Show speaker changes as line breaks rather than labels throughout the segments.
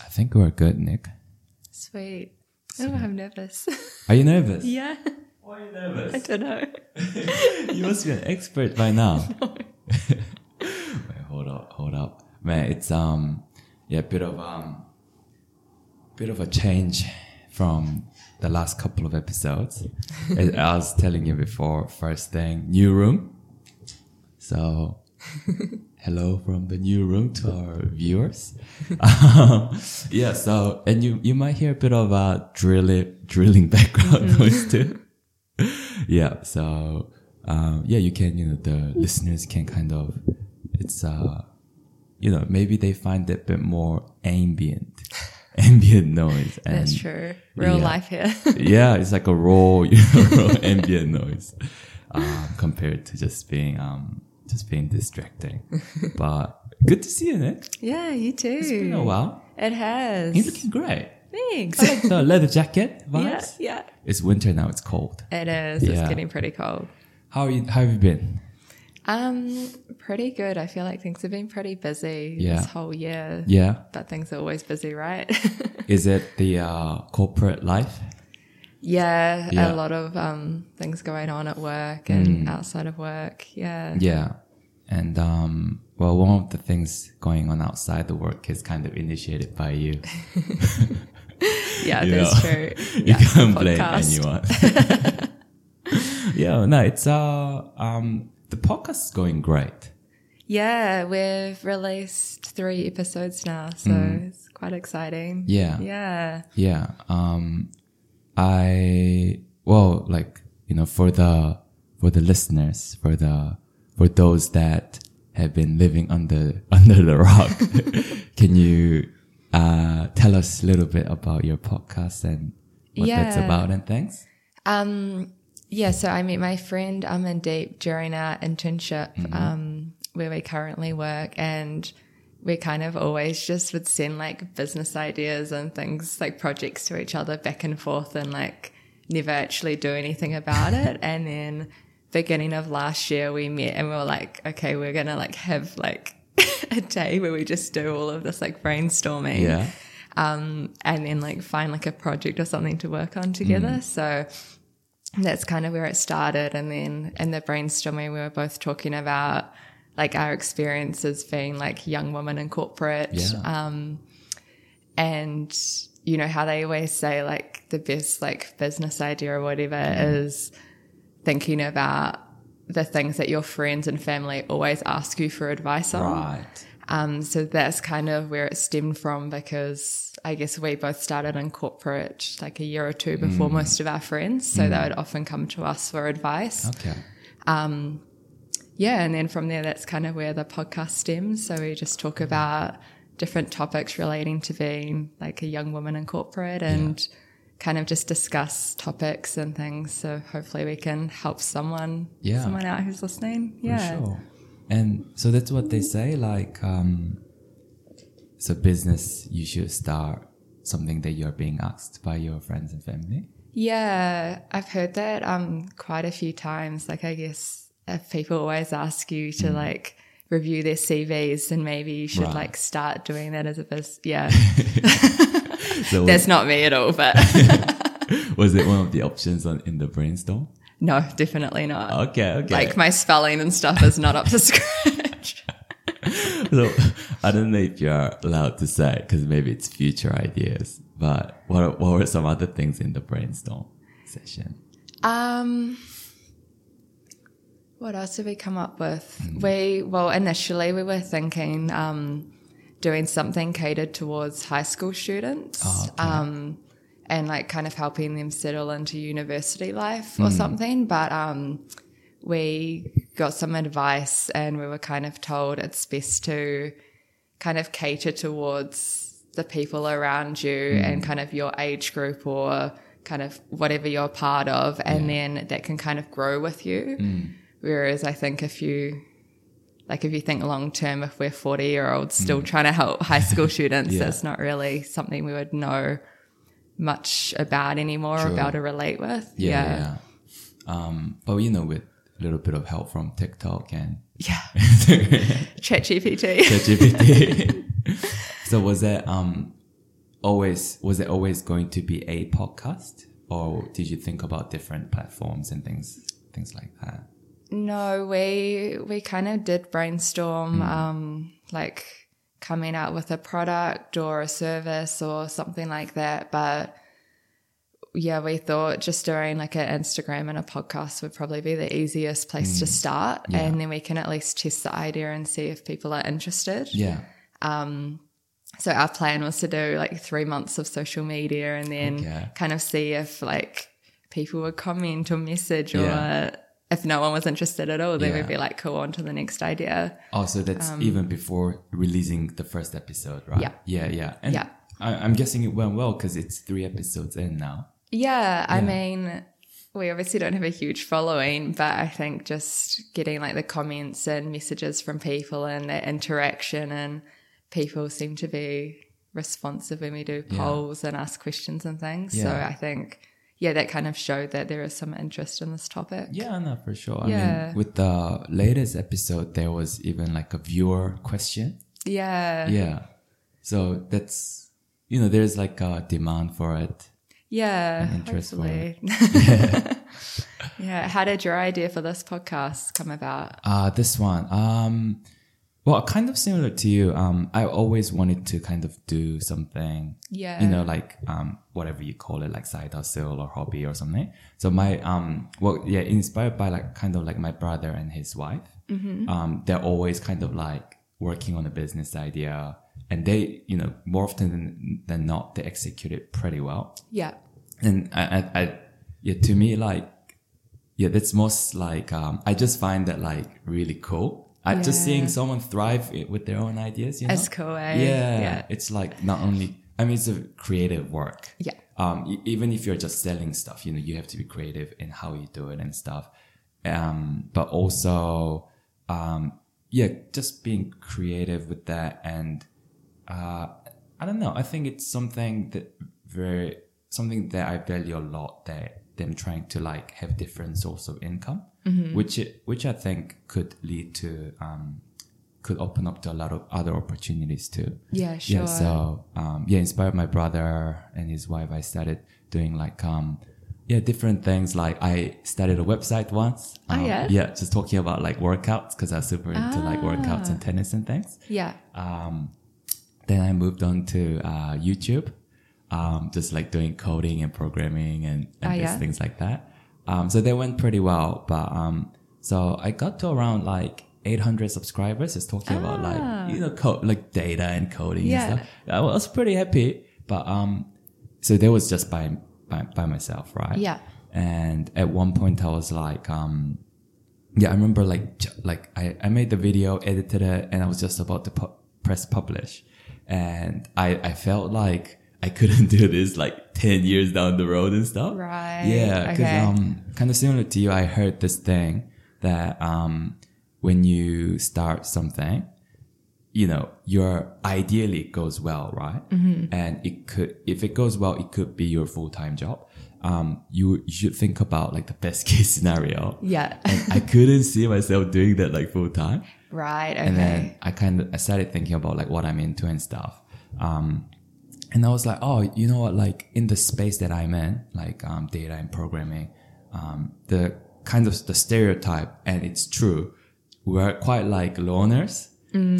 I think we're good, Nick.
Sweet. Oh, I'm nervous.
Are you nervous?
yeah.
Why are you
I
nervous?
don't know.
you must be an expert by now. Wait, hold up, hold up, man. It's um, yeah, bit of um, bit of a change from the last couple of episodes. As I was telling you before. First thing, new room. So, hello from the new room to our viewers. Um, yeah. So, and you you might hear a bit of a drilling drilling background noise too yeah so um, yeah you can you know the listeners can kind of it's uh you know maybe they find it a bit more ambient ambient noise and
That's true. Real
yeah.
life here.
yeah it's like a raw you know raw ambient noise um, compared to just being um just being distracting but good to see you Nick
yeah, you too.
it's been a while
It
you're
has.
looking great I
Thanks.
like the leather jacket
yeah,
vibes
yeah.
it's winter now it's cold
It is.
Yeah.
It's getting pretty cold.
how are you how have you been
Um, pretty good. I feel like things have been pretty busy
Yeah.
this whole year.
yeah
But things are always busy, right?
Is it the uh, corporate life?
yeah,
Yeah. Mm.
a lot of um, things going on at work and outside of work. Yeah.
Yeah. And um, well, one of the things going on outside the work is kind of initiated by you.
Yeah,
Yeah.
that's true.
you
Yeah,
can't blame
podcast.
anyone. yeah, no, it's uh, um, the podcast is going great.
Yeah, we've released three episodes now, so it's quite exciting.
Yeah.
Yeah.
Yeah. Um, I well, like you know, for the for the listeners, for the for those that have been living under under the rock, can you uh, tell us a little bit about your podcast and what that's
Yeah.
about and things?
Um, yeah, so I met my friend Amandeep during our internship um, where we currently work and we kind of always just would send like business ideas and things like projects to each other back and forth and like never actually do anything about it. And then beginning of last year we met and we were like, okay, we're gonna like have like a day where we just do all of this like brainstorming
Yeah.
um, and then like find like a project or something to work on together. So that's kind of where it started. And then in the brainstorming, we were both talking about like our experiences being like young women in corporate.
Yeah.
Um, and you know how they always say like the best like business idea or whatever is thinking about the things that your friends and family always ask you for advice on.
Right.
Um, so that's kind of where it stemmed from because I guess we both started in corporate like a year or two
Mm.
before most of our friends. So they would often come to us for advice.
Okay.
Yeah. And then from there, that's kind of where the podcast stems. So we just
Mm.
talk about different topics relating to being like a young woman in corporate and kind of just discuss topics and things. So hopefully we can help someone,
Yeah.
someone out who's listening.
For
Yeah.
sure. And so that's what they say. Like, um, so business, you should start something that you're being asked by your friends and family.
Yeah, I've heard that um quite a few times. Like I guess if people always ask you to like review their CVs, then maybe you should
Mm. Right.
like start doing that as a business. Yeah,
So
that's not me at all, but
Was it one of the options on, in the brainstorm?
no, definitely not.
Okay, okay.
Like my spelling and stuff is not up to scratch.
so, I don't know if you're allowed to say because maybe it's future ideas. But what are- what were some other things in the brainstorm session?
Um, what else did we come up with? We well, initially we were thinking um, doing something catered towards high school students, um, and like kind of helping them settle into university life or something. But um, we got some advice, and we were kind of told it's best to kind of cater towards the people around you
Mm.
and kind of your age group or kind of whatever you're part of and then that can kind of grow with you
Mm.
whereas i think if you like if you think long term if we're 40 year olds still trying to help high school students
Mm. Yeah.
that's not really something we would know much about anymore or be able to relate with
yeah. yeah. Um, but you know, with a little bit of help from TikTok and
yeah, chat gpt
ChatGPT. so was that um always was it always going to be a podcast, or did you think about different platforms and things things like that?
No, we we kind of did brainstorm, um, like coming out with a product or a service or something like that. But yeah, we thought just doing like an Instagram and a podcast would probably be the easiest place to start, and then we can at least test the idea and see if people are interested.
Yeah.
So our plan was to do like three months of social media and then
Okay.
kind of see if like people would comment or message or
Yeah.
if no one was interested at all, then
Yeah.
we'd be like, cool, on to the next idea.
Also, Oh, that's even before releasing the first episode, right?
Um, Yeah.
Yeah, yeah. And
Yeah.
I, I'm guessing it went well because it's three episodes in now.
Yeah, I mean, we obviously don't have a huge following, but I think just getting like the comments and messages from people and that interaction and people seem to be responsive when we do polls and ask questions and things. So
Yeah.
I think, yeah, that kind of showed that there is some interest in this topic.
Yeah, no, for sure. I
Yeah.
mean, with the latest episode, there was even like a viewer question.
Yeah. Yeah.
Yeah. So that's, you know, there's like a demand for it. interest for
hopefully. yeah. How did your idea for this podcast come about?
Uh, this one. Um, well, kind of similar to you. Um, I always wanted to kind of do something
Yeah.
you know like um whatever you call it like side hustle or hobby or something so my um well yeah inspired by like kind of like my brother and his wife um they're always kind of like working on a business idea and they you know more often than, than not they execute it pretty well
Yeah.
and I, I, I yeah to me like yeah that's most like um i just find that like really cool i just
Yeah.
seeing someone thrive i- with their own ideas you know
It's cool, eh?
yeah,
Yeah.
it's like not only i mean it's a creative work
Yeah.
um e- even if you're just selling stuff you know you have to be creative in how you do it and stuff um but also um yeah just being creative with that and uh, I don't know. I think it's something that very something that I value a lot. That them trying to like have different source of income, which it, which I think could lead to um, could open up to a lot of other opportunities too.
Yeah, sure.
Yeah. So um, yeah, inspired my brother and his wife. I started doing like um, yeah different things. Like I started a website once.
Oh,
Um,
yeah?
Yeah, just talking about like workouts because I was super into like workouts
Ah.
and tennis and things
yeah.
then I moved on to uh, YouTube, um, just like doing coding and programming and, and
Ah,
just
yeah.
things like that. Um, so they went pretty well, but um, so I got to around like 800 subscribers. Just talking about like you know co- like data and coding
Ah. Yeah.
and stuff. I was pretty happy, but um, so that was just by by, by myself, right?
Yeah.
And at one point, I was like, um, yeah, I remember like ch- like I, I made the video, edited it, and I was just about to pu- press publish, and I I felt like I couldn't do this like ten years down the road and stuff.
Right.
Yeah. Because
Okay.
um, kind of similar to you, I heard this thing that um, when you start something, you know, your ideally it goes well, right?
Mm-hmm.
And it could, if it goes well, it could be your full time job. Um, you, you should think about like the best case scenario.
Yeah.
And I couldn't see myself doing that like full time.
Right. Okay.
And then I kind of I started thinking about like what I'm into and stuff. Um, and I was like, oh, you know what? Like in the space that I'm in, like um, data and programming, um, the kind of the stereotype, and it's true. We're quite like loners,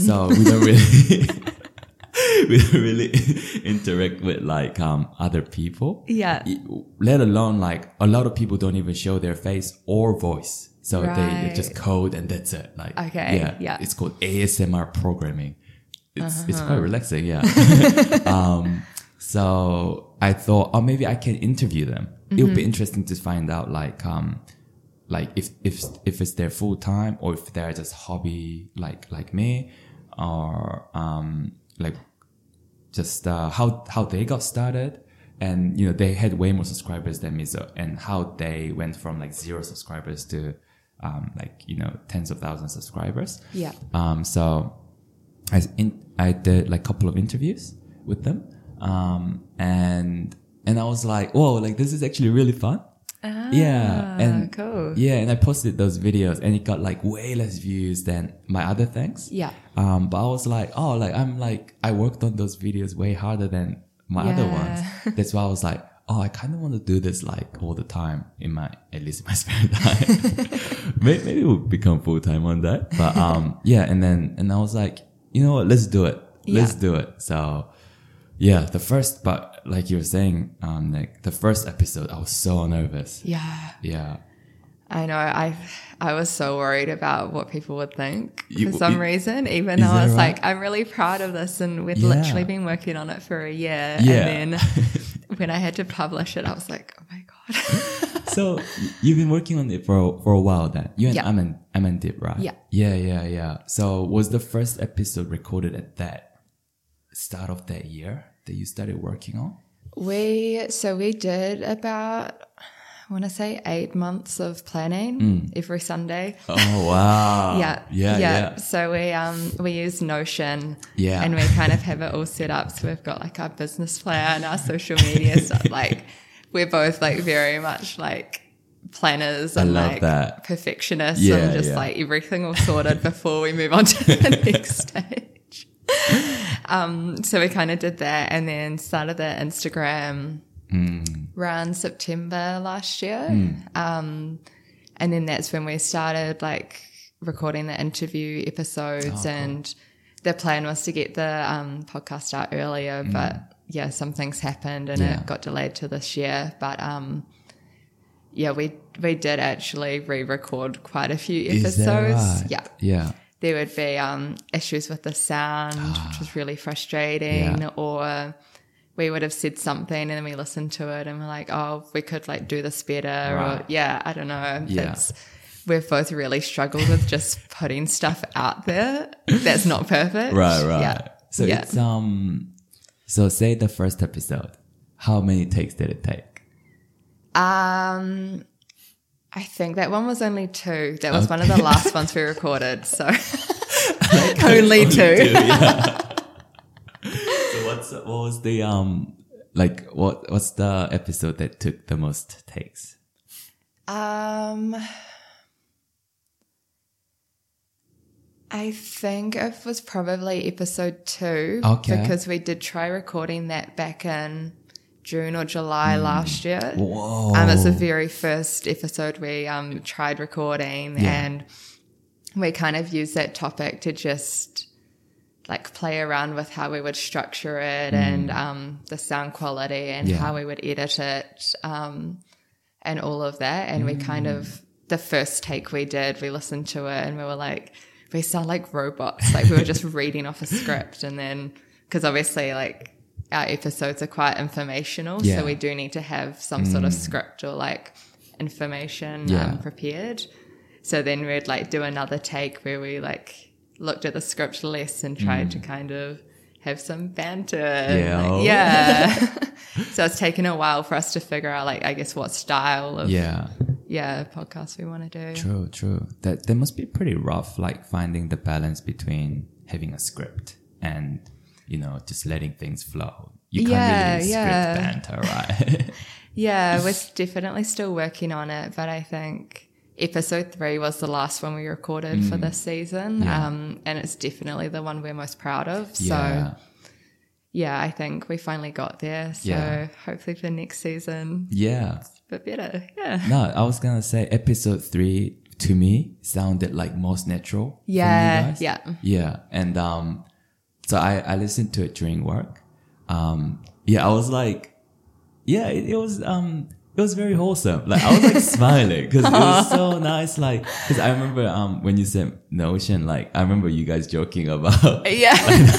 so we don't really we don't really interact with like um, other people.
Yeah.
E- Let alone like a lot of people don't even show their face or voice, so they, they just code and that's it. Like
Okay,
yeah,
yeah.
It's called ASMR programming. It's it's
Uh-huh.
quite relaxing, yeah. um, so I thought, oh, maybe I can interview them. It would be
Mm-hmm.
interesting to find out, like, um, like if if if it's their full time or if they're just hobby, like like me, or um, like just uh, how how they got started and you know they had way more subscribers than me so and how they went from like zero subscribers to um, like you know tens of thousands of subscribers
Yeah.
um, so I s- in, I did like a couple of interviews with them um, and and I was like whoa like this is actually really fun yeah and
Oh, cool.
yeah and I posted those videos and it got like way less views than my other things
Yeah.
um, but I was like, oh, like I'm like I worked on those videos way harder than my other
Yeah.
ones. That's why I was like, oh, I kind of want to do this like all the time in my at least in my spare time. maybe, maybe we'll become full time one day. But um, yeah, and then and I was like, you know what? Let's do it. Let's
Yeah.
do it. So yeah, the first, but like you were saying, um, like the first episode, I was so nervous.
Yeah.
Yeah.
I know. I I was so worried about what people would think
You-
for some
you-
reason. Even
Is
though I
that
was
right?
like, I'm really proud of this, and we'd
Yeah.
literally been working on it for a year.
Yeah.
And then when I had to publish it, I was like, oh my god.
so y- you've been working on it for a, for a while then. You and
Yeah.
Aman Amandip, right?
Yeah.
Yeah, yeah, yeah. So was the first episode recorded at that start of that year that you started working on?
we so we did about I want to say eight months of planning every Sunday.
Hmm. Oh wow.
Yeah,
Yeah, yeah.
So we um we use Notion.
Yeah.
And we kind of have it all set up. So we've got like our business plan, our social media stuff. Like we're both like very much like planners and
love
like
that.
perfectionists
Yeah,
and just
yeah.
like everything all sorted before we move on to the next stage. Um, so we kind of did that and then started the Instagram around September last year.
Hmm.
Um, and then that's when we started like recording the interview
Oh,
episodes and the plan was to get the um, podcast out earlier, but yeah, some things happened and
Hmm. Yeah.
it got delayed to this year. But um, yeah, we we did actually re-record quite a few
Is that
episodes.
right?
Yeah,
Yeah.
there would be um, issues with the sound, which was really frustrating,
Yeah.
or we would have said something and then we listened to it and we're like, oh, we could like do this better,
Right.
or yeah, I don't know.
Yeah.
It's, we've both really struggled with just putting stuff out there that's not perfect.
Right, right.
Yeah.
So
yeah.
it's um so say the first episode. How many takes did it take?
Um, I think that one was only two. That was one of the last ones we recorded. So only, two.
So what's what was the um like what what's the episode that took the most takes?
Um, I think it was probably episode two.
Okay.
Because we did try recording that back in June or July last year.
Whoa.
Um, it's the very first episode we um, tried recording,
Yeah.
and we kind of used that topic to just like play around with how we would structure it and um, the sound quality and
Hmm. Yeah.
how we would edit it um, and all of that. And we kind
Hmm.
of, the first take we did, we listened to it and we were like, we sound like robots. Like we were just reading off a script. And then, because obviously, like, our episodes are quite informational.
Yeah.
So we do need to have some sort of script or like information
Hmm. Yeah.
um, prepared. So then we'd like do another take where we like looked at the script less and tried
Hmm.
to kind of have some banter. and,
Oh.
like, yeah. so it's taken a while for us to figure out like I guess what style of yeah,
Yeah.
podcast we want to do.
True, true. That that must be pretty rough, like finding the balance between having a script and you know just letting things flow. You can't
Yeah,
really
yeah.
script banter, right?
Yeah, we're s- definitely still working on it, but I think episode three was the last one we recorded for this season.
Hmm. Yeah.
Um, and it's definitely the one we're most proud of. So
yeah,
yeah, I think we finally got there. So
Yeah.
hopefully for next season,
yeah.
but better. Yeah.
No, I was gonna say episode three to me sounded like most natural. from you
Yeah,
guys.
yeah.
yeah. And um, so I I listened to it during work. Um, yeah, I was like, yeah, it, it was um, it was very wholesome. Like I was like smiling because it was so nice. Like because I remember um when you said Notion, like I remember you guys joking about
Yeah.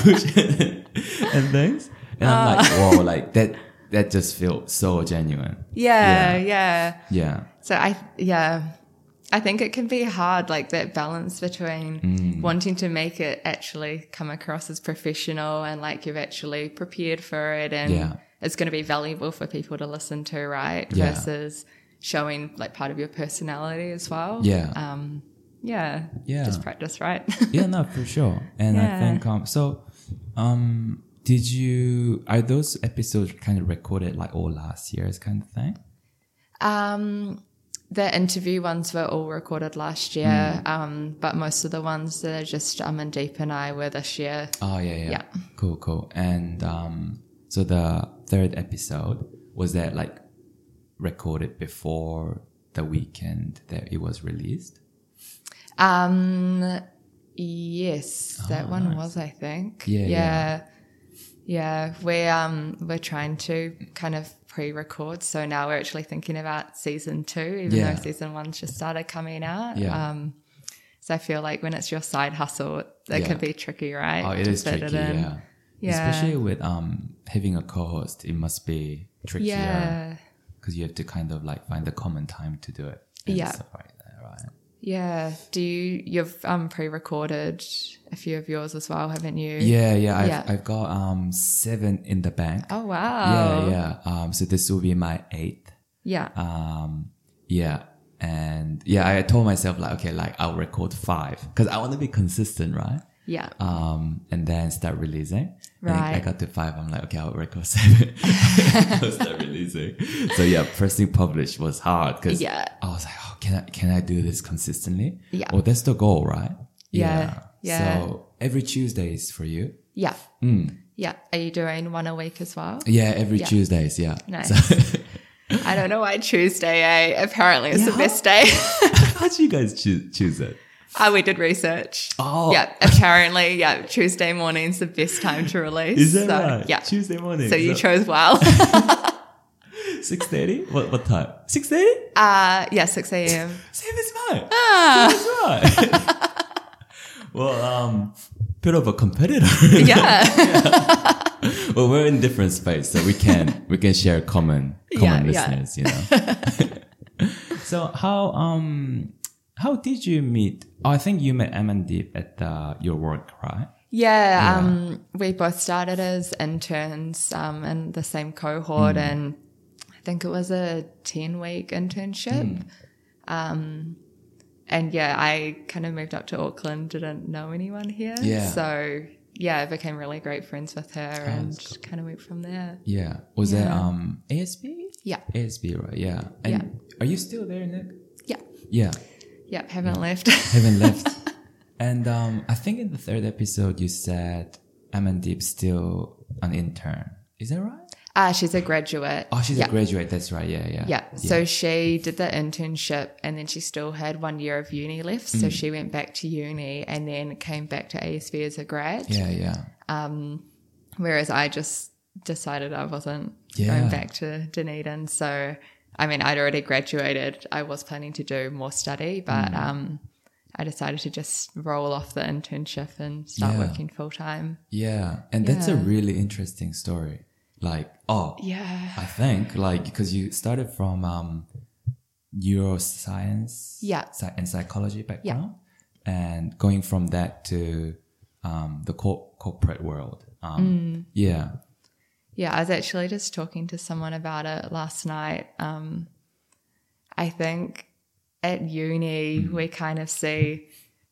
Notion and things, and I'm like, whoa, like that that just felt so genuine.
yeah.
Yeah.
Yeah.
Yeah.
So I yeah, I think it can be hard like that balance between
Mm.
wanting to make it actually come across as professional and like you've actually prepared for it and
Yeah.
it's going to be valuable for people to listen to, right?
Yeah.
Versus showing like part of your personality as well.
Yeah.
Um yeah.
Yeah.
Just practice, right?
yeah no for sure and i
Yeah.
think um so um did you are those episodes kind of recorded like all last year's kind of thing
Um, the interview ones were all recorded last year,
Hmm.
um, but most of the ones that are just um, and Deep and I were this year.
oh yeah yeah,
Yeah.
cool cool and um So the third episode was that like recorded before the weekend that it was released.
Um, yes, that
Ah,
one
nice.
was, I think.
Yeah,
yeah, yeah. We're um, we're trying to kind of pre-record, so now we're actually thinking about season two, even
Yeah.
though season one's just started coming out.
Yeah.
Um, so I feel like when it's your side hustle, it, it
Yeah.
can be tricky, right?
Oh, it
to
is
fit
tricky,
in.
yeah.
Yeah.
Especially with um having a co-host, it must be trickier.
Yeah.
because you have to kind of like find the common time to do it. and
Yeah.
stuff like that, right.
Yeah. Do you you've um pre-recorded a few of yours as well, haven't you?
Yeah, yeah. I've,
Yeah.
I've got um seven in the bank.
Oh wow.
Yeah, yeah. Um, so this will be my eighth.
Yeah.
Um, yeah, and yeah, I told myself like, okay, like I'll record five because I want to be consistent, right?
Yeah.
Um, and then start releasing. And I- I
Right.
got to five. I'm like, okay, I'll record seven. I'll start releasing. So yeah, pressing publish was hard because
Yeah.
I was like, oh, can I can I do this consistently?
Yeah.
Well, that's the goal, right?
Yeah, yeah.
So every Tuesday is for you.
Yeah.
hmm.
Yeah. Are you doing one a week as well?
Yeah, every
Yeah.
Tuesdays. Yeah.
Nice.
So-
I don't know why Tuesday, eh? Apparently it's
Yeah.
the best day.
How do you guys choose choose it?
Ah, we did research.
Oh.
Yeah. Apparently, yeah, Tuesday morning's the best time to release.
Is that
so,
right?
Yeah.
Tuesday morning.
So you chose well.
six thirty. What what time? Six thirty.
uh, yeah, 6 a.m.
Same as mine. Ah. Same as mine. well, um, bit of a competitor.
Yeah.
well, we're in different space, so we can we can share common common
Yeah, yeah.
listeners. You know. so how um how did you meet? Oh, I think you met Amandeep at uh, your work, right?
Yeah, um, we both started as interns um, in the same cohort,
Mm.
and I think it was a 10 week internship.
Mm.
Um, and yeah, I kind of moved up to Auckland, didn't know anyone here.
Yeah.
So yeah, I became really great friends with her and
that's
kind of went from there.
Yeah. Was that
Yeah.
um ASB?
Yeah,
ASB, right? Yeah. And are you still there, Nick?
yeah,
Yeah.
yeah, haven't left.
haven't left. and um, I think in the third episode you said Amandeep's still an intern. Is that right?
Ah, she's a graduate.
Oh, she's
yeah.
a graduate. That's right. Yeah, yeah.
Yeah. So she did the internship and then she still had one year of uni left.
Mm.
So she went back to uni and then came back to ASB as a grad.
yeah, yeah.
Whereas I just decided I wasn't
Yeah.
going back to Dunedin. So, I mean, I'd already graduated. I was planning to do more study, but
Mm.
um, I decided to just roll off the internship and start
Yeah.
working full time.
Yeah. And that's a
Yeah.
really interesting story. Like, oh,
Yeah.
I think, like, because you started from um, neuroscience
Yeah.
psy- and psychology background, and going from that to um, the cor- corporate world.
Mm.
Um, Yeah.
Yeah, I was actually just talking to someone about it last night. Um, I think at uni,
Mm-hmm.
we kind of see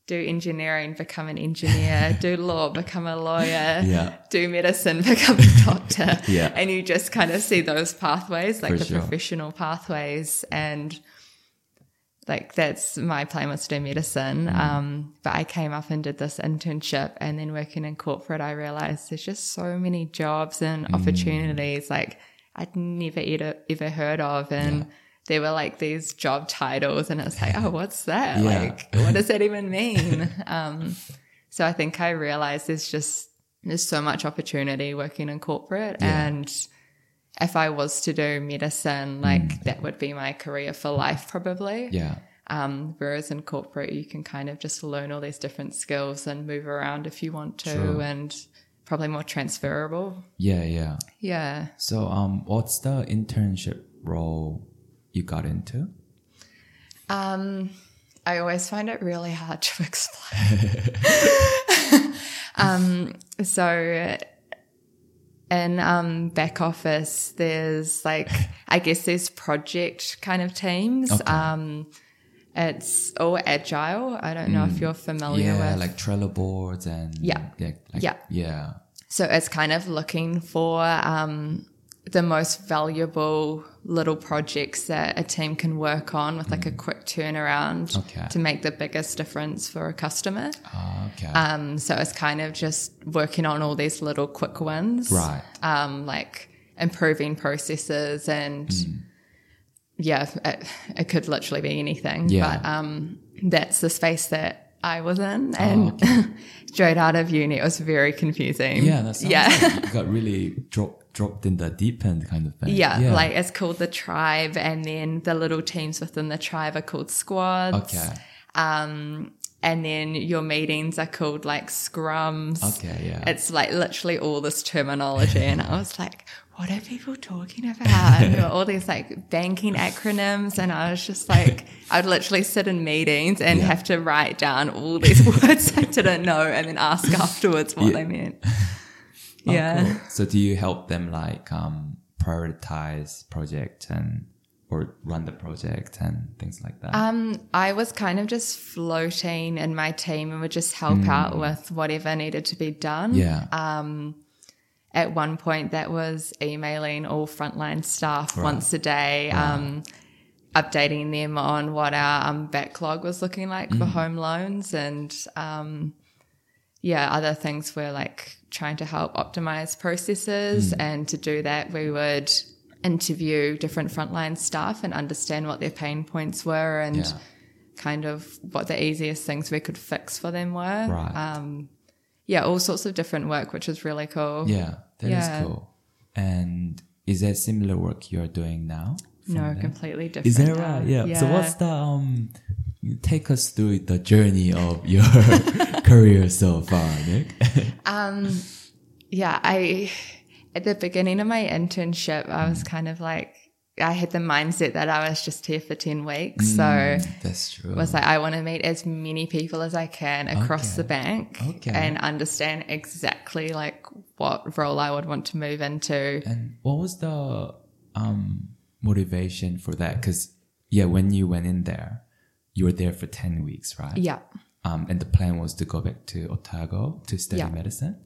do engineering, become an engineer, do law, become a lawyer,
Yeah.
do medicine, become a doctor.
Yeah.
And you just kind of see those pathways, like
For
the
sure.
professional pathways. And like that's my plan was to do medicine.
Mm.
Um, but I came up and did this internship and then working in corporate, I realized there's just so many jobs and
Mm.
opportunities like I'd never ever, ever heard of. And there were like these job titles and it's like, oh, what's that?
Yeah.
Like, what does that even mean? um, so I think I realized there's just, there's so much opportunity working in corporate
Yeah.
and if I was to do medicine, like
Mm.
that would be my career for life probably.
Yeah.
Um, whereas in corporate, you can kind of just learn all these different skills and move around if you want to,
True.
and probably more transferable.
Yeah. Yeah.
Yeah.
So, um, what's the internship role you got into?
Um, I always find it really hard to explain. um, so in um, back office, there's like, I guess there's project kind of teams. Um, it's all agile. I don't Oh, know if you're familiar
Hmm. yeah,
with
like Trello boards and
Yeah.
yeah, like,
Yeah.
yeah,
So it's kind of looking for, um, the most valuable little projects that a team can work on with like a quick turnaround
Mm. Okay.
to make the biggest difference for a customer.
Ah, okay.
Um, so it's kind of just working on all these little quick wins,
Right.
Um, like improving processes and
Hmm.
yeah, it, it could literally be anything.
Yeah.
But um, that's the space that I was in,
Oh,
and straight out of uni, it was very confusing.
yeah, that sounds
yeah.
like you got really dropped dropped in the deep end kind of thing.
Yeah, like it's called the tribe, and then the little teams within the tribe are called squads.
okay,
Um, and then your meetings are called like scrums.
okay, yeah.
It's like literally all this terminology, and I was like, "What are people talking about?" And there were all these like banking acronyms, and I was just like, I'd literally sit in meetings and
Yeah.
have to write down all these words I didn't know, and then ask afterwards what
Yeah.
they meant.
Oh,
yeah.
cool. So do you help them like um prioritize project and or run the project and things like that?
Um, I was kind of just floating in my team and would just help out with whatever needed to be done.
Hmm. yeah.
uh, At one point, that was emailing all frontline staff once a day, um, updating them on what our um, backlog was looking like
Mm.
for home loans and, um, yeah, other things were like trying to help optimize processes.
Mm.
And to do that, we would interview different frontline staff and understand what their pain points were and
Yeah.
kind of what the easiest things we could fix for them were.
Right.
Um, yeah, all sorts of different work, which is really cool.
yeah, that is
yeah.
cool. And is there similar work you're doing now?
No, completely different.
Is that
now.
right? Yeah. So what's the um? Take us through the journey of your career so far, Nick.
yeah, I at the beginning of my internship, I
Mm.
was kind of like I had the mindset that I was just here for ten weeks, so
That's true.
was like I want to meet as many people as I can across the bank
Okay.
and understand exactly like what role I would want to move into.
And what was the um, motivation for that? Because yeah, when you went in there, you were there for ten weeks, right?
Yeah.
Um, and the plan was to go back to Otago to study
Yeah.
medicine.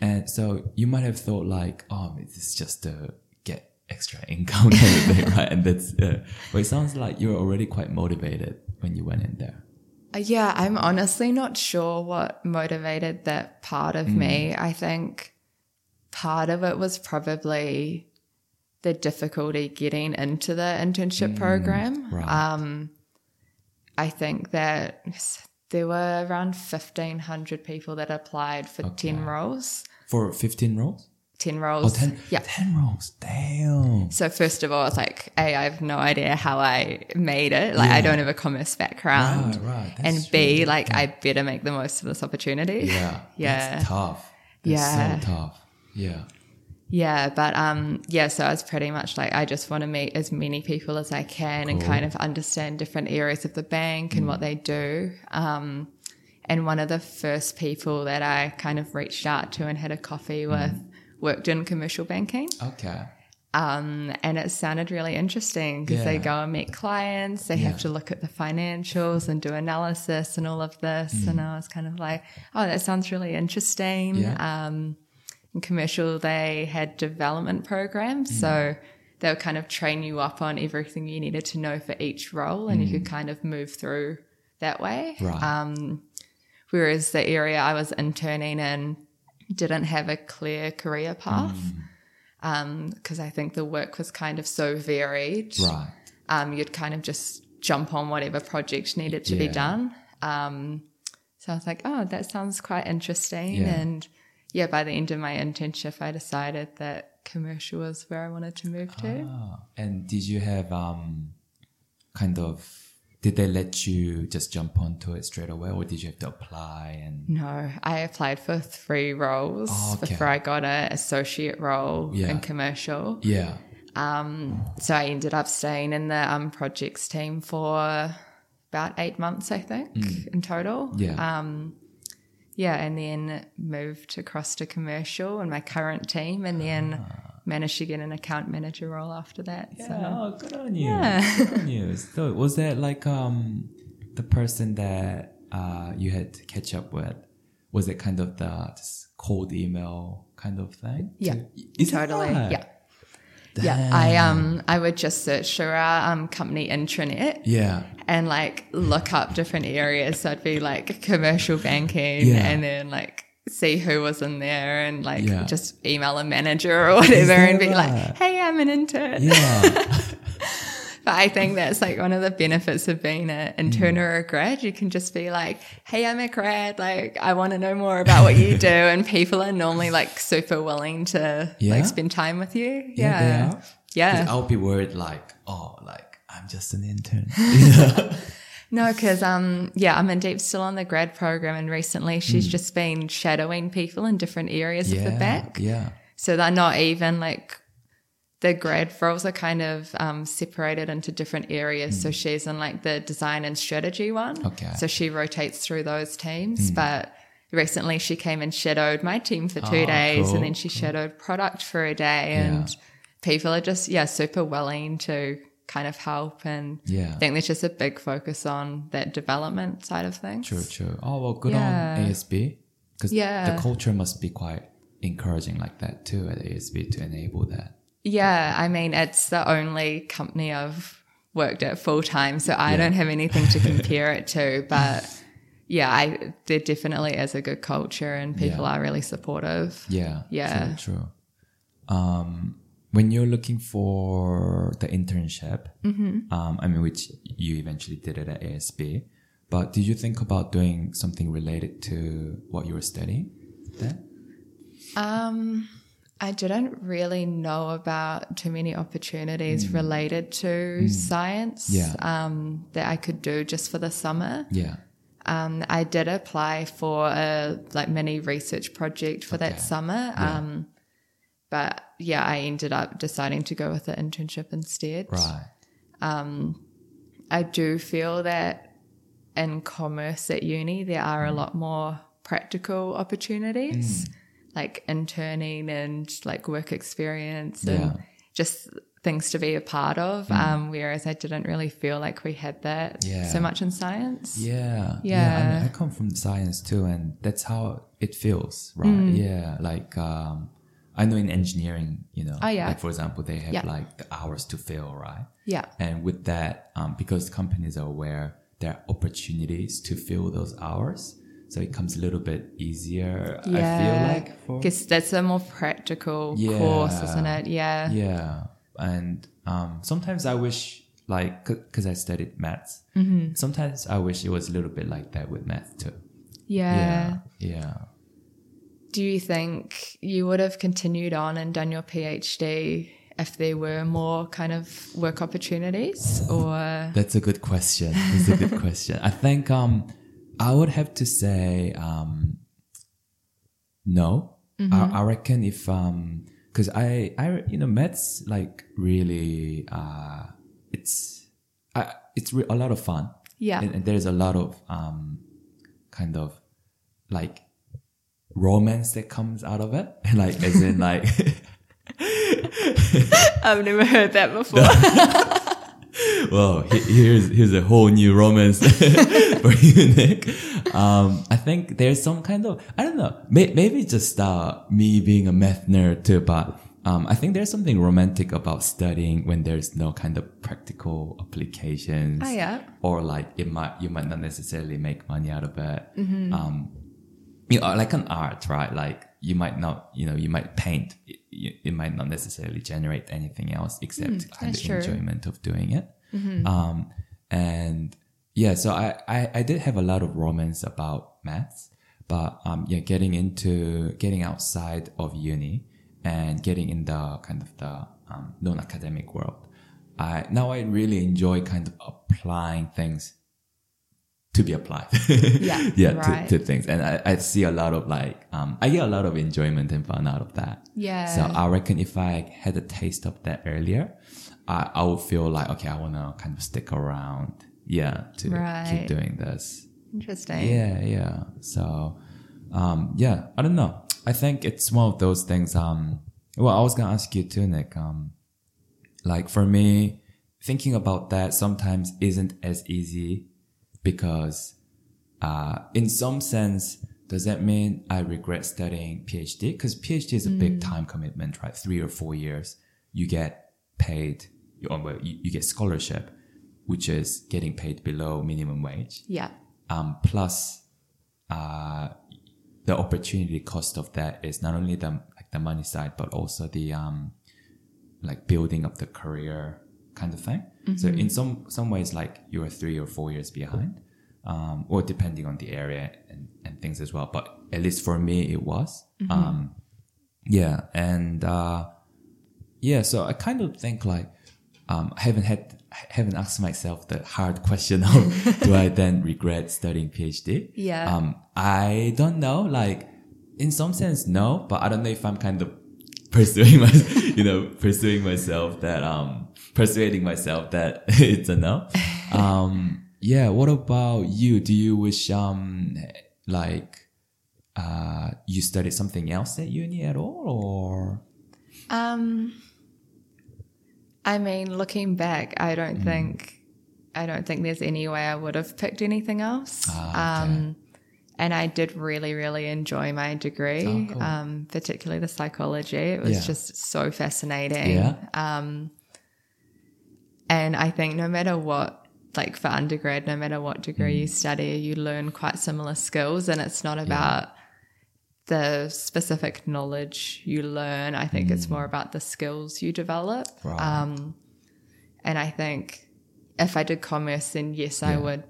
And so you might have thought like, oh, this is just to get extra income, kind of thing, right? And that's. Uh, but it sounds like you were already quite motivated when you went in there.
Uh, Yeah, I'm honestly not sure what motivated that part of
Mm.
me. I think part of it was probably the difficulty getting into the internship program.
Mm, right.
Um, I think that s- there were around 1,500 people that applied for 10 roles.
For fifteen roles.
10
Oh,
roles.
10,
yeah.
10 roles. Damn.
So first of all, I was like, A, I have no idea how I made it. Like, I don't have a commerce background.
Right, right. That's
and B, like, I better make the most of this opportunity.
Yeah.
Yeah.
That's tough. That's
Yeah.
so tough. Yeah.
Yeah, but um, yeah, so I was pretty much like, I just want to meet as many people as I can and
Cool.
kind of understand different areas of the bank and what they do. Um, and one of the first people that I kind of reached out to and had a coffee with worked in commercial banking.
Okay.
Um, and it sounded really interesting because they
Yeah.
go and meet clients, they have to look at the financials and do analysis and all of this. And
Mm.
I was kind of like, oh, that sounds really interesting.
Yeah.
Um, in commercial, they had development programs.
Mm.
So they would kind of train you up on everything you needed to know for each role and
Mm.
you could kind of move through that way.
Right.
Um, whereas the area I was interning in didn't have a clear career path
Mm.
because I think the work was kind of so varied.
Right.
Um, you'd kind of just jump on whatever project needed to be
Yeah.
done. Um, so I was like, oh, that sounds quite interesting.
Yeah.
And yeah, by the end of my internship, I decided that commercial was where I wanted to move to.
Ah, and did you have um kind of did they let you just jump onto it straight away or did you have to apply and
No, I applied for three roles
Oh, okay.
before I got a associate role
Yeah.
in commercial.
yeah.
So I ended up staying in the um, projects team for about eight months, I think, in total.
Hmm. Yeah.
Um, Yeah, and then moved across to commercial and my current team, and then
Ah.
managed to get an account manager role after that. So
oh, good on you.
Yeah.
Good on you. So was that like um the person that uh you had to catch up with? Was it kind of the just cold email kind of thing?
Yeah.
Is it
totally,
that?
yeah, Yeah, I um I would just search Shura um company intranet
Yeah.
and like look up different areas. So I'd be like commercial banking
Yeah.
and then like see who was in there and like
Yeah.
just email a manager or whatever
that
and be
right?
like, hey, I'm an intern.
Yeah.
But I think that's like one of the benefits of being an
Mm.
intern or a grad. You can just be like, hey, I'm a grad. Like, I want to know more about what you do. And people are normally like super willing to
Yeah?
like spend time with you.
Yeah, they
Yeah. Uh.
are.
Yeah.
'Cause I'll be worried like, oh, like I'm just an intern.
No, because um, yeah, I'm in deep still on the grad program, and recently she's just been shadowing people in different areas of the back.
Mm. Yeah.
So they're not even like the grad roles are kind of um, separated into different areas. So she's in like the design and strategy one.
Hmm. Okay. Hmm.
So she rotates through those teams, but. Recently, she came and shadowed my team for two
Oh,
days,
cool,
and then she shadowed product for a day. And people are just, yeah, super willing to kind of help and
Yeah.
I think there's just a big focus on that development side of things.
True, true. Oh well, good
Yeah.
on ASB because
Yeah.
the culture must be quite encouraging like that too at ASB to enable that.
Yeah, I mean, it's the only company I've worked at full time, so I don't have anything to compare it to. But yeah, I, there definitely is a good culture and people
Yeah.
are really supportive.
Yeah.
Yeah.
True. true. Um, when you're looking for the internship,
Mm-hmm.
um, I mean, which you eventually did it at ASB, but did you think about doing something related to what you were studying? That
Um, I didn't really know about too many opportunities related to science
Mm. Yeah.
um, that I could do just for the summer.
yeah,
Um, I did apply for a like mini research project for
Okay.
that summer. Um, but yeah, I ended up deciding to go with the internship instead.
right.
I do feel that in commerce at uni, there are a
Mm.
lot more practical opportunities like interning and like work experience and
Yeah. Mm.
just things to be a part of. Um, whereas I didn't really feel like we had that
Yeah.
so much in science.
Yeah. I,
Yeah.
mean, I come from science too, and that's how it feels, right?
Mm.
Yeah. Like, um, I know in engineering, you know,
Oh, yeah.
like for example, they have
Yeah.
like the hours to fill, right?
Yeah.
And with that, um, because companies are aware there are opportunities to fill those hours, so it comes a little bit easier, I feel like. For,
Because that's a more practical
Yeah.
course, isn't it? Yeah.
yeah. And um, sometimes I wish, like, because I studied maths,
Mm-hmm.
sometimes I wish it was a little bit like that with math too.
yeah.
Yeah. Yeah.
Do you think you would have continued on and done your PhD if there were more kind of work opportunities? Or
That's a good question. That's a good question. I think um, I would have to say um, no. I, I reckon if um, because I I you know maths like really uh, it's I, it's re- a lot of fun.
Yeah.
and, and there's a lot of um, kind of like romance that comes out of it. like as in like
I've never heard that before.
Well, he- here's here's a whole new romance for you, Nick. Um, I think there's some kind of I don't know, may, maybe just uh, me being a math nerd too, but um, I think there's something romantic about studying when there's no kind of practical applications,
Oh, yeah.
or like it might you might not necessarily make money out of it.
Mm-hmm.
Um, you know, like an art, right? Like you might not, you know, you might paint. It, you- it might not necessarily generate anything else except kind of
Mm, that's true. Mm-hmm.
enjoyment of doing it. Um, and yeah, so I, I, I did have a lot of romance about maths, but um, yeah, getting into getting outside of uni and getting in the kind of the um, non-academic world, I now I really enjoy kind of applying things to be applied.
Yeah,
yeah,
right.
to, to things, and I, I see a lot of like um, I get a lot of enjoyment and fun out of that.
Yeah.
So I reckon if I had a taste of that earlier, I, I would feel like okay, I want to kind of stick around. Yeah, to keep
Right.
doing this.
Interesting.
Yeah, yeah. So, um, yeah, I don't know. I think it's one of those things. Um, well, I was gonna ask you too, Nick. Um, like for me, thinking about that sometimes isn't as easy because, uh, in some sense, does that mean I regret studying PhD? Because PhD is a big time commitment, right? Three or four years. You get paid, you, oh, well, you, you get scholarship, which is getting paid below minimum wage.
Yeah.
Um, plus, uh, the opportunity cost of that is not only the like the money side, but also the um, like building up the career kind of thing. So in some some ways, like you are three or four years behind, um, or depending on the area and, and things as well. But at least for me, it was. Um, yeah, and uh, yeah, so I kind of think like um, I haven't had haven't asked myself the hard question of do I then regret studying PhD?
Yeah.
Um, I don't know. Like in some sense, no, but I don't know if I'm kind of pursuing my, you know, pursuing myself that um persuading myself that it's a no. Um, yeah. What about you? Do you wish um like uh you studied something else at uni at all or?
Um, I mean, looking back, I don't
Mm.
think I don't think there's any way I would have picked anything else.
Ah, okay.
Um, and I did really, really enjoy my degree,
Oh, cool.
um, particularly the psychology. It was
Yeah.
just so fascinating.
Yeah.
Um, and I think no matter what, like for undergrad, no matter what
Mm.
degree you study, you learn quite similar skills, and it's not about the specific knowledge you learn. I think it's more about the skills you develop.
Hmm. Right.
Um, and I think if I did commerce, then yes, I
Yeah.
would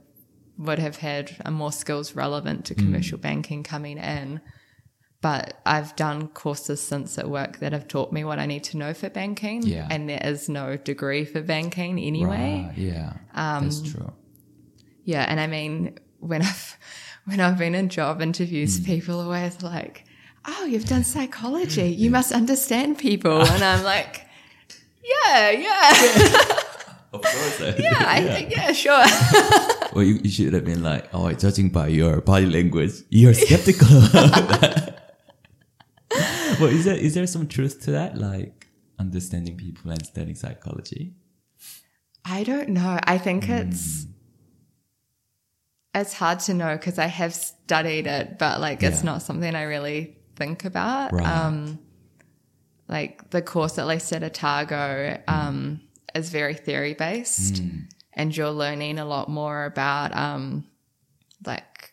would have had uh, more skills relevant to commercial
Hmm.
banking coming in. But I've done courses since at work that have taught me what I need to know for banking,
Yeah.
and there is no degree for banking anyway. um,
Right, yeah, that's true.
Yeah, and I mean, when I've when I've been in job interviews, people are always like, "Oh, you've done psychology. You must understand people," and I'm like, "Yeah, yeah,
Of course. I
yeah. I think yeah, sure."
Well, you, you should have been like, oh, judging by your body language, you're skeptical about that. well, is there, is there some truth to that? Like understanding people and studying psychology?
I don't know. I think
Hmm.
it's it's hard to know because I have studied it, but like it's
Yeah.
not something I really think about.
Right.
Um, like the course at least at Otago
Hmm.
um, is very theory based, and you're learning a lot more about um, like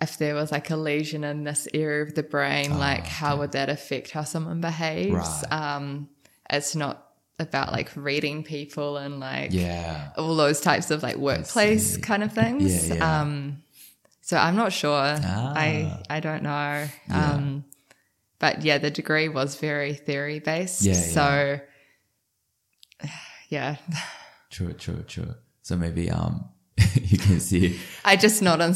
if there was like a lesion in this area of the brain, like how would that affect how someone behaves?
Ah, Right.
Um, it's not about like reading people and like
Yeah.
all those types of like workplace
see.
kind of things.
Yeah, yeah.
Um, so I'm not sure.
Ah.
I I don't know.
Yeah.
Um, but yeah, the degree was very theory based.
Yeah,
so yeah.
True, true, true. So maybe, um, you can see,
I just nod and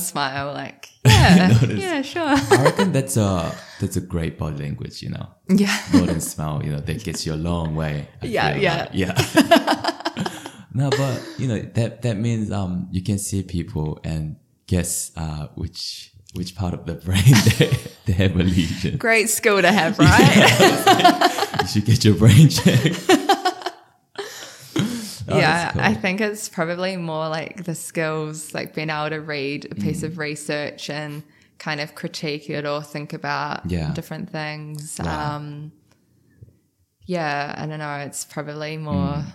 smile like yeah,
Notice.
yeah, sure.
I reckon that's a, that's a great body language, you know,
yeah.
modern smile, you know, that gets you a long way. I
Yeah,
feel
yeah.
like. yeah. no, but you know that that means um you can see people and guess uh which which part of the brain they, they have a lesion.
Great skill to have, right?
You should get your brain checked. Oh, that's
yeah,
cool.
I think it's probably more like the skills, like being able to read a
Mm.
piece of research and kind of critique it or think about
Yeah.
different things.
Wow.
Um, yeah, I don't know. It's probably more
Mm.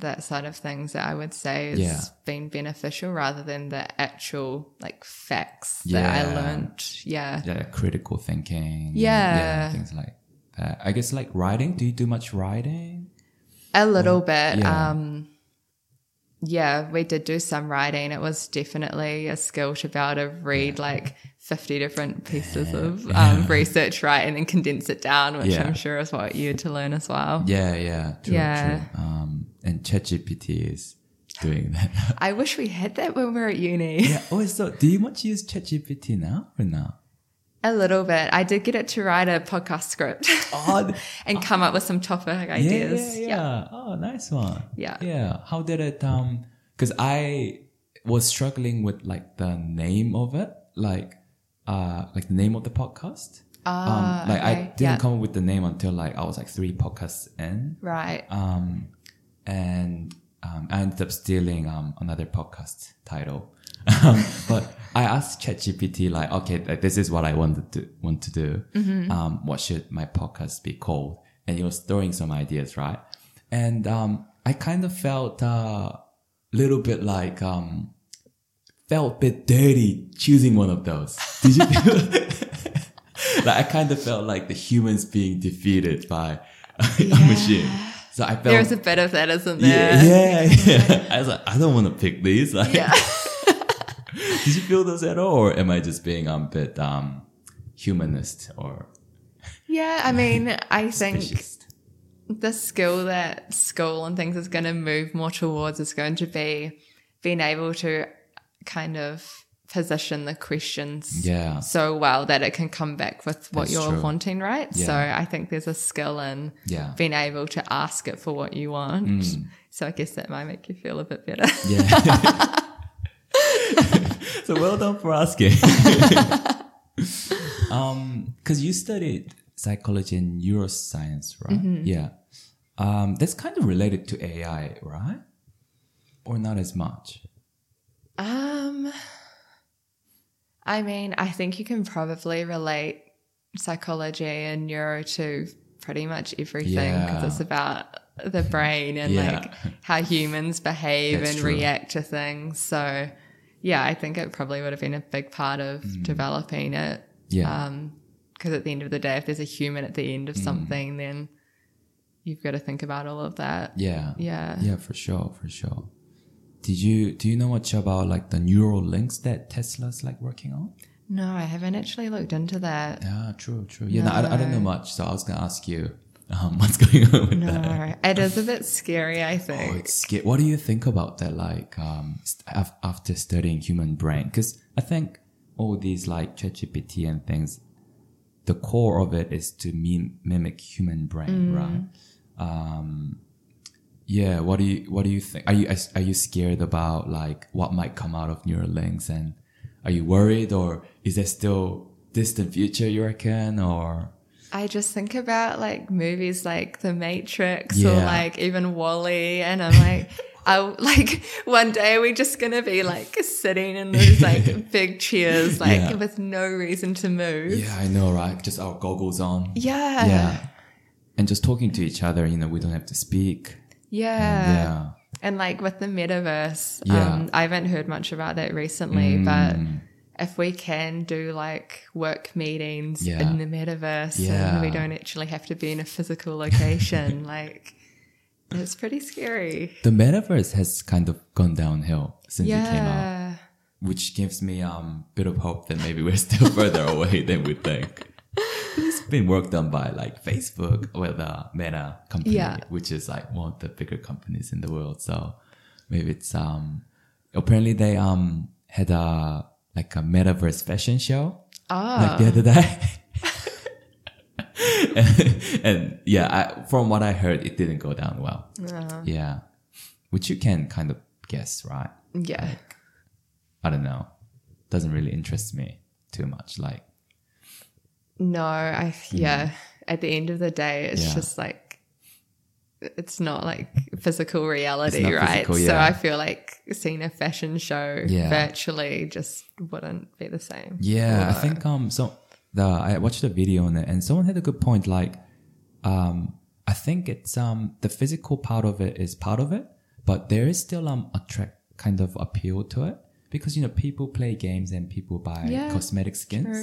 that side of things that I would say has
Yeah.
been beneficial rather than the actual like facts that I
Yeah.
learnt. Yeah.
yeah, critical thinking.
Yeah.
things like that. I guess like writing. Do you do much writing?
A little bit.
yeah.
Um, yeah, we did do some writing. It was definitely a skill to be able to read like 50 different pieces of um, research, right? And then condense it down, which
Yeah.
I'm sure is what you had to learn as well.
Yeah, yeah, true,
Yeah.
true. Um, and ChatGPT is doing that.
I wish we had that when we were at uni.
yeah. Oh, so do you much use ChatGPT now or now?
A little bit. I did get it to write a podcast script
Oh,
and come up with some topic
Yeah,
ideas.
Yeah, yeah. Oh, nice one.
Yeah.
Yeah. How did it um cuz I was struggling with like the name of it, like uh like the name of the podcast.
Ah,
um like I
okay.
didn't
Yeah.
come up with the name until like I was like 3 podcasts in.
Right.
Um and um I ended up stealing um another podcast title. Um, but I asked ChatGPT like, okay, like, this is what I wanted to want to do. Um, what should my podcast be called? and he was throwing some ideas, right? And um, I kind of felt a uh, little bit like um, felt a bit dirty choosing one of those. Did you? like I kind of felt like the humans being defeated by a machine. So I felt
There's a bit of that, isn't there?
yeah, yeah, yeah. I was like, I don't want to pick these. Like,
Yeah.
did you feel those at all, or am I just being um, a bit um, humanist or
Yeah, I mean, I think
specialist?
the skill that school and things is going to move more towards is going to be being able to kind of position the questions
Yeah.
so well that it can come back with what
That's
you're
true.
wanting, right? So
Yeah.
I think there's a skill in
Yeah. Mm.
being able to ask it for what you want. So I guess that might make you feel a bit better.
Yeah. so well done for asking. um, because you studied psychology and neuroscience, right? Yeah. Um, that's kind of related to AI, right? Or not as much.
Um, I mean, I think you can probably relate psychology and neuro to pretty much everything because
Yeah.
it's about the brain and
Yeah.
like how humans behave
That's
and
true.
react to things. So, yeah, I think it probably would have been a big part of
Mm.
developing it.
Yeah.
Because at the end of the day, if there's a human at the end
Mm.
of something, then you've got to think about all of that.
yeah.
yeah.
Yeah, for sure, for sure. Did you do you know much about like the neural links that Tesla's like working on?
No, I haven't actually looked into that.
Yeah, Ah, true, true. Yeah, no, I, I don't know much, so I was gonna ask you um, what's going on with that.
No, it is a bit scary, I think.
Oh, it's scary. What do you think about that? Like, um, st- af- after studying human brain, because I think all these like ChatGPT and things, the core of it is to mim- mimic human brain, right? Um, yeah. What do you What do you think? Are you as- Are you scared about like what might come out of Neuralinks, and are you worried, or is there still distant future you reckon, or
I just think about like movies like The Matrix or
Yeah.
like even Wally, and I'm like, I like one day are we just gonna be like sitting in those like big chairs, like
Yeah.
with no reason to move?
yeah, I know, right? Just our goggles on.
Yeah,
yeah and just talking to each other you know we don't have to speak
yeah.
yeah
And like with the metaverse,
Yeah. Mm.
um, I haven't heard much about that recently, but if we can do like work meetings
Yeah.
in the metaverse
Yeah.
and we don't actually have to be in a physical location, like it's pretty scary.
the metaverse has kind of gone downhill since it came out
Yeah.
which gives me um bit of hope that maybe we're still further away than we think it's been work done by like facebook or the meta company
Yeah.
which is like one of the bigger companies in the world so maybe it's um apparently they um had a like a metaverse fashion show
Ah,
like the other day. and, and yeah, I, from what I heard, it didn't go down well. Yeah, which you can kind of guess, right?
yeah.
I don't know. Doesn't really interest me too much. Like,
No, I, yeah. At the end of the day, it's
Yeah.
just like, it's not like physical reality,
not
right?
physical,
So
yeah.
I feel like seeing a fashion show
Yeah.
virtually just wouldn't be the same.
yeah, I
Or-
think um, so the I watched a video on it, and someone had a good point. Like, um, I think it's um the physical part of it is part of it, but there is still um a track kind of appeal to it because you know people play games and people buy
Yeah,
cosmetic skins.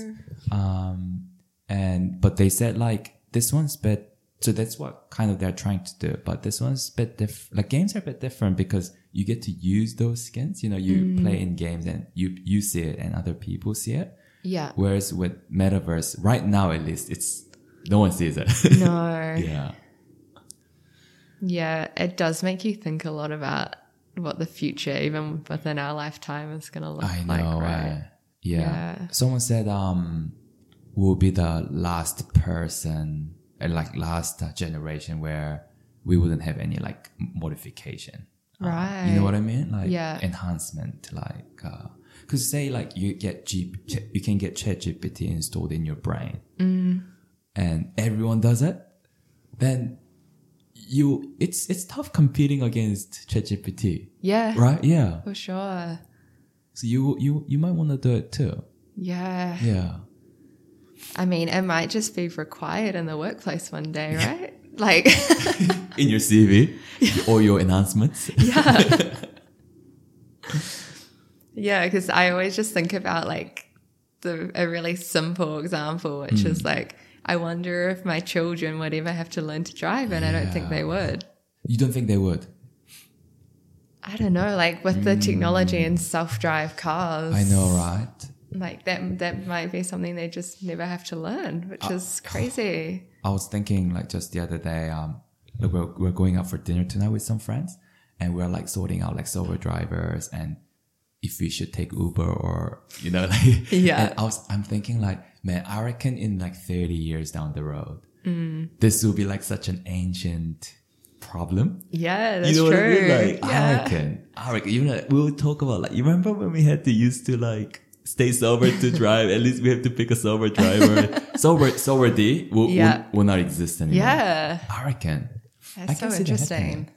true.
um and but they said like this one's bit so that's what kind of they're trying to do but this one's a bit diff like games are a bit different because you get to use those skins you know you
Mm.
play in games and you you see it and other people see it
Yeah.
whereas with metaverse right now at least it's no one sees it
No. yeah.
yeah
It does make you think a lot about what the future, even within our lifetime, is going to look
i know
like,
right?
right?
yeah.
Yeah.
someone said um we'll be the last person uh, like last uh, generation where we wouldn't have any like modification
Right.
You know what I mean? Like
Yeah.
enhancement, like because say like you get G, Ch- you can get ChatGPT installed in your brain,
Mm.
and everyone does it, then you it's it's tough competing against ChatGPT,
Yeah.
right? Yeah.
For sure.
So you you you might want to do it too.
Yeah.
Yeah.
I mean, it might just be required in the workplace one day, right? Like,
in your CV or your announcements.
yeah. yeah, because I always just think about like the, a really simple example, which
Hmm.
is like, I wonder if my children would ever have to learn to drive, and I don't think they would.
You don't think they would?
I don't know, like with the technology and self-drive cars,
Hmm. I know, right?
like that that might be something they just never have to learn,
Uh,
which is crazy.
I was thinking like just the other day, um, look, we're, we're going out for dinner tonight with some friends and we're like sorting out like sober drivers and if we should take Uber or, you know, like,
Yeah.
and I was, I'm thinking like, man, I reckon in like 30 years down the road, this will be like such an ancient problem.
Yeah, that's
You know
true.
what I mean? Like, I
yeah.
reckon, I reckon, even like, we'll talk about like, you remember when we had to used to like, stay sober to drive, at least we have to pick a sober driver. sober, sober D will, will-
Yeah.
will, not exist anymore.
yeah,
I reckon. I
that's
can
so
see that
interesting.
happening.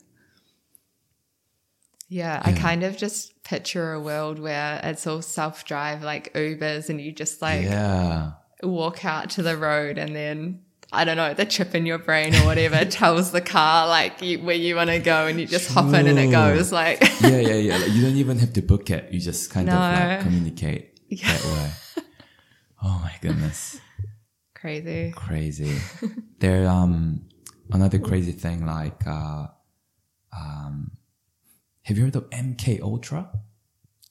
Yeah, I kind of just picture a world where it's all self-drive, like Ubers, and you just like
yeah.
walk out to the road, and then I don't know, the chip in your brain or whatever tells the car like you, where you want to go, and you just hop in and it
True.
goes. Like,
Yeah, yeah, yeah. Like, you don't even have to book it. You just kind of like
No.
communicate
Yeah.
that way. Oh my goodness.
crazy.
Crazy. there um another crazy thing like uh um have you heard of MK Ultra?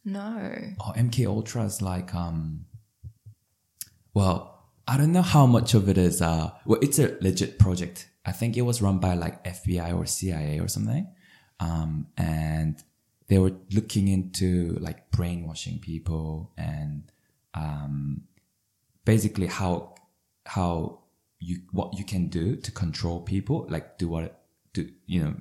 No.
Oh, MK Ultra is like um well, I don't know how much of it is uh well it's a legit project. I think it was run by like FBI or CIA or something. Um and they were looking into like brainwashing people and um basically how how you what you can do to control people, like do what do you know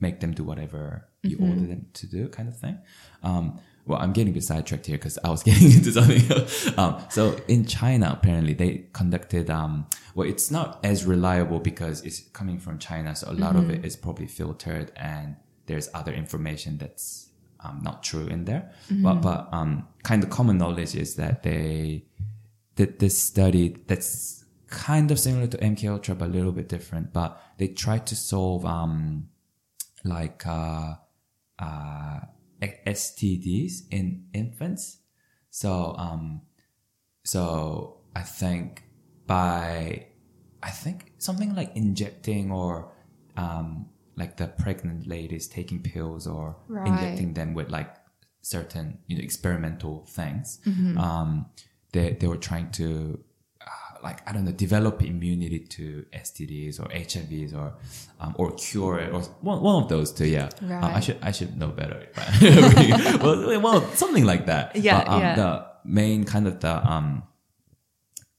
make them do whatever you order them to do, kind of thing. Um, well, I'm getting a bit sidetracked here because I was getting into something else. Um, so in China, apparently they conducted um, well, it's not as reliable because it's coming from China, so a lot of it is probably filtered and there's other information that's um, not true in there. But but um, kind of common knowledge is that they did this study that's kind of similar to MK Ultra but a little bit different. But they tried to solve um like uh uh e- STDs in infants. So um so I think by I think something like injecting or um like the pregnant ladies taking pills or
Right.
injecting them with like certain you know experimental things um they they were trying to uh, like I don't know, develop immunity to STDs or HIVs or um, or cure it or one, one of those two. Yeah, Uh, I
Right.
should I should know better. but- well, well, something like that.
Yeah,
But, um,
yeah.
The main kind of the um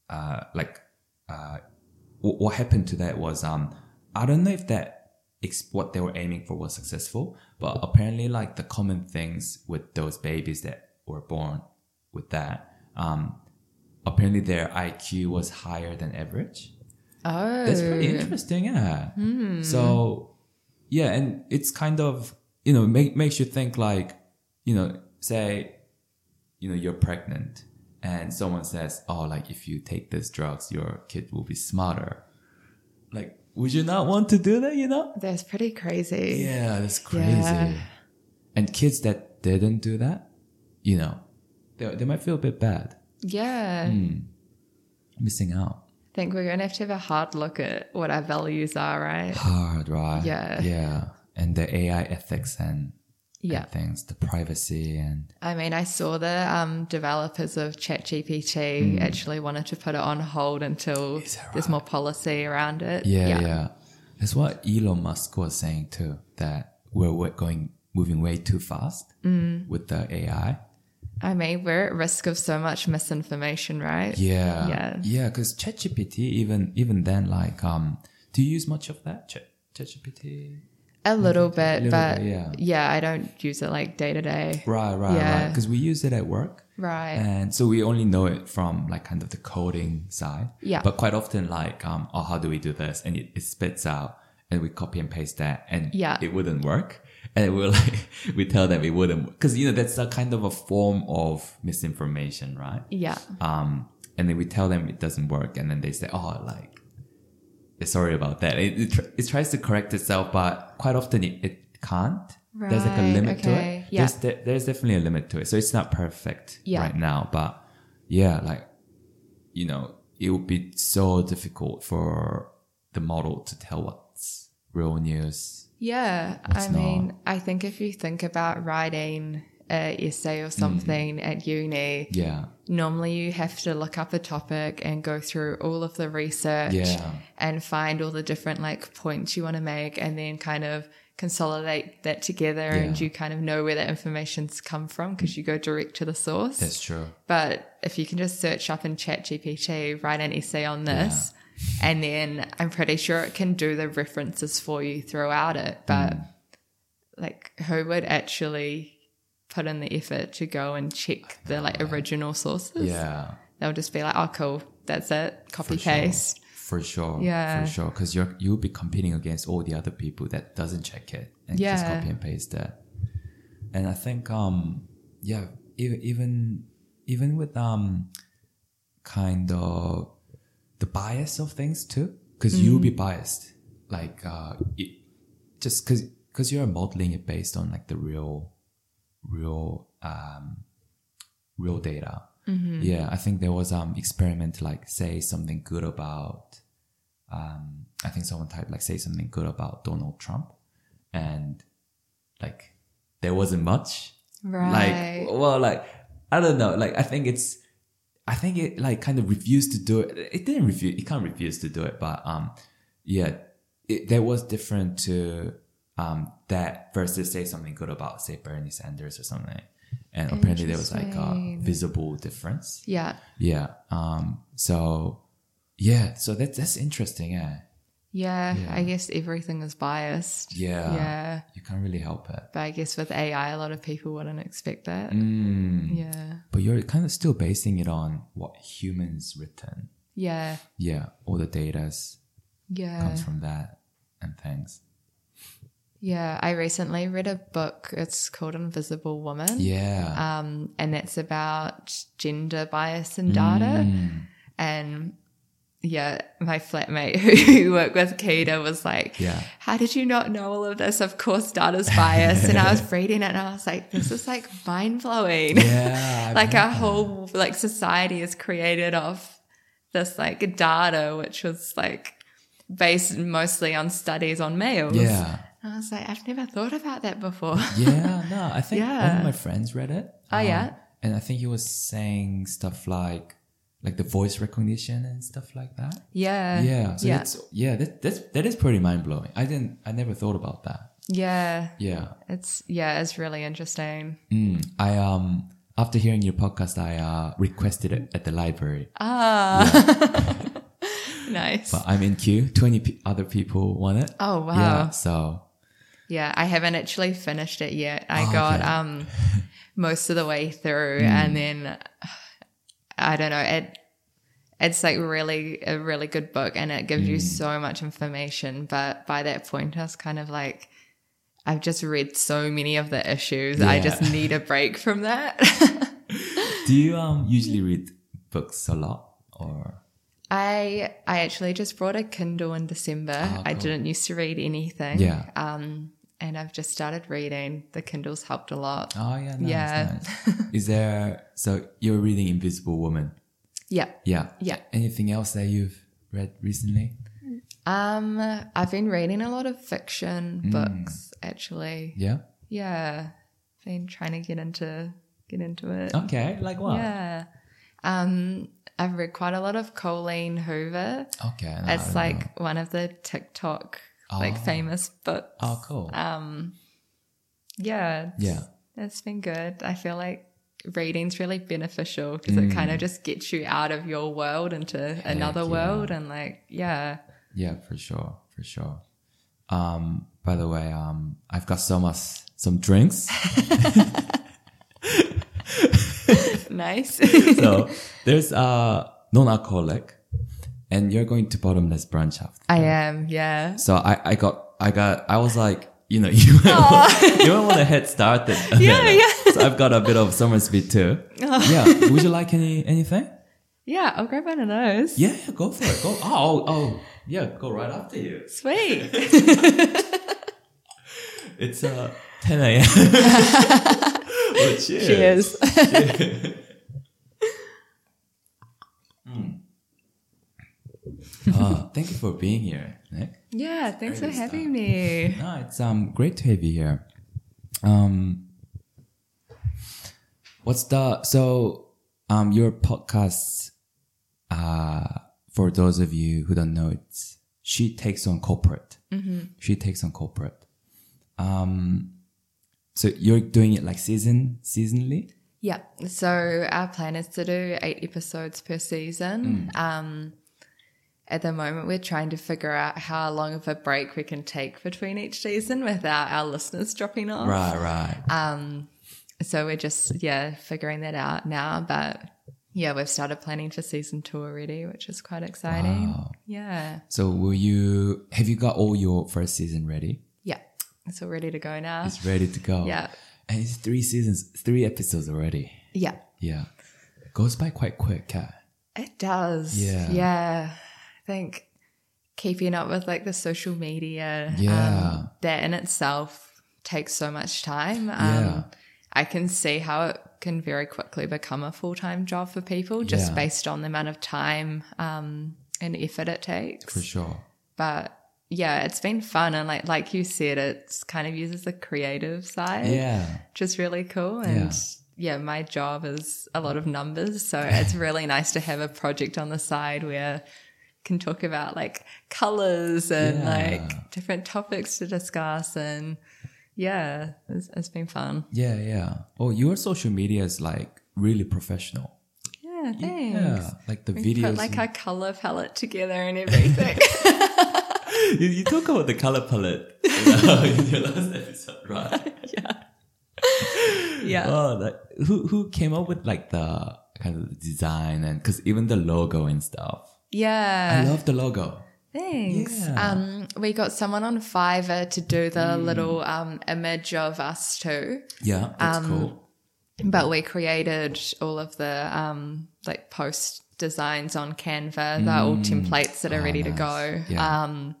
uh like uh what, what happened to that was um I don't know if that ex- what they were aiming for was successful, but apparently like the common things with those babies that were born with that um apparently their IQ was higher than average.
Oh, Hmm.
That's pretty interesting, yeah. So, yeah, and it's kind of you know make, makes you think like you know say you know you're pregnant and someone says oh like if you take these drugs your kid will be smarter. Like, would you not want to do that? You know?
that's pretty crazy.
Yeah, that's crazy.
Yeah.
And kids that didn't do that, you know, they they might feel a bit bad
Yeah.
Hmm. missing out.
I think we're going to have to have a hard look at what our values are, right?
hard, right?
Yeah.
Yeah. And the AI ethics and,
Yeah.
and things, the privacy and
I mean, I saw the um, developers of ChatGPT actually wanted to put it on hold until
Hmm. Is that
there's more policy around it.
yeah, yeah, That's what Elon Musk was saying too, that we're, we're going moving way too fast
Mm.
with the AI.
I mean, we're at risk of so much misinformation, right?
Yeah.
Yeah.
Yeah, because ChatGPT even even then like um do you use much of that? Chat ChatGPT?
A little bit,
little
but
bit, yeah.
I don't use it like day to day.
Right, right, right.
Yeah.
Because we use it at work.
Right.
and so we only know it from like kind of the coding side.
Yeah.
But quite often, like, um, oh, how do we do this? And it, it spits out, and we copy and paste that, and
Yeah.
it wouldn't work. And we like, we tell them it wouldn't, because you know that's a kind of a form of misinformation, right?
Yeah.
Um, and then we tell them it doesn't work, and then they say, oh, like, sorry about that. It, it, tr- it tries to correct itself, but quite often it, it can't. There's like a
Right,
limit to
okay.
it.
Yeah.
There's, de- there's definitely a limit to it. So it's not perfect
Yeah.
right now, but yeah, like, you know, it would be so difficult for the model to tell what's real news.
Yeah, I
What's
mean, I think if you think about writing an essay
Hmm.
or something at uni,
Yeah.
normally you have to look up a topic and go through all of the research
Yeah.
and find all the different like points you want to make and then kind of consolidate that together and
Yeah.
you kind of know where that information's come from because you go direct to the source.
That's true.
But if you can just search up in ChatGPT, write an essay on this, and then I'm pretty sure it can do the references for you throughout it.
Mm.
But like, who would actually put in the effort to go and check the like original sources?
Yeah.
They'll just be like, oh, cool, that's it, copy
For sure.
paste.
For sure.
Yeah.
For sure. Because you're you'll be competing against all the other people that doesn't check it and just
Yeah.
copy and paste that. And I think um yeah, even even even with um kind of the bias of things too. Because you'll be biased. Like uh it, just cause because you're modeling it based on like the real real um real data. Yeah, I think there was um experiment like say something good about um I think someone typed like say something good about Donald Trump and like there wasn't much.
Right.
Like oh. well like I don't know, like I think it's I think it like kind of refused to do it. It didn't refuse it can't refuse to do it, but um yeah, it, there was different to um that versus say something good about say Bernie Sanders or something. And apparently there was like a
Interesting.
visible difference.
yeah.
Yeah. Um. So, yeah. So that's that's interesting. Yeah.
yeah.
Yeah.
I guess everything is biased.
Yeah.
Yeah.
You can't really help it.
But I guess with AI, a lot of people wouldn't expect that.
Mm.
Yeah.
But you're kind of still basing it on what humans written.
Yeah.
Yeah. All the data's
Yeah.
comes from that and things.
Yeah, I recently read a book. It's called Invisible Woman.
Yeah.
Um, and it's about gender bias and data.
Mm.
And yeah, my flatmate who worked with Keita was like,
Yeah.
How did you not know all of this? Of course, data's biased. and I was reading it and I was like, This is like mind blowing.
Yeah. I've
like
heard
our whole like society is created off this like data, which was like based mostly on studies on males.
Yeah.
I was like, I've never thought about that before.
Yeah, no, I think one
Yeah.
of my friends read it. um,
Oh, yeah?
And I think he was saying stuff like, like the voice recognition and stuff like that.
yeah.
yeah, so
Uh, yeah.
that's yeah, that that's that is pretty mind blowing. I didn't, I never thought about that.
yeah.
Yeah,
It's yeah, it's really interesting.
mm, I um after hearing your podcast, I uh requested it at the library,
Ah. nice.
but I'm in queue. Twenty p- other people want it.
oh wow.
Yeah,
Yeah.
so
I haven't actually finished it yet. I
Oh,
got
okay. Mm.
um most of the way through and then I don't know, it it's like really a really good book and it gives
Mm.
you so much information, but by that point I was kind of like I've just read so many of the issues. I
Yeah.
just need a break from that.
do you um usually read books a lot or
I I actually just brought a Kindle in December.
Ah,
I
cool.
didn't used to read anything.
Yeah.
Um, and I've just started reading. The Kindle's helped a lot.
oh yeah no,
Yeah.
it's nice. is there so you're reading Invisible Woman
Yeah.
yeah
Yeah.
anything else that you've read recently
Um, I've been reading a lot of fiction
Mm.
books actually.
yeah
Yeah. Been trying to get into get into it.
okay like what
Yeah. Um, I've read quite a lot of Colleen Hoover.
okay no, I
it's
don't
like
know.
one of the TikTok
Oh.
like famous books.
oh cool
um yeah it's-
Yeah.
it's been good i feel like reading's really beneficial because it kind of just gets you out of your world into another
Mm. yeah.
world and like yeah
Yeah, for sure, for sure. Um, by the way, um, I've got so much some drinks,
nice
so there's uh non-alcoholic, and you're going to bottomless brunch after.
i am yeah
So I, I got, I got, I was like, you know, you might, you might want to head start that.
Yeah, yeah.
So I've got a bit of Somersby too. Yeah. Would you like any anything?
Yeah, I'll grab one of those.
Yeah, yeah, go for it. Go. Oh, oh, oh, yeah, go right after you.
Sweet.
It's uh, 10 a.m. well, cheers.
Cheers.
Uh, thank you for being here, Nick.
yeah, thanks for
Great stuff.
having me.
No, it's um great to have you here. Um, what's the so um your podcast? Uh, for those of you who don't know, it's she takes on corporate. She takes on corporate. Um, so you're doing it like season seasonally.
Yeah. So our plan is to do eight episodes per season.
Mm.
Um, at the moment, we're trying to figure out how long of a break we can take between each season without our listeners dropping off.
Right, right.
So we're just yeah figuring that out now. But yeah, we've started planning for season two already, which is quite exciting. Yeah,
so will you? Have you got all your first season ready?
yeah, it's all ready to go now.
It's ready to go.
Yeah.
And it's three seasons, three episodes already.
yeah,
Yeah. Goes by quite quick, cat.
it does.
Yeah.
yeah. I think keeping up with like the social media,
Yeah.
um, that in itself takes so much time. Um,
Yeah.
I can see how it can very quickly become a full time job for people just
Yeah.
based on the amount of time um, and effort it takes.
For sure.
but yeah, it's been fun and like like you said, it's kind of uses the creative side,
Yeah.
which is really cool. And yeah. my job is a lot of numbers, so it's really nice to have a project on the side where I can talk about like colors and
Yeah.
like different topics to discuss and yeah, it's, it's been fun.
Yeah, yeah. Oh, your social media is like really professional.
Yeah, thanks.
Yeah. Like the
We
videos.
put like our color palette together and everything.
you, you talk about the color palette you know, in your last episode, right?
yeah.
Oh, that, who, who came up with like the kind of design and because even the logo and stuff.
yeah.
I love the logo.
Thanks.
Yeah.
Um, we got someone on Fiverr to do the
Hmm.
little um, image of us too,
Yeah,
um,
that's cool.
but we created all of the um, like post designs on Canva. They're all templates that are ready to go.
Hmm. Oh, Yeah.
Um,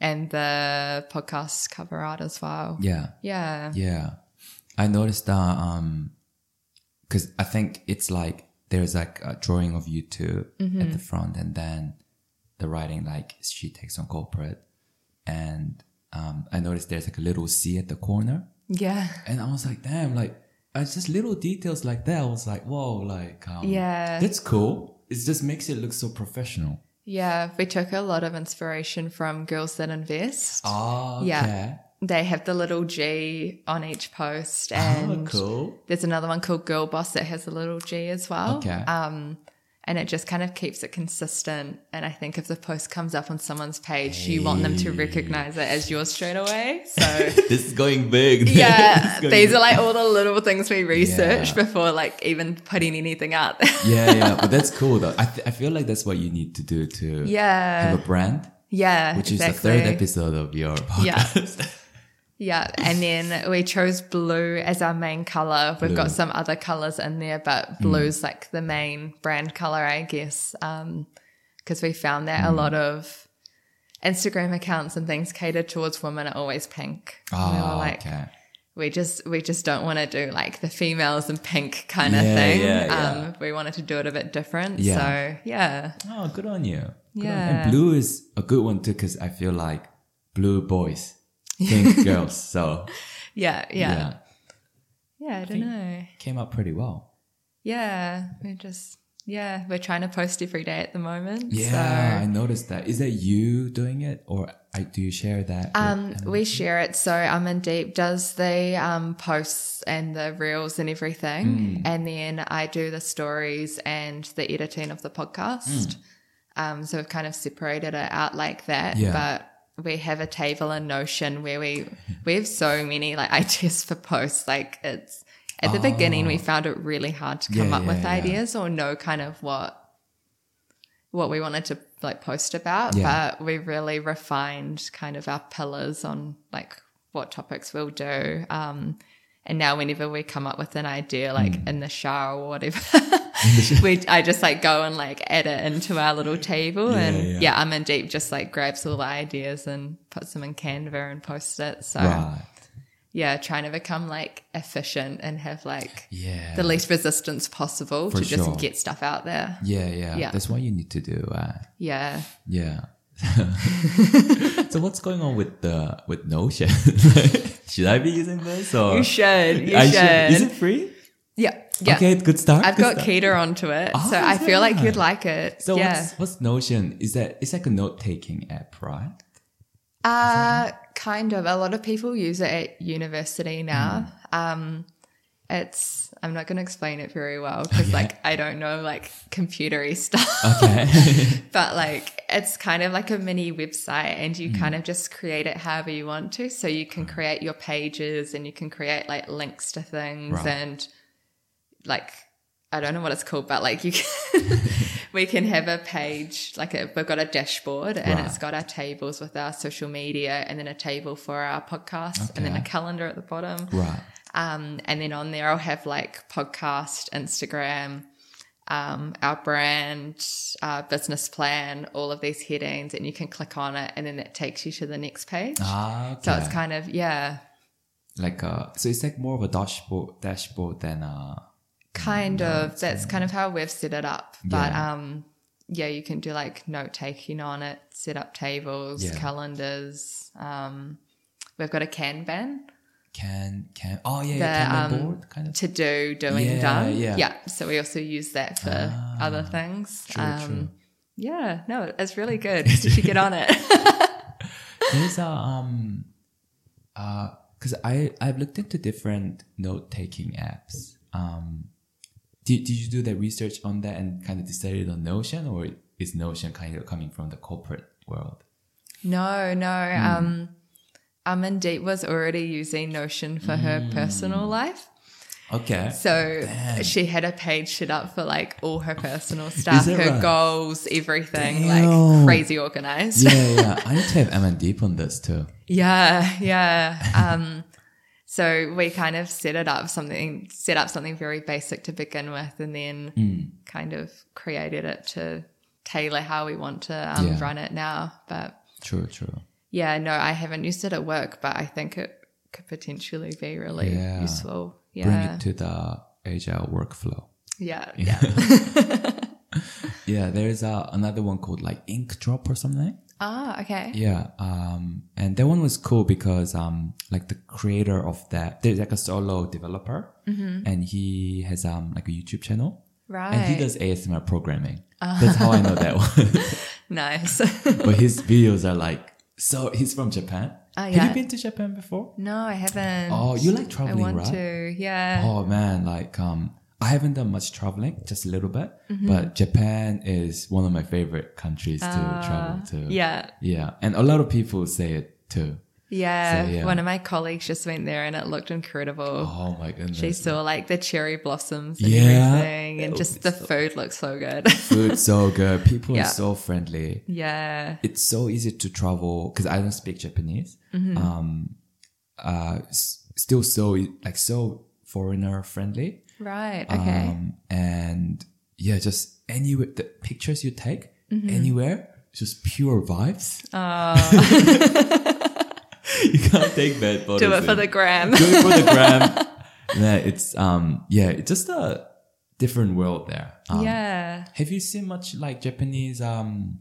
and the podcast cover art as well.
Yeah.
Yeah.
Yeah. I noticed that, um, cause I think it's like, there's like a drawing of you 2
Mm-hmm.
at the front and then the writing, like she takes on corporate. And, um, I noticed there's like a little C at the corner
Yeah.
and I was like, damn, like, it's just little details like that. I was like, whoa, like, um,
Yeah.
that's cool. It just makes it look so professional.
Yeah. We took a lot of inspiration from Girls That Invest.
Oh, okay.
Yeah. They have the little G on each post and
oh, cool.
There's another one called Girl Boss that has a little G as well.
Okay.
Um, and it just kind of keeps it consistent. And I think if the post comes up on someone's page, you want them to recognize it as yours straight away. So
this is going big.
yeah, these are like all the little things we research
Yeah.
before like even putting anything out there.
yeah, yeah, but that's cool though. I, th- I feel like that's what you need to do to
yeah.
have a brand,
yeah.
which is the
exactly.
third episode of your
Yeah.
podcast.
Yeah, and then we chose blue as our main color.
Blue.
We've
Hmm.
got some other colors in there, but blue's like the main brand color, I guess, because we found that
Hmm.
a lot of Instagram accounts and things catered towards women are always pink. we were
Oh,
like,
okay.
we just we just don't want to do like the females in pink kind of
Yeah,
thing.
yeah, yeah.
Um, we wanted to do it a bit different.
Yeah.
So yeah,
Oh, good on you. Good on-
Yeah.
And blue is a good one too because I feel like blue boys, pink girls. So
yeah,
yeah.
yeah, yeah. I don't know.
came out pretty well.
Yeah, we're just yeah, we're trying to post every day at the moment.
Yeah, I
So.
noticed that. Is that you doing it or I, do you share that? with-
Um, we share it. So um, and Deep does the um, posts and the reels and
Mm.
everything, and then I do the stories and the editing of the
Mm.
podcast. Um, so we've kind of separated it out like that.
Yeah.
But we have a table in Notion where we we have so many like ideas for posts. Like it's at the beginning we found it really hard to come
Oh. Yeah,
up with
yeah, yeah.
ideas or know kind of what what we wanted to like post about,
Yeah.
but we really refined kind of our pillars on like what topics we'll
Mm.
do. Um, and now whenever we come up with an idea, like in the shower or whatever, we I just like go and like add it into our little table
Yeah,
and
yeah.
yeah. I'm in deep just like grabs all the ideas and puts them in Canva and posts it. So
Right.
yeah, trying to become like efficient and have like
Yeah.
the least resistance possible
For
to just
sure.
get stuff out there.
yeah, yeah,
Yeah.
That's what you need to do. Uh,
Yeah.
yeah. so what's going on with the with Notion? should I be using this or
You should. You
I
should.
Is it free?
Yeah. Yeah.
Okay, good start.
I've
good
got
start.
Keter onto it,
Oh,
so I
is
feel like
that
you'd
right?
like it.
So
yeah.
what's what's Notion? Is that it's like a note taking app, right?
Uh, kind of. A lot of people use it at university now.
Hmm.
Um, it's I'm not going to explain it very well because
Yeah.
like I don't know like computery stuff,
Okay.
but like it's kind of like a mini website, and you
Hmm.
kind of just create it however you want to. So you can create your pages, and you can create like links to things,
Right.
and like I don't know what it's called, but like you can, we can have a page, like a, we've got a dashboard and
Right.
it's got our tables with our social media and then a table for our podcast and then a
Okay.
calendar at the bottom.
right.
Um, and then on there, I'll have like podcast, Instagram, um, our brand, uh, business plan, all of these headings and you can click on it and then that takes you to the next page.
Ah, okay.
So it's kind of, yeah,
like a so it's like more of a dashboard dashboard than a
kind of that's kind of how we've set it up but
Yeah.
um yeah you can do like note taking on it set up tables
Yeah.
calendars um we've got a kanban
can can oh yeah, yeah
The,
Kanban
um,
board kind of
to do doing
Yeah,
done
yeah.
so we also use that for
Ah,
other things
true,
um
true.
yeah no it's really good you should get on it
There's a um uh because I I've looked into different note taking apps. Um, did did you do that research on that and kind of decided on Notion or is Notion kind of coming from the corporate world?
no no um Amandit was already using Notion for her personal life.
Okay.
So
Damn.
she had a page set up for like all her personal stuff,
that
her
right?
goals, everything,
Damn.
like crazy organized.
yeah, yeah. I need to have M and Deep on this too.
Yeah, yeah. Um, so we kind of set it up something, set up something very basic to begin with, and then
Hmm.
kind of created it to tailor how we want to um,
Yeah.
run it now. But
True, true.
yeah, no, I haven't used it at work, but I think it could potentially be really
Yeah.
useful.
Bring
Yeah,
it to the agile workflow.
yeah, yeah.
Yeah, there's uh, another one called like Ink Drop or something.
Ah, okay.
Yeah, um, and that one was cool because um, like the creator of that, there's like a solo developer, and he has um like a YouTube channel,
Mm-hmm. Right. Uh.
and he does ASMR programming. That's how I know that one.
Nice.
but his videos are like so. He's from Japan.
Ah,
Have you
yeah.
been to Japan before?
no, I haven't.
Oh, you like
I
traveling,
want
right?
to. Yeah.
Oh man, like um, I haven't done much traveling, just a little bit.
Mm-hmm.
But Japan is one of my favorite countries to travel to.
Uh, Yeah.
yeah, and a lot of people say it too.
Yeah.
So, yeah.
One of my colleagues just went there and it looked incredible.
Oh my goodness.
she saw like the cherry blossoms and
Yeah.
everything and just the food looked so good.
Food's so good. People are
Yeah.
so friendly.
yeah.
It's so easy to travel because I don't speak Japanese.
Mm-hmm.
Um, uh, s- still so e, like so foreigner friendly.
Right. Okay.
Um, and yeah, just anywhere the pictures you take
Mm-hmm.
anywhere, it's just pure vibes.
Oh.
you can't take bad photos.
Do it for
in-
the gram.
do it for the gram. yeah, it's um yeah, it's just a different world there. Um,
yeah.
Have you seen much like Japanese um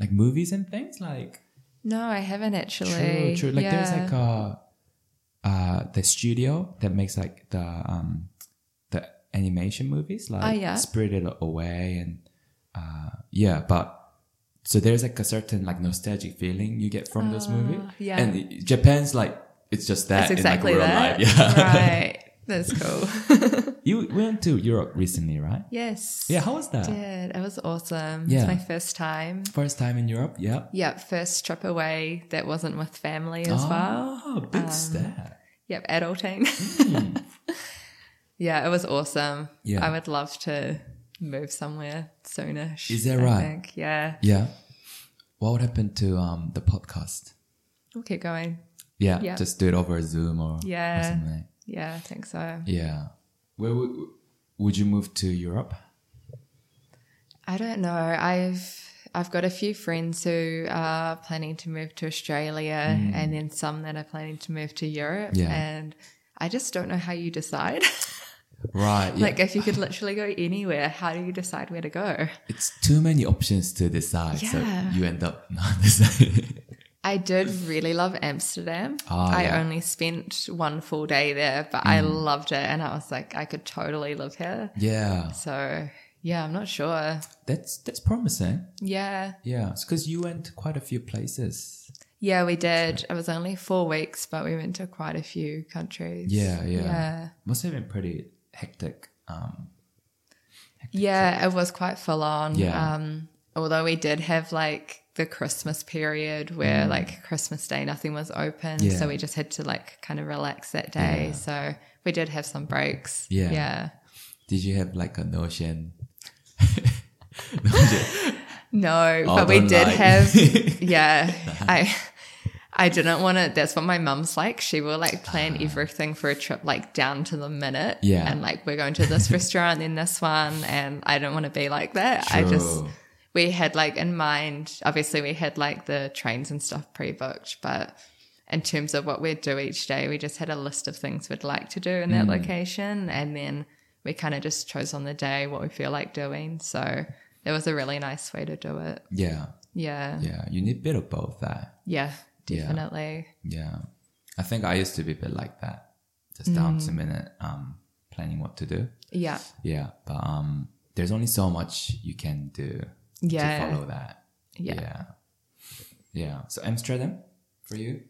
like movies and things like
No, I haven't
true,
actually.
true. like there's
Yeah.
like a uh the studio that makes like the um the animation movies like
Oh, yeah.
Spirited Away and uh yeah but so there's like a certain like nostalgic feeling you get from those movies
Ah, yeah.
and Japan's like it's just that
That's exactly
in like real
that.
life yeah
Right. That's cool.
you went to Europe recently right
yes.
yeah how was that
Did. It was awesome.
Yeah.
It's my first time.
first time in Europe yeah
Yep, first trip away that wasn't with family as Um, well.
Oh, big step.
Yep, adulting. yeah, it was awesome.
Hmm. Yeah.
I would love to move somewhere soonish.
Is that
I
right?
think. Yeah.
Yeah. What would happen to um the podcast?
We'll keep going.
Yeah,
Yeah.
just do it over Zoom or or
Yeah.
something.
Yeah, I think so.
Yeah. Where would would you move to Europe?
I don't know. I've I've got a few friends who are planning to move to Australia, and then some that are planning to move to Europe.
Hmm. Yeah.
And I just don't know how you decide.
Right. Yeah.
like, uh, if you could literally go anywhere, how do you decide where to go?
it's too many options to decide.
Yeah.
So you end up not deciding.
I did really love Amsterdam.
Ah,
I
yeah. Mm.
only spent one full day there, but I loved it, and I was like, I could totally live here.
yeah.
So yeah, I'm not sure.
That's that's promising.
Yeah,
Yeah. Because you went to quite a few places.
yeah, we did. It was only four weeks, but we went to quite a few countries.
Yeah, yeah.
yeah.
Must have been pretty hectic. Um,
Yeah, it was quite full on.
Yeah.
Um, although we did have like the Christmas period where like Christmas Day nothing was open,
Mm. Yeah.
so we just had to like kind of relax that day.
Yeah.
So we did have some breaks.
Yeah.
Yeah.
did you have like a notion? Notion.
No,
Oh,
but we
don't
did
lie. Uh-huh.
have. Yeah, I. I didn't want to. That's what my mum's like. She will like plan everything for a trip, like down to the minute.
Ah. Yeah.
And like, we're going to this restaurant, then this one. And I don't want to be like that. I just,
True.
we had like in mind, obviously, we had like the trains and stuff pre booked. But in terms of what we'd do each day, we just had a list of things we'd like to do in that location. And then we kind of just chose on the day what we feel like doing. So it was a really nice way to do it.
yeah,
Yeah. Yeah.
yeah. You need a bit of both. That. Yeah.
definitely.
Yeah. I think I used to be a bit like that, just down
Mm.
to minute, um, planning what to do.
Yeah.
Yeah, but um, there's only so much you can do
Yeah.
to follow that.
Yeah.
yeah, Yeah. So Amsterdam for you?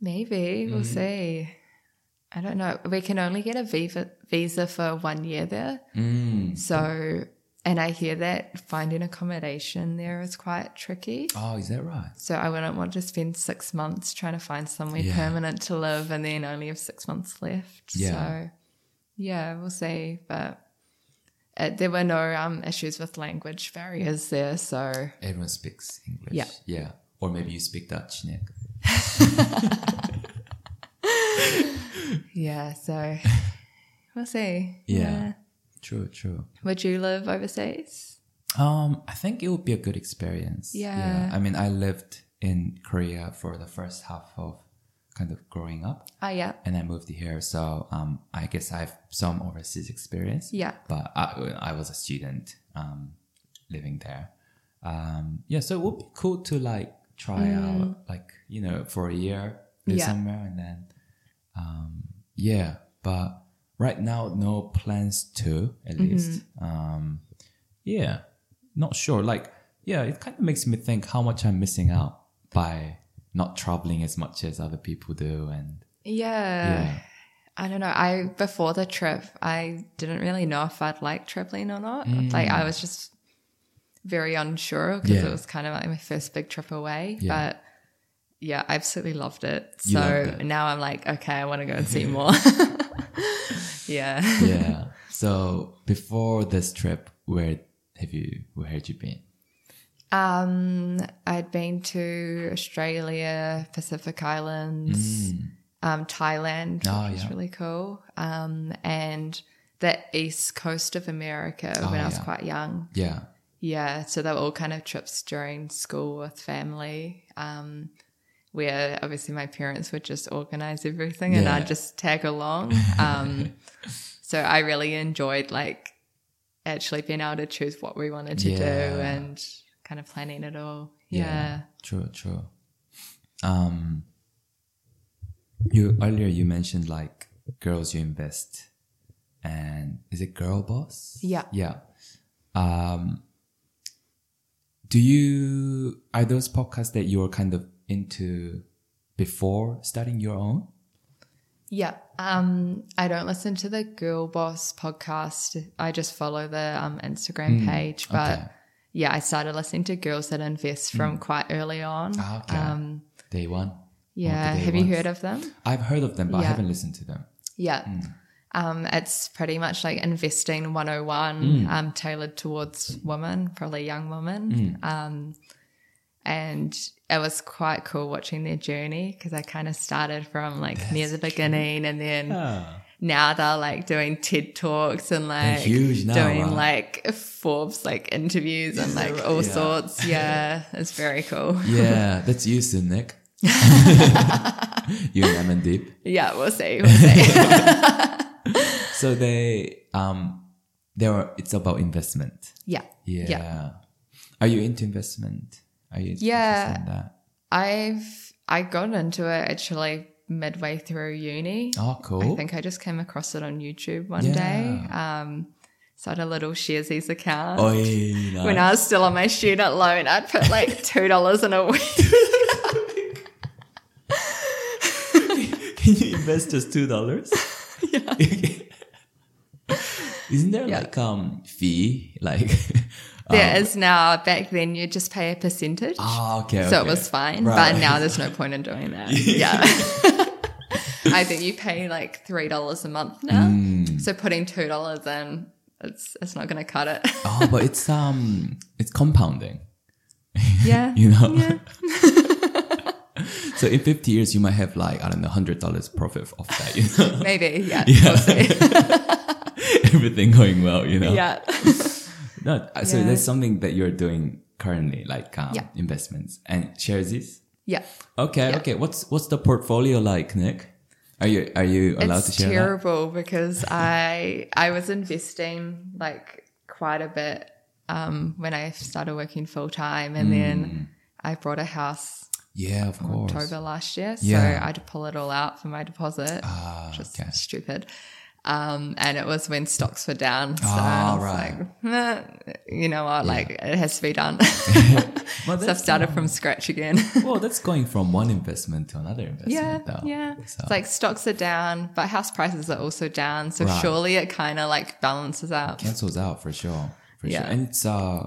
Maybe. We'll see. I don't know. We can only get a visa, visa for one year there.
Mm.
So, and I hear that finding accommodation there is quite tricky.
Oh, is that right?
So I wouldn't want to spend six months trying to find somewhere
Yeah.
permanent to live and then only have six months left.
Yeah.
So yeah, we'll see. But uh, there were no um, issues with language barriers there. So
Everyone speaks English.
Yeah.
Yeah. Or maybe you speak Dutch, Nick.
yeah, so we'll see.
Yeah. True, true.
Would you live overseas?
Um, I think it would be a good experience.
Yeah.
I mean, I lived in Korea for the first half of kind of growing up.
Oh, yeah.
and I moved here. So um, I guess I have some overseas experience.
Yeah.
But I, I was a student um, living there. Um, yeah, so it would be cool to like try out, like, you know, for a year, live
Mm. Yeah.
somewhere and then, um, yeah. But right now, no plans to, at
Mm-hmm.
least. Um, yeah, not sure. Like, yeah, it kind of makes me think how much I'm missing out by not traveling as much as other people do and
Yeah.
yeah.
I don't know. I before the trip, I didn't really know if I'd like traveling or not. Like I was just very unsure because
Mm. Yeah.
it was kind of like my first big trip away.
Yeah.
But yeah, I absolutely loved it.
You
So
loved it.
now I'm like, okay, I want to go and see more. yeah.
yeah. So before this trip, where have you where had you been?
Um, I'd been to Australia, Pacific Islands, um, Thailand,
Mm. Oh,
which was
yeah.
really cool. Um, and the east coast of America
Oh,
when I was
yeah.
quite young.
Yeah.
Yeah, so they were all kind of trips during school with family, um, where obviously my parents would just organize everything and
Yeah.
I'd just tag along. Um, so I really enjoyed like actually being able to choose what we wanted to do
Yeah.
and kind of planning it all. Yeah.
True. True. Um. You earlier you mentioned like girls you invest, and is it girl boss?
Yeah.
Yeah. Um. Do you are those podcasts that you were kind of into before starting your own?
Yeah. Um, I don't listen to the Girl Boss podcast. I just follow the um, Instagram page. But
Hmm, okay. Hmm.
yeah, I started listening to Girls That Invest from quite early on.
Ah, okay.
Um,
Day one.
yeah.
the day
Have you
ones. Hmm.
heard of them?
I've heard of them, but I
Yeah.
haven't listened to them.
Yeah. Um, it's pretty much like investing 101,
Hmm.
um, tailored towards women, probably young women.
Hmm.
Um, and it was quite cool watching their journey because I kind of started from like near the beginning and then now they're like doing TED talks and like
huge now,
doing
right?
like Forbes like interviews and like all
Yeah.
sorts. Yeah, it's very cool.
Yeah, that's you, soon, Nick. you and Amandeep.
Yeah, we'll see. We'll see.
So they um they were it's about investment.
yeah.
Yeah. Are you into investment? Are you
Yeah.
interested in that?
I've I got into it actually midway through uni.
Oh cool.
I think I just came across it on YouTube one
Yeah.
day. Um, so I had a little Sharesies account.
Oi, nice.
When I was still on my student loan, I'd put like two dollars in a week.
Can you invest just two dollars? yeah. Isn't there
Yeah.
like um fee like?
there
um,
is now. Back then, you just pay a percentage,
Oh, okay,
so it
okay.
was fine.
Right.
But now there's no point in doing that. yeah. I think you pay like three dollars a month now.
Mm.
So putting two dollars in, it's it's not going to cut it.
oh, but it's um it's compounding.
yeah.
you know. so in 50 years, you might have like I don't know, hundred dollars profit off that. You know,
Maybe, yeah.
Yeah.
We'll see.
everything going well. You know.
yeah.
No, uh, so
Yeah.
that's something that you're doing currently, like um,
Yeah.
investments and shares. Is
Yeah.
okay.
Yeah.
Okay. What's what's the portfolio like, Nick? Are you are you allowed
It's
to share that?
terrible because I I was investing like quite a bit um, when I started working full time and
Mm.
then I bought a house
Yeah, of
in
course.
October last year. So
Yeah.
I had to pull it all out for my deposit.
Ah,
which is
okay.
stupid. Um, and it was when stocks were down. So
Ah,
I was
right.
like, "Nah, you know what, like it has to be done.
Well,
so I've
that's,
started from scratch again.
well, that's going from one investment to another investment.
Yeah,
though.
yeah.
So,
It's like stocks are down, but house prices are also down. So
Right.
surely it kind of like balances out.
cancels out for sure. For
Yeah.
sure. And it's uh,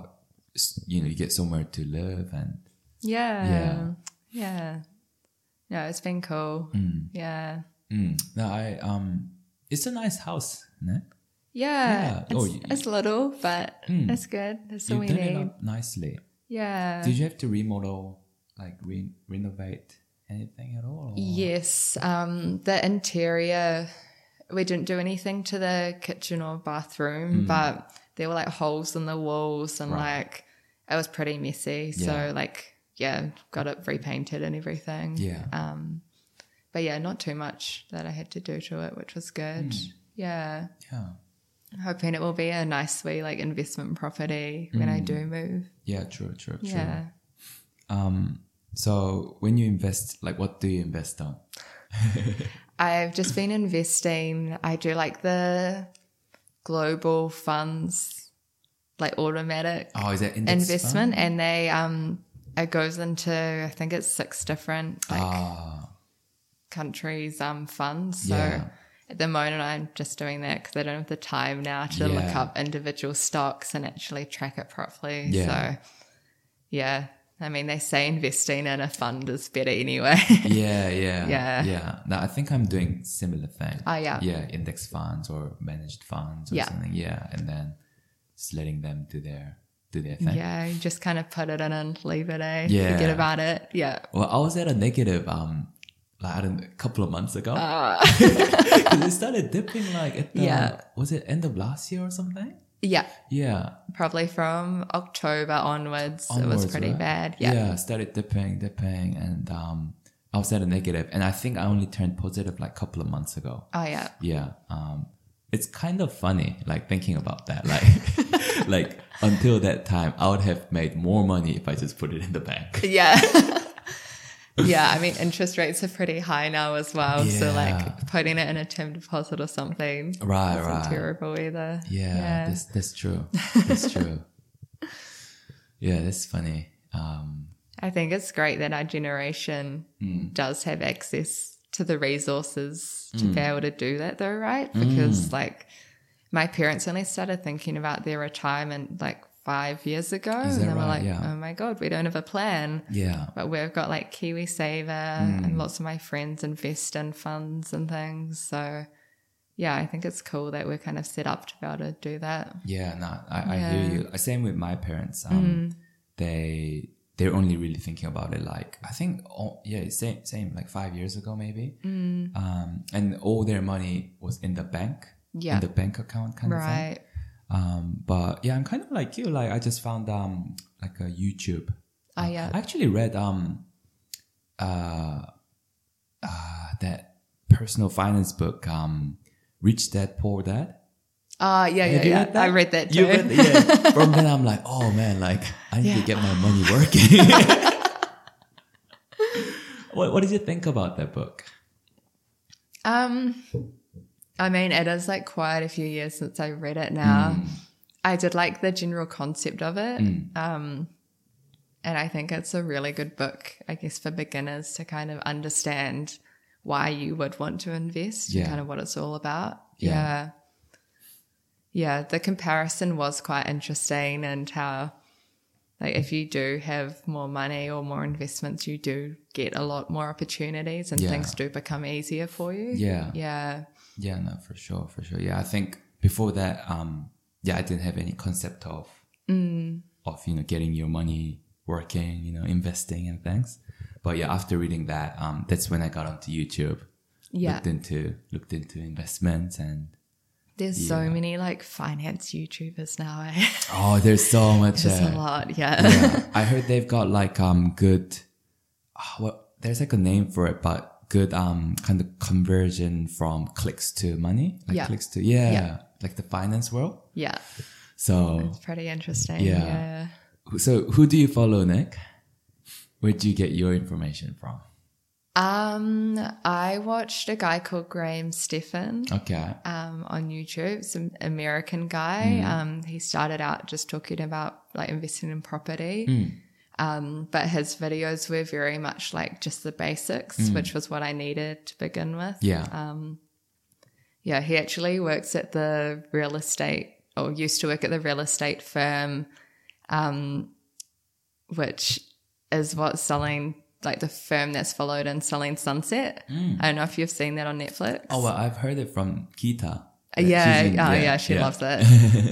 s- you know, you get somewhere to live and Yeah.
Yeah. Yeah. No, it's been cool.
Hmm.
Yeah.
Mm. No, I um, it's a nice house. No? Yeah.
Yeah. It's,
Oh, you-
it's little, but it's good. That's all
You've
we
done
need.
it up nicely.
Yeah.
Did you have to remodel, like re- renovate anything at all? or-
Yes. Um, the interior, we didn't do anything to the kitchen or bathroom, but there were like holes in the walls and
Mm. Right.
like it was pretty messy.
Yeah.
So, like, yeah, got it repainted and everything.
Yeah.
Um, but yeah, not too much that I had to do to it, which was good.
Mm.
Yeah.
Yeah.
I'm hoping it will be a nice, wee, like, investment property when I
Mm.
do move.
Yeah. True. True. True.
Yeah.
Um. So when you invest, like, what do you invest on?
I've just been investing. I do like the global funds, like automatic
Oh, is that index
investment,
fund?
and they um it goes into I think it's six different like
Ah.
countries um funds. So
Yeah.
at the moment, I'm just doing that because I don't have the time now to look
Yeah.
up individual stocks and actually track it properly.
Yeah.
So yeah, I mean they say investing in a fund is better anyway.
yeah. Yeah.
Yeah.
Yeah. No, I think I'm doing similar thing.
Oh, yeah.
Yeah, index funds or managed funds or
Yeah.
something. Yeah, and then just letting them do their do their thing.
Yeah, you just kind of put it in and leave it, eh?
Yeah.
Forget about it. Yeah.
Well, I was at a negative, um, like I don't know, a couple of months ago. Because it started dipping, like at the
Ah. Yeah.
was it end of last year or something?
Yeah.
Yeah,
Probably from October onwards, it
onwards,
was pretty
right?
bad. Yeah.
yeah, started dipping, dipping, and um, I was at a negative, and I think I only turned positive like a couple of months ago.
Oh, yeah.
Yeah, um, it's kind of funny, like thinking about that, like, like until that time, I would have made more money if I just put it in the bank.
Yeah. yeah. I mean, interest rates are pretty high now as well. So,
Yeah.
like, putting it in a term deposit or something
Right,
isn't
right.
terrible either.
Yeah,
Yeah.
That's, that's true. That's true. yeah, that's funny. Um,
I think it's great that our generation
Hmm.
does have access to the resources to
Hmm.
be able to do that, though, right? Because, like, my parents only started thinking about their retirement like five years ago.
Is
and
that
they were
right?
like,
Yeah.
oh my God, we don't have a plan.
yeah,
But we've got like KiwiSaver
Hmm.
and lots of my friends invest in funds and things. So, yeah, I think it's cool that we're kind of set up to be able to do that.
yeah. No, I, I
Yeah. Mm-hmm.
hear you. Uh, Same with my parents. Um, They they're only really thinking about it like I think oh, yeah same same like five years ago maybe
Hmm. Mm.
um, and all their money was in the bank
Yeah.
in the bank account kind of thing
right.
um, but yeah I'm kind of like you like I just found um like a YouTube
Oh yeah.
I actually read um uh, uh that personal finance book um Rich Dad Poor Dad
Ah, yeah, yeah,
have you
yeah.
read that?
I read that too.
You read that? Yeah. From then I'm like, oh man, like I need to
Yeah.
get my money working. what What did you think about that book?
Um, I mean, it is like quite a few years since I read it now.
Hmm.
I did like the general concept of it. Um, and I think it's a really good book, I guess, for beginners to kind of understand why you would want to invest
Yeah.
and kind of what it's all about.
Yeah.
yeah. Yeah, the comparison was quite interesting and how like if you do have more money or more investments, you do get a lot more opportunities and
Yeah.
things do become easier for you.
Yeah.
Yeah.
Yeah, no, for sure, for sure. Yeah, I think before that, um, yeah, I didn't have any concept of
Mm.
of you know getting your money working, you know, investing and things. But yeah, after reading that, um, that's when I got onto YouTube.
Yeah.
Looked into looked into investments and
There's so many like finance YouTubers now. Eh?
oh, there's so much.
There's
uh,
a lot. Yeah.
Yeah. I heard they've got like um good ah, well there's like a name for it but good um kind of conversion from clicks to money like
Yeah.
clicks to yeah,
Yeah.
like the finance world
Yeah.
so
It's pretty interesting.
Yeah.
yeah.
so who do you follow Nick where do you get your information from
Um, I watched a guy called Graham Stephan.
okay
um, on YouTube, some American guy. Um, he started out just talking about like investing in property. Um, but his videos were very much like just the basics, which was what I needed to begin with.
yeah
Yeah, he actually works at the real estate or used to work at the real estate firm, um, which is what's selling like the firm that's followed in selling sunset. I don't know if you've seen that on Netflix.
oh well I've heard it from Kita That
Yeah,
she's in-
oh, yeah, she loves it.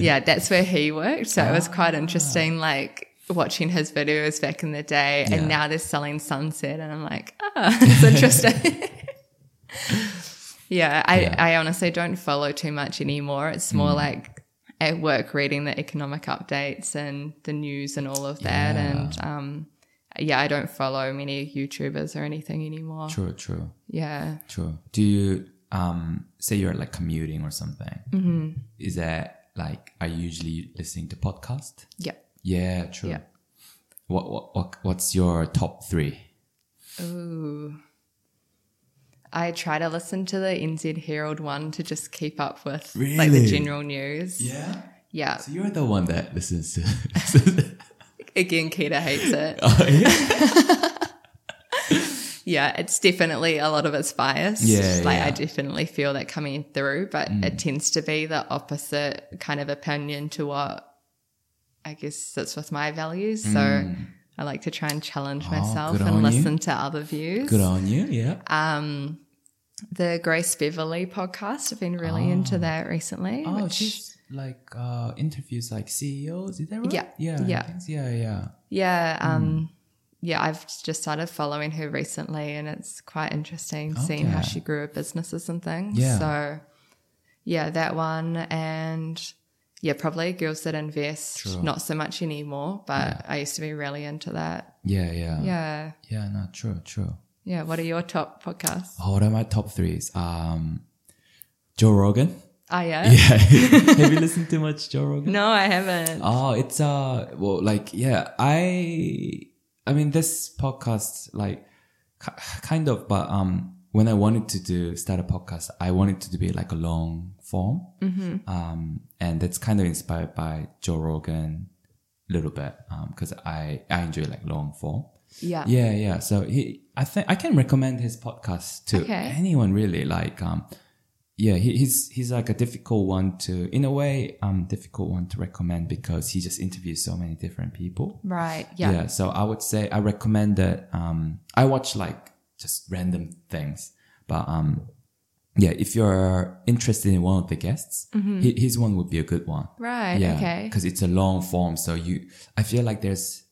yeah, that's where he worked. So it was
Ah.
quite interesting, like watching his videos back in the day,
Yeah.
and now they're selling Sunset, and I'm like, ah, it's interesting. yeah, I,
Yeah. Hmm.
I honestly don't follow too much anymore. It's more like at work reading the economic updates and the news and all of that,
Yeah.
and um, yeah, I don't follow many YouTubers or anything anymore.
true true
Yeah.
True. Do you um say you're like commuting or something? Mm-hmm. Is that like are you usually listening to podcast?
Yeah.
Yeah, true.
Yeah.
What, what what what's your top three?
Ooh. I try to listen to the NZ Herald one to just keep up with like the
Really?
general news.
Yeah.
Yeah.
So you're the one that listens to.
Again, Keita hates it.
oh, yeah.
yeah, it's definitely a lot of it's biased.
Yeah,
Like
yeah. Mm.
I definitely feel that coming through, but it tends to be the opposite kind of opinion to what I guess sits with my values. So I like to try and challenge myself
Mm. Oh, good on
and
you.
listen to other views.
Good on you. Yeah.
The Grace Beverly podcast, I've been really into that recently.
oh,
which-
she's like uh, interviews like CEOs. Is that right?
Yeah,
Yeah. I
yeah.
think- Yeah. Yeah.
Yeah,
Hmm.
um, yeah, I've just started following her recently, and it's quite interesting seeing how
Okay.
she grew her businesses and things.
Yeah.
So, yeah, that one, and yeah, probably girls that invest.
Sure.
Not so much anymore, but I used to be really into that.
Yeah. Yeah.
Yeah,
Yeah. No. True. True.
yeah. What are your top podcasts?
Oh, What are my top threes? Um, Joe Rogan.
Oh, yeah.
Yeah. Have you listened to much Joe Rogan?
No, I haven't.
Oh, it's uh well like yeah, I I mean this podcast like ki- kind of but um when I wanted to do start a podcast, I wanted it to be like a long form. Mm-hmm. Um and that's kind of inspired by Joe Rogan a little bit um cuz I I enjoy like long form.
Yeah.
Yeah, yeah. So he, I think I can recommend his podcast to
Okay.
anyone really. Like, um, yeah, he, he's he's like a difficult one to, in a way, um, difficult one to recommend because he just interviews so many different people.
Right. Yeah.
Yeah. So I would say I recommend that. Um, I watch like just random things, but um, yeah, if you're interested in one of the guests,
Mm-hmm.
hi- his one would be a good one
Right. Okay.
because it's a long form so you i feel like there's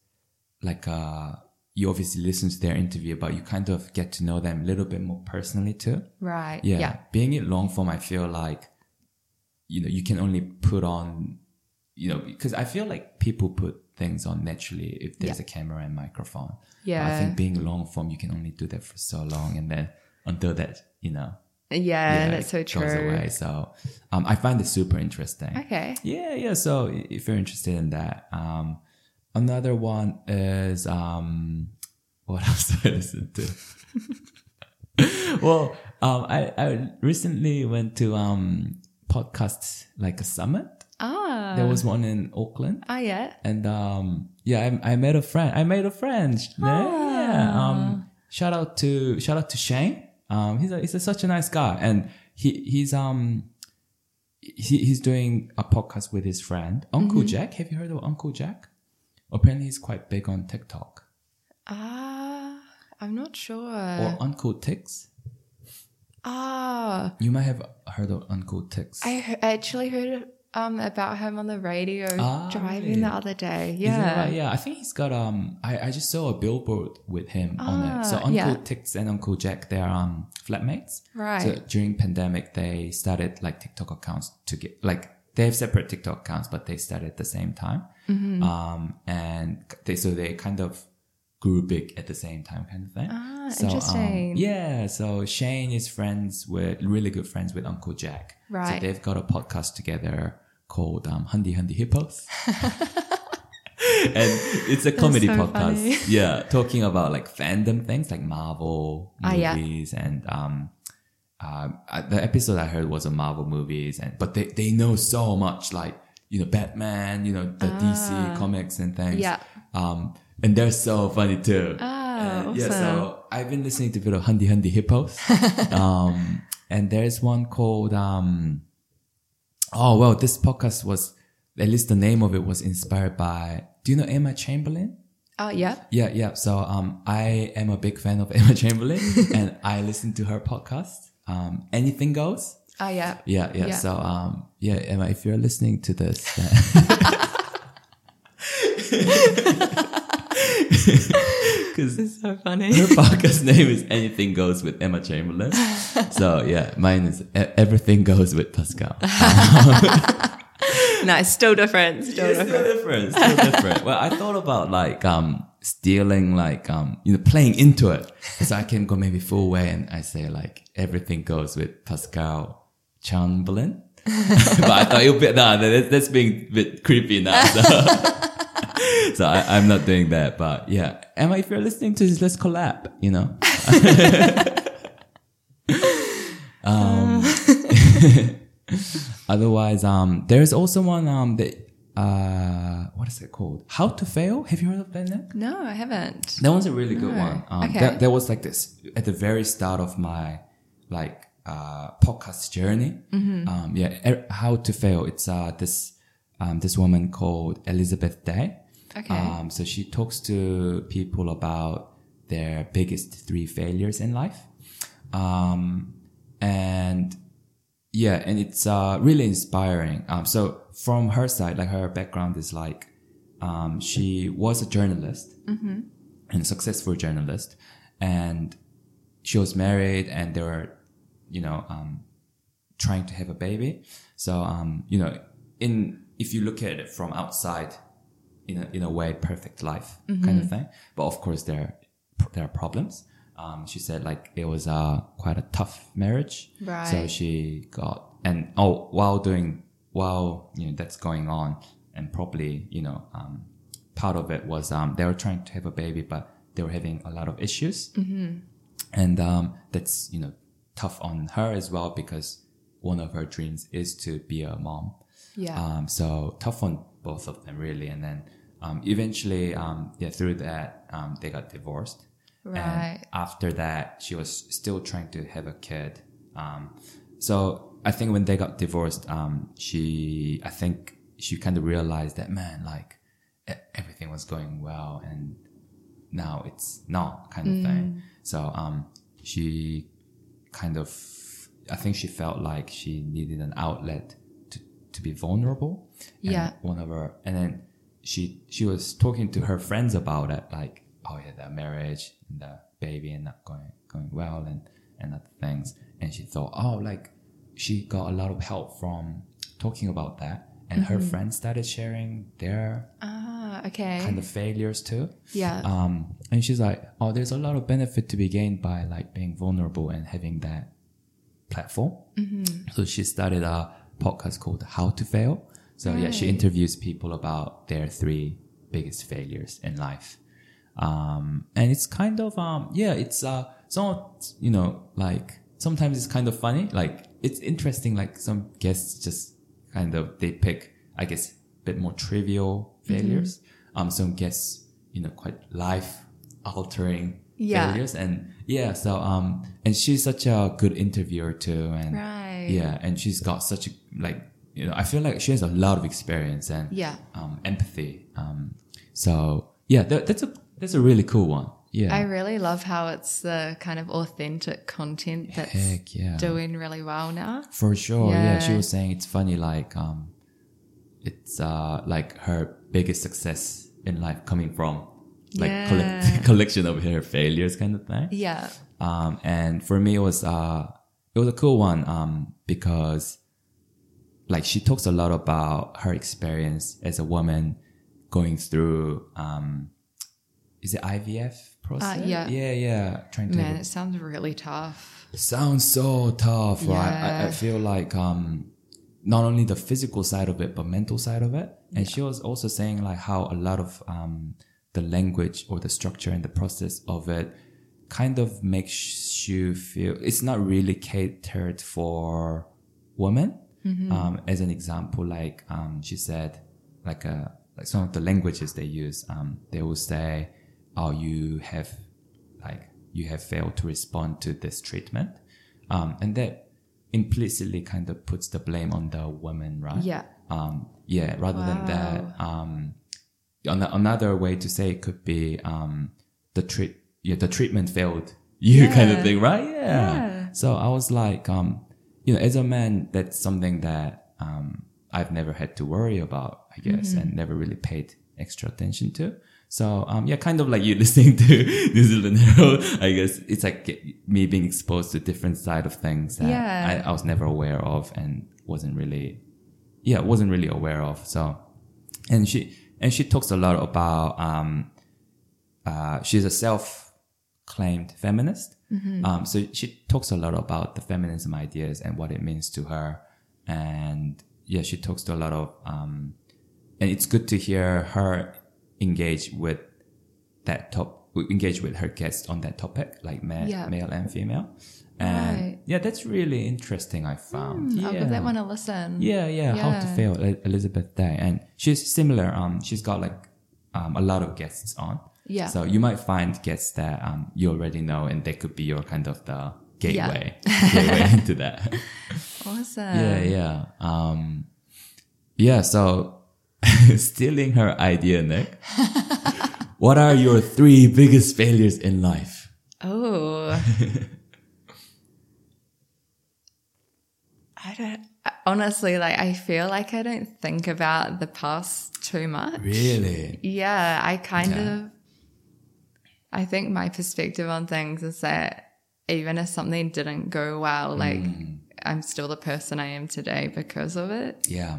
like uh you obviously listen to their interview, but you kind of get to know them a little bit more personally too.
Right.
Yeah. Being in long form, I feel like, you know, you can only put on, you know, because I feel like people put things on naturally if there's
Yeah.
a camera and microphone. But I
Yeah.
think being long form, you can only do that for so long. And then until that, you know,
Yeah,
yeah,
that's so
it goes
true.
away. So um, I find it super interesting.
Okay.
Yeah, yeah. So i- if you're interested in that, um, another one is um, what else do I listen to? well, um, I I recently went to um podcasts like a summit.
Ah.
There was one in Auckland,
Ah, yeah.
and um, yeah, I, I met a friend. I made a friend. Yeah. Um, shout out to shout out to Shane. Um, he's a, he's a, such a nice guy, and he he's um he, he's doing a podcast with his friend Uncle Jack. Have you heard of Uncle Jack? Apparently, he's quite big on TikTok
Ah, I'm not sure.
or Uncle Tix.
ah,
You might have heard of Uncle Tix.
I he- actually heard um about him on the radio
Ah,
driving
really?
the other day.
Is that
Yeah.
right? Yeah, I think he's got um I, I just saw a billboard with him on it. So
Ah,
Uncle
yeah.
Tix and Uncle Jack, they're um flatmates.
Right.
So during pandemic they started like TikTok accounts to get like they have separate TikTok accounts, but they started at the same time.
Mm-hmm.
Um and they so they kind of grew big at the same time kind of thing.
Ah,
so, um,
interesting.
yeah. So Shane is friends with really good friends with Uncle Jack.
Right.
So they've got a podcast together called um Hundy Hundy Hippos and it's a comedy
so
podcast.
funny.
Yeah, talking about like fandom things like Marvel
Ah, yeah.
movies and um, uh, I- the episode I heard was on Marvel movies and but they they know so much like you know Batman, you know the DC comics and things.
Ah. Yeah.
Um, and they're so funny too.
Ah,
And, Yeah,
awesome.
so I've been listening to a bit of Hundy Hundy Hippos. um, and there's one called um, Oh well, this podcast was at least the name of it was inspired by. Do you know Emma Chamberlain?
Oh, yeah.
Yeah, yeah. So um, I am a big fan of Emma Chamberlain, and I listen to her podcast. Um, anything goes.
Oh, yeah.
Yeah, yeah.
Yeah.
So um, yeah, Emma, if you're listening to this, then because
So funny.
her podcast name is Anything Goes with Emma Chamberlain. So yeah, mine is E- Everything Goes with Pascal.
no, still different. Still
Yeah,
different.
still different. Still different. well, I thought about like um stealing, like um you know playing into it, so I can go maybe full way and I say like everything goes with Pascal Chamberlain. but I thought you'll be nah, that- that's being a bit creepy now. So, so I, I'm not doing that. But yeah, Emma, if you're listening to this, let's collab. You know. Otherwise, um, there is also one um that uh what is it called? How to fail? Have you heard of that? Nick?
No, I haven't.
That one's a really good
No.
one. Um,
Okay.
that, that was like this at the very start of my like uh, podcast journey.
Mm-hmm.
Um, yeah, er, how to fail. It's uh, this um, this woman called Elizabeth Day.
Okay.
Um, so she talks to people about their biggest three failures in life. Um, and yeah, and it's uh, really inspiring. Um, so from her side, like her background is like um, she was a journalist and successful journalist, and she was married, and they were, you know, um, trying to have a baby. So um, you know, in if you look at it from outside, in a, in a way, perfect life kind of thing. But of course, there are, there are problems. Um, she said like it was uh, quite a tough marriage. So
Right.
she got and oh while doing while you know that's going on and probably you know um, part of it was um, they were trying to have a baby but they were having a lot of issues and um, that's you know tough on her as well because one of her dreams is to be a mom
Yeah.
um, so tough on both of them really and then um, eventually um, yeah through that um, they got divorced
Right.
and after that she was still trying to have a kid um, so i think when they got divorced um, she i think she kind of realized that man like e- everything was going well and now it's not kind of thing so um, she kind of i think she felt like she needed an outlet to, to be vulnerable And
Yeah.
one of her and then she she was talking to her friends about it, like, oh yeah, the marriage and the baby and not going going well and and other things. And she thought, oh, like she got a lot of help from talking about that, and her friends started sharing their
Ah, okay.
kind of failures too.
yeah.
Um, and she's like, oh, there's a lot of benefit to be gained by like being vulnerable and having that platform.
Mm-hmm.
So she started a podcast called How to Fail. So yeah, she interviews people about their three biggest failures in life. Um, and it's kind of, um, yeah, it's, uh, somewhat, you know, like sometimes it's kind of funny. Like it's interesting. Like some guests just kind of, they pick, I guess, a bit more trivial
Mm-hmm.
failures. Um, some guests, you know, quite life altering
Yeah.
failures. And yeah, so, um, and she's such a good interviewer too. And
Right.
yeah, and she's got such a like you know I feel like she has a lot of experience and
Yeah.
um, empathy. Um, so yeah, tha- that's a that's a really cool one. Yeah,
I really love how it's the kind of authentic content that's
heck yeah,
doing really well now.
for sure. Yeah. she
Yeah.
was saying it's funny like um, it's uh like her biggest success in life coming from like
Yeah.
collect- collection of her failures kind of thing.
Yeah.
Um, and for me, it was uh, it was a cool one um, because like she talks a lot about her experience as a woman going through um, is it IVF process?
Uh, yeah.
yeah, yeah. Trying to
Man, it sounds really tough.
sounds so tough, right? I, I
Yeah.
feel like um, not only the physical side of it, but mental side of it. And she was also saying like how a lot of um, the language or the structure and the process of it kind of makes you feel it's not really catered for women. Um, as an example, like um, she said, like uh like some of the languages they use, um, they will say, "Oh, you have like you have failed to respond to this treatment um, and that implicitly kind of puts the blame on the woman right
Yeah.
um, yeah rather than that um, an- another way to say it could be um, the treat yeah the treatment failed you kind of
Yeah.
thing right yeah.
Yeah.
so i was like um, you know as a man that's something that um, i've never had to worry about i guess
Mm-hmm.
and never really paid extra attention to so um, yeah kind of like you listening to new zealand herald i guess it's like me being exposed to different side of things that
Yeah.
I, I was never aware of and wasn't really yeah wasn't really aware of so and she and she talks a lot about um uh she's a self claimed feminist
Mm-hmm.
um so she talks a lot about the feminism ideas and what it means to her and yeah she talks to a lot of um and it's good to hear her engage with that top engage with her guests on that topic like ma-
Yeah.
male and female and
Right.
yeah that's really interesting i found
Mm,
yeah.
I'll give that one a listen.
Yeah, yeah, How to
Yeah.
Fail, E- Elizabeth Day, and she's similar. Um, she's got like um, a lot of guests on.
Yeah.
So you might find guests that um you already know, and they could be your kind of the gateway gateway into that.
Awesome.
yeah, yeah. Um, yeah. So stealing her idea, Nick. what are your three biggest failures in life?
Oh. I don't honestly like I feel like I don't think about the past too much.
Really?
Yeah, I kind
Yeah.
of I think my perspective on things is that even if something didn't go well, like
Mm.
I'm still the person I am today because of it.
Yeah.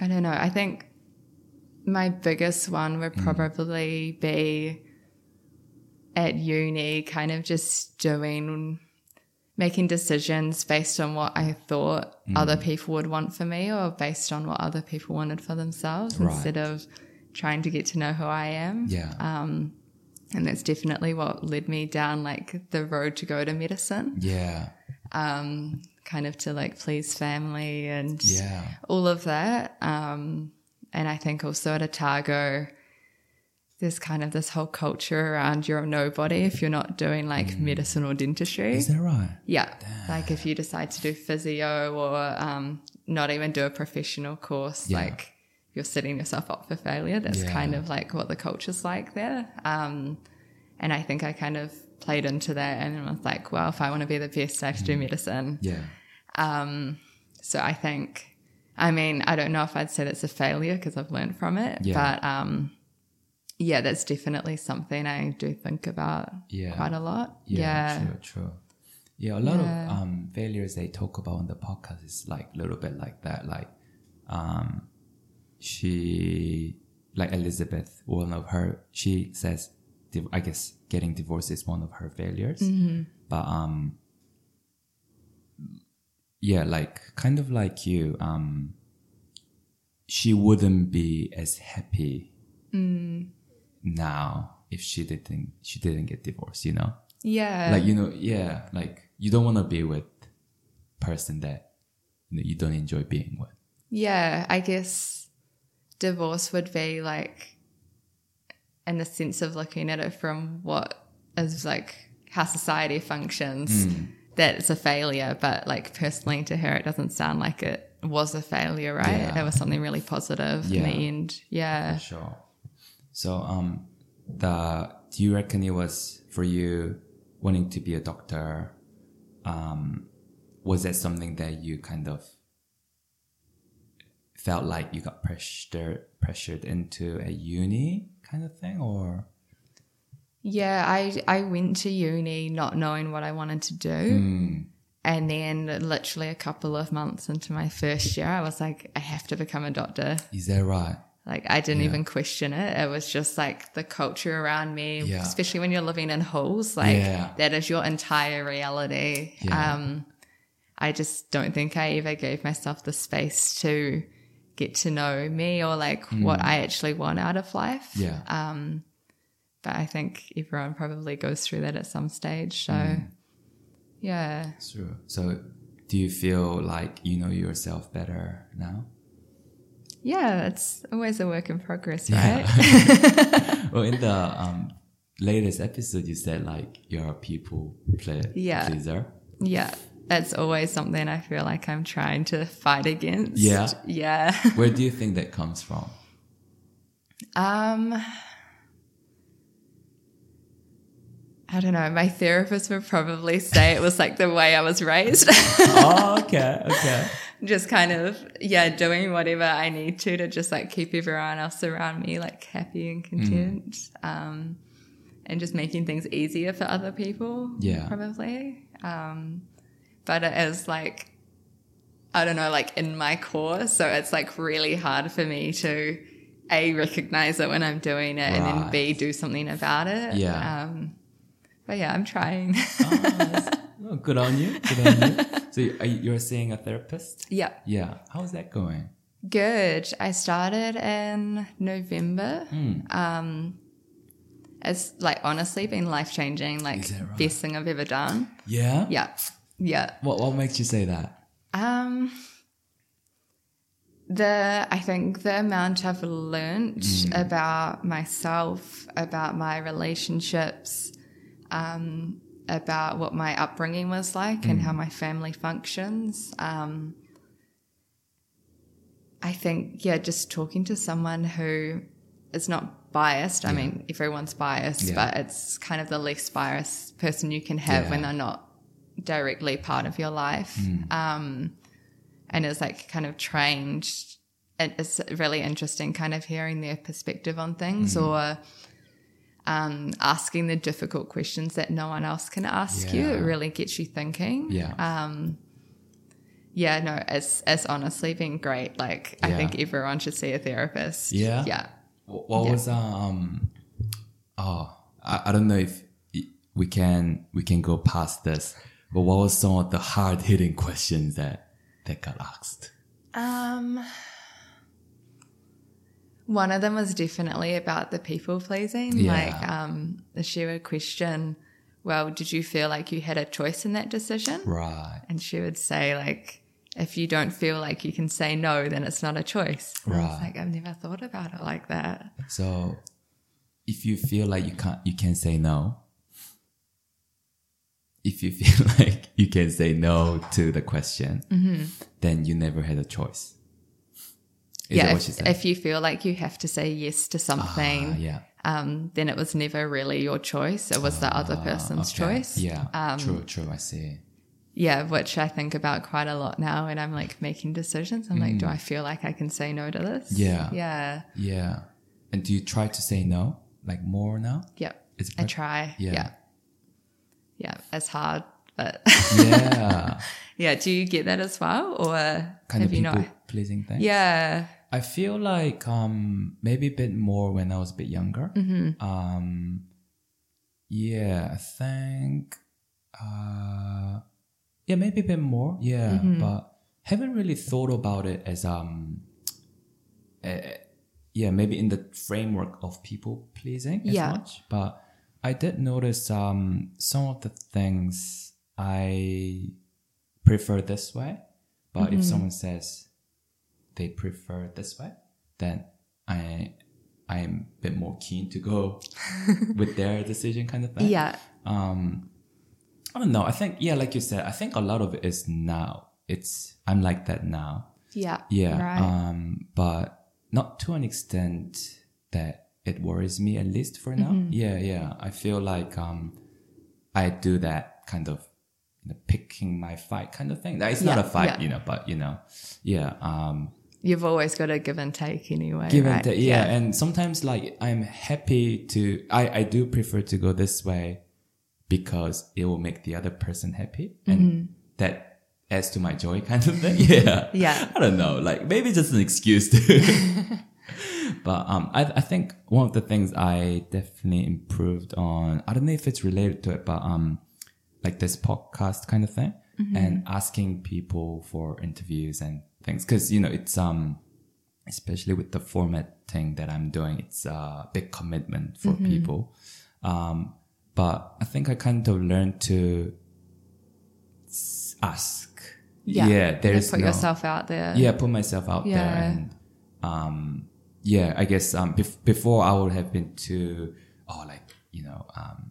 I don't know. I think my biggest one would
Mm.
probably be at uni, kind of just doing, making decisions based on what I thought
Mm.
other people would want for me or based on what other people wanted for themselves
Right.
instead of trying to get to know who I am.
Yeah.
um, And that's definitely what led me down like the road to go to medicine,
yeah.
kind of to like please family and
Yeah.
all of that. Um, and I think also at Otago, there's kind of this whole culture around you're a nobody if you're not doing like medicine or dentistry.
Mm. Is that right?
Yeah. Like if you decide to do physio or um, not even do a professional course,
Yeah.
like you're setting yourself up for failure. That's
Yeah.
kind of like what the culture's like there. Um, and I think I kind of played into that and was like, well, if I want to be the best, I have to
Mm.
do medicine.
Yeah.
So I think, I mean, I don't know if I'd say that's a failure because I've learned from it,
Yeah.
but um, yeah, that's definitely something I do think about
Yeah.
quite a lot.
Yeah,
Yeah.
true, true. Yeah, a lot
Yeah.
of um, failures they talk about on the podcast is like a little bit like that. Like, um, she, like Elizabeth, one of her, she says, div- I guess getting divorced is one of her failures.
Mm-hmm.
But um, yeah, like kind of like you, um, she wouldn't be as happy
Mm.
now if she didn't she didn't get divorced. You know
Yeah.
like you know yeah like you don't want to be with person that you, know, you don't enjoy being with
yeah. I guess divorce would be like, in the sense of looking at it from what is like how society functions,
Hmm.
that it's a failure. But like personally to her, it doesn't sound like it was a failure, right?
Yeah.
It was something really positive
Yeah.
in the end. Yeah.
sure so um the do you reckon it was for you wanting to be a doctor um was that something that you kind of felt like you got pressured pressured into a uni kind of thing or
Yeah, I I went to uni not knowing what I wanted to do.
Hmm.
And then literally a couple of months into my first year, I was like, I have to become a doctor.
is that right
Like I didn't even question it. It was just like the culture around me,
Yeah.
especially when you're living in halls, like
Yeah.
that is your entire reality.
Yeah.
Um I just don't think I ever gave myself the space to get to know me or like
Hmm.
what I actually want out of life
yeah
Uh, but I think everyone probably goes through that at some stage. So,
Mm.
yeah,
Sure. So, do you feel like you know yourself better now?
yeah, it's always a work in progress,
Yeah.
right?
Well, in the um, latest episode, you said like you're a people ple-
Yeah.
pleaser.
yeah, that's always something I feel like I'm trying to fight against.
Yeah.
yeah.
Where do you think that comes from?
Um, I don't know. My therapist would probably say it was like the way I was raised.
oh, okay, okay.
just kind of yeah doing whatever i need to to just like keep everyone else around me like happy
Mm.
and content um and just making things easier for other people
Yeah.
probably um but it is like i don't know like in my core so it's like really hard for me to a recognize it when i'm doing it and then
Right.
b do something about it
Yeah.
um but yeah i'm trying
Oh, that's- well, good on you. Good on you. So, you- are you- you're seeing a therapist?
yeah
Yeah. How's that going?
Good. I started in November.
Hmm.
Um, it's like honestly been life changing, like
Is that right?
best thing I've ever done.
Yeah.
Yeah. Yeah.
What What makes you say that?
Um, the I think the amount I've learnt
Mm.
about myself, about my relationships, um, about what my upbringing was like
Mm.
and how my family functions. Um, I think yeah, just talking to someone who is not biased. I mean, everyone's biased,
Yeah.
but it's kind of the least biased person you can have when
Yeah. Mm.
they're not directly part of your life and is like kind of trained. It- It's really interesting, kind of hearing their perspective on things
Mm-hmm.
or um, asking the difficult questions that no one else can ask you. It
Yeah.
really gets you thinking. Um,
Yeah.
Yeah, no, it's it's honestly been great. Like I
Yeah.
think everyone should see a therapist.
Yeah?
yeah,
Wh- what
Yeah.
was um oh I, I don't know if i- we can we can go past this but what was some of the hard hitting questions that that got asked
Um, one of them was definitely about the people pleasing.
Yeah.
Like, um, she would question, "Well, did you feel like you had a choice in that decision?"
right
And she would say, "Like, if you don't feel like you can say no, then it's not a choice." And I was
Right.
like, I've never thought about it like that.
so if you feel like you can't, you can say no. If you feel like you can say no to the question,
Mm-hmm.
then you never had a choice. Is
yeah,
that what
if,
she said?
if you feel like you have to say yes to something,
Ah, yeah.
um, then it was never really your choice. It was the other person's
Ah, Okay.
choice.
Yeah.
Um,
true, true. I see.
yeah, which I think about quite a lot now when I'm like making decisions. I'm like, do I feel like I can say no to this?
Mm. Yeah.
Yeah.
Yeah. And do you try to say no? Like more now?
Yep.
It's
I
prac-
try.
Yeah.
Yeah. Yeah. It's hard, but
Yeah.
yeah. Do you get that as well? Or
kind of
have you
people
not?
pleasing thing.
Yeah.
I feel like um maybe a bit more when I was a bit younger. Um yeah, I think uh yeah, maybe a bit more. Yeah, but haven't really thought about it as um eh, yeah, maybe in the framework of people pleasing as
Yeah.
much, but I did notice um some of the things I prefer this way, but if someone says they prefer this way, then I I'm a bit more keen to go with their decision kind of thing.
Yeah.
Um I don't know. I think yeah, like you said, I think a lot of it is now. It's I'm like that now.
Yeah.
Yeah.
Right.
Um but not to an extent that it worries me at least for now.
Mm-hmm.
Yeah, yeah. I feel like um I do that kind of you know, picking my fight kind of thing. Like, It's
Yeah,
not a fight,
yeah.
you know, but you know, yeah. Um
You've always got a give and take anyway.
given
right?
that yeah, and sometimes like i'm happy to i i do prefer to go this way because it will make the other person happy and
Mm-hmm.
that adds to my joy kind of thing yeah
Yeah.
i don't know like maybe just an excuse to but um I, I think one of the things i definitely improved on i don't know if it's related to it but um like this podcast kind of thing
Mm-hmm.
and asking people for interviews and things because you know it's um especially with the formatting that I'm doing, it's a big commitment for
Mm-hmm.
people. Um, but I think I kind of learned to s- ask.
Yeah. You
there's
put
no,
yourself out there.
Yeah, put myself out there,
Yeah.
and um, yeah, I guess um, bef- before I would have been too, oh, like you know, um,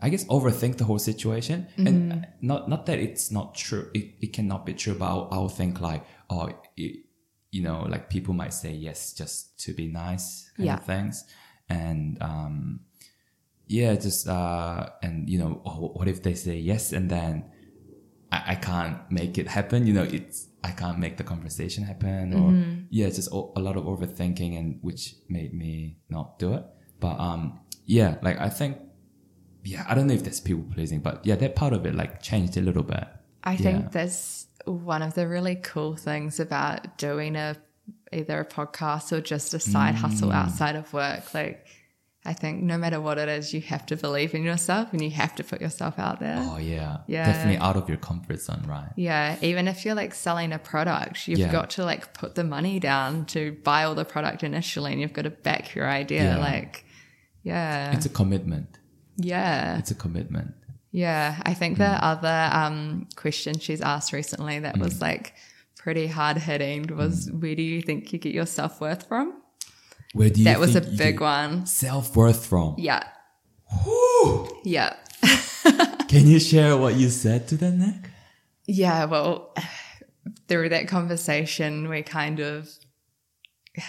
I guess overthink the whole situation,
Mm-hmm.
and uh, not not that it's not true, it, it cannot be true, but I'll, I'll think like, oh, it, you know, like people might say yes just to be nice, kind
Yeah.
of things, and um, yeah, just uh, and you know, oh, what if they say yes and then I, I can't make it happen. You know, it's I can't make the conversation happen, or
Mm-hmm.
yeah, it's just o- a lot of overthinking, and which made me not do it. But um, yeah, like I think, yeah, I don't know if that's people pleasing, but yeah, that part of it like changed a little bit.
I
Yeah.
think that's one of the really cool things about doing a either a podcast or just a side
Mm.
hustle outside of work. Like I think no matter what it is, you have to believe in yourself and you have to put yourself out there.
Oh yeah,
Yeah.
definitely out of your comfort zone, right?
Yeah, even if you're like selling a product, you've
Yeah.
got to like put the money down to buy all the product initially and you've got to back your idea
Yeah.
like yeah.
It's a commitment.
yeah.
It's a commitment.
Yeah, I think
Mm.
the other um, question she's asked recently that was
Mm.
like pretty hard hitting was where do you think you get your self worth from?
Where do Mm. you
that was a
think you
big
get
one.
Self-worth from.
Yeah,
Whew!
yeah,
Can you share what you said to them, Nick?
yeah. Well, through that conversation, we kind of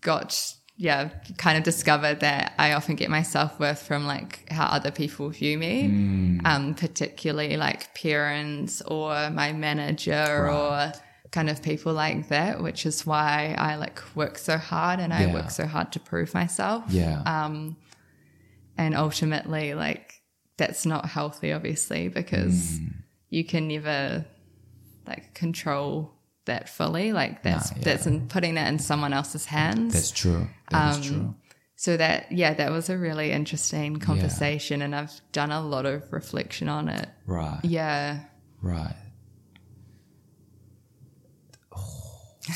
got yeah, kind of discovered that I often get my self worth from like how other people view me,
Mm.
um, particularly like parents or my manager
Right.
or kind of people like that, which is why I like work so hard and I
Yeah.
work so hard to prove myself.
Yeah.
Um, and ultimately, like that's not healthy, obviously,
Mm.
because you can never like control that fully. Like that's
Nah, yeah.
that's in putting it in someone else's hands.
That's true. That's
Um,
true.
So that yeah, that was a really interesting conversation and I've done a lot of reflection on it.
Right.
Yeah.
Right.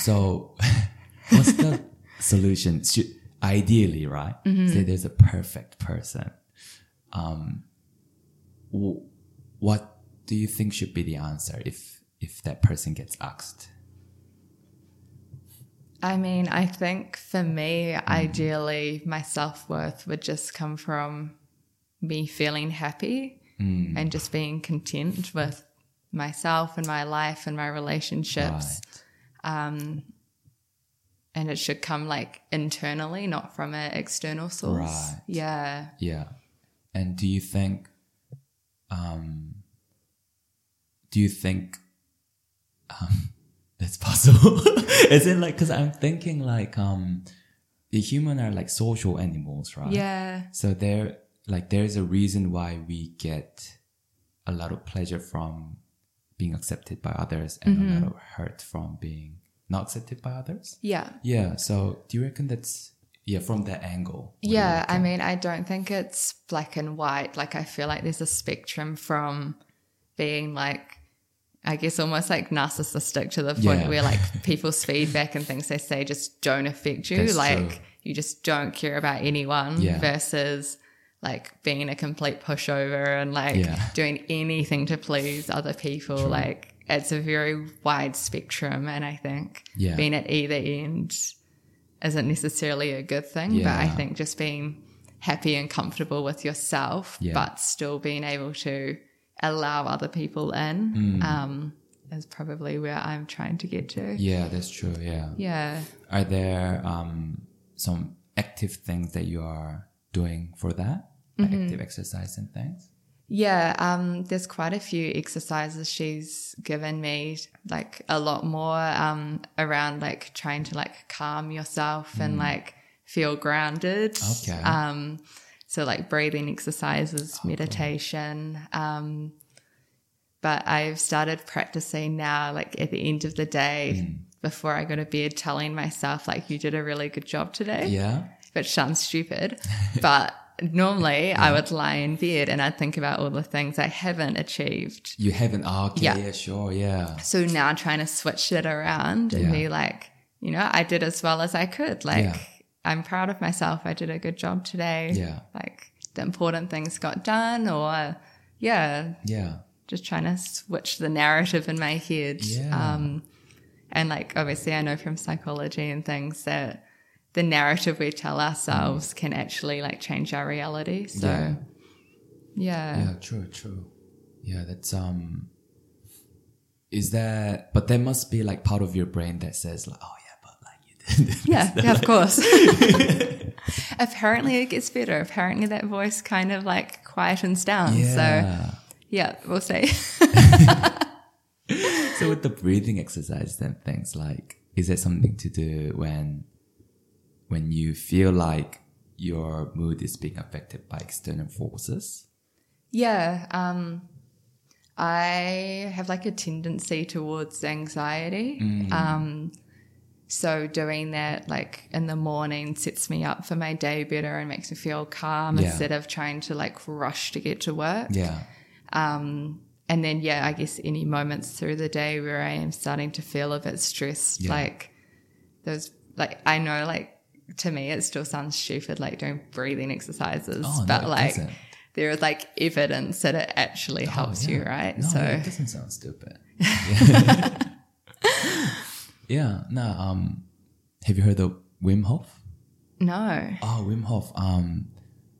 So, what's the solution? Should, ideally, right? Say there's a perfect person. Um, wh- what do you think should be the answer if if that person gets asked?
I mean, I think for me, ideally, my self worth would just come from me feeling happy and just being content with myself and my life and my relationships. Um, And it should come like internally, not from an external source.
Right.
Yeah.
Yeah. And do you think um do you think um it's possible? Is it like cuz I'm thinking like um the human are like social animals, right?
Yeah.
So there like there's a reason why we get a lot of pleasure from being accepted by others and a
Mm-hmm.
lot of hurt from being not accepted by others.
Yeah.
Yeah, so do you reckon that's yeah, from that angle?
Yeah, I mean, I don't think it's black and white. Like, I feel like there's a spectrum from being like, I guess almost like narcissistic to the point
Yeah.
where like people's feedback and things they say just don't affect you.
That's
like,
true.
you just don't care about anyone
Yeah.
versus like being a complete pushover and like
Yeah.
doing anything to please other people. Like, it's a very wide spectrum. And I think
Yeah.
being at either end isn't necessarily a good thing, but I
Yeah.
think just being happy and comfortable with yourself,
Yeah.
but still being able to allow other people in,
Mm.
um, is probably where I'm trying to get to.
Yeah, that's true. Yeah.
Yeah.
Are there um, some active things that you are doing for that? Like
Mm-hmm.
active exercise and things?
Yeah. Um, there's quite a few exercises she's given me, like a lot more um, around like trying to like calm yourself and like feel grounded.
Okay.
Um, so like breathing exercises, meditation. Um, but I've started practicing now, like at the end of the day, before I go to bed, telling myself like you did a really good job today
Yeah.
which sounds stupid, but normally I would lie in bed and I'd think about all the things I haven't achieved.
You haven't. Oh, okay. Yeah.
Yeah.
Sure. Yeah.
So now trying to switch it around and
Yeah.
be like, you know, I did as well as I could. Like,
Yeah.
I'm proud of myself. I did a good job today.
Yeah.
Like, the important things got done, or yeah,
Yeah.
just trying to switch the narrative in my head.
Yeah.
Um, and like obviously, I know from psychology and things that the narrative we tell ourselves
Mm.
can actually like change our reality. So
Yeah.
yeah,
Yeah. True. True. Yeah. That's um. Is that? But that must be like part of your brain that says like, oh yeah, but like you did. this."
yeah, yeah, of course. Apparently, it gets better. Apparently, that voice kind of like quietens down. So
Yeah.
yeah, we'll see.
so with the breathing exercise and things like is there something to do when when you feel like your mood is being affected by external forces
Yeah. Um, I have like a tendency towards anxiety. Um, so doing that like in the morning sets me up for my day better and makes me feel calm
Yeah.
instead of trying to like rush to get to work.
yeah
And then, yeah, I guess any moments through the day where I am starting to feel a bit stressed,
Yeah.
like those, like I know, like to me, it still sounds stupid, like doing breathing exercises,
Oh, no,
but
it
like
doesn't.
there is like evidence that it actually helps
Oh,
you,
yeah.
right?
no,
so,
yeah, it doesn't sound stupid yeah no um have you heard of wim hof
no.
oh wim hof um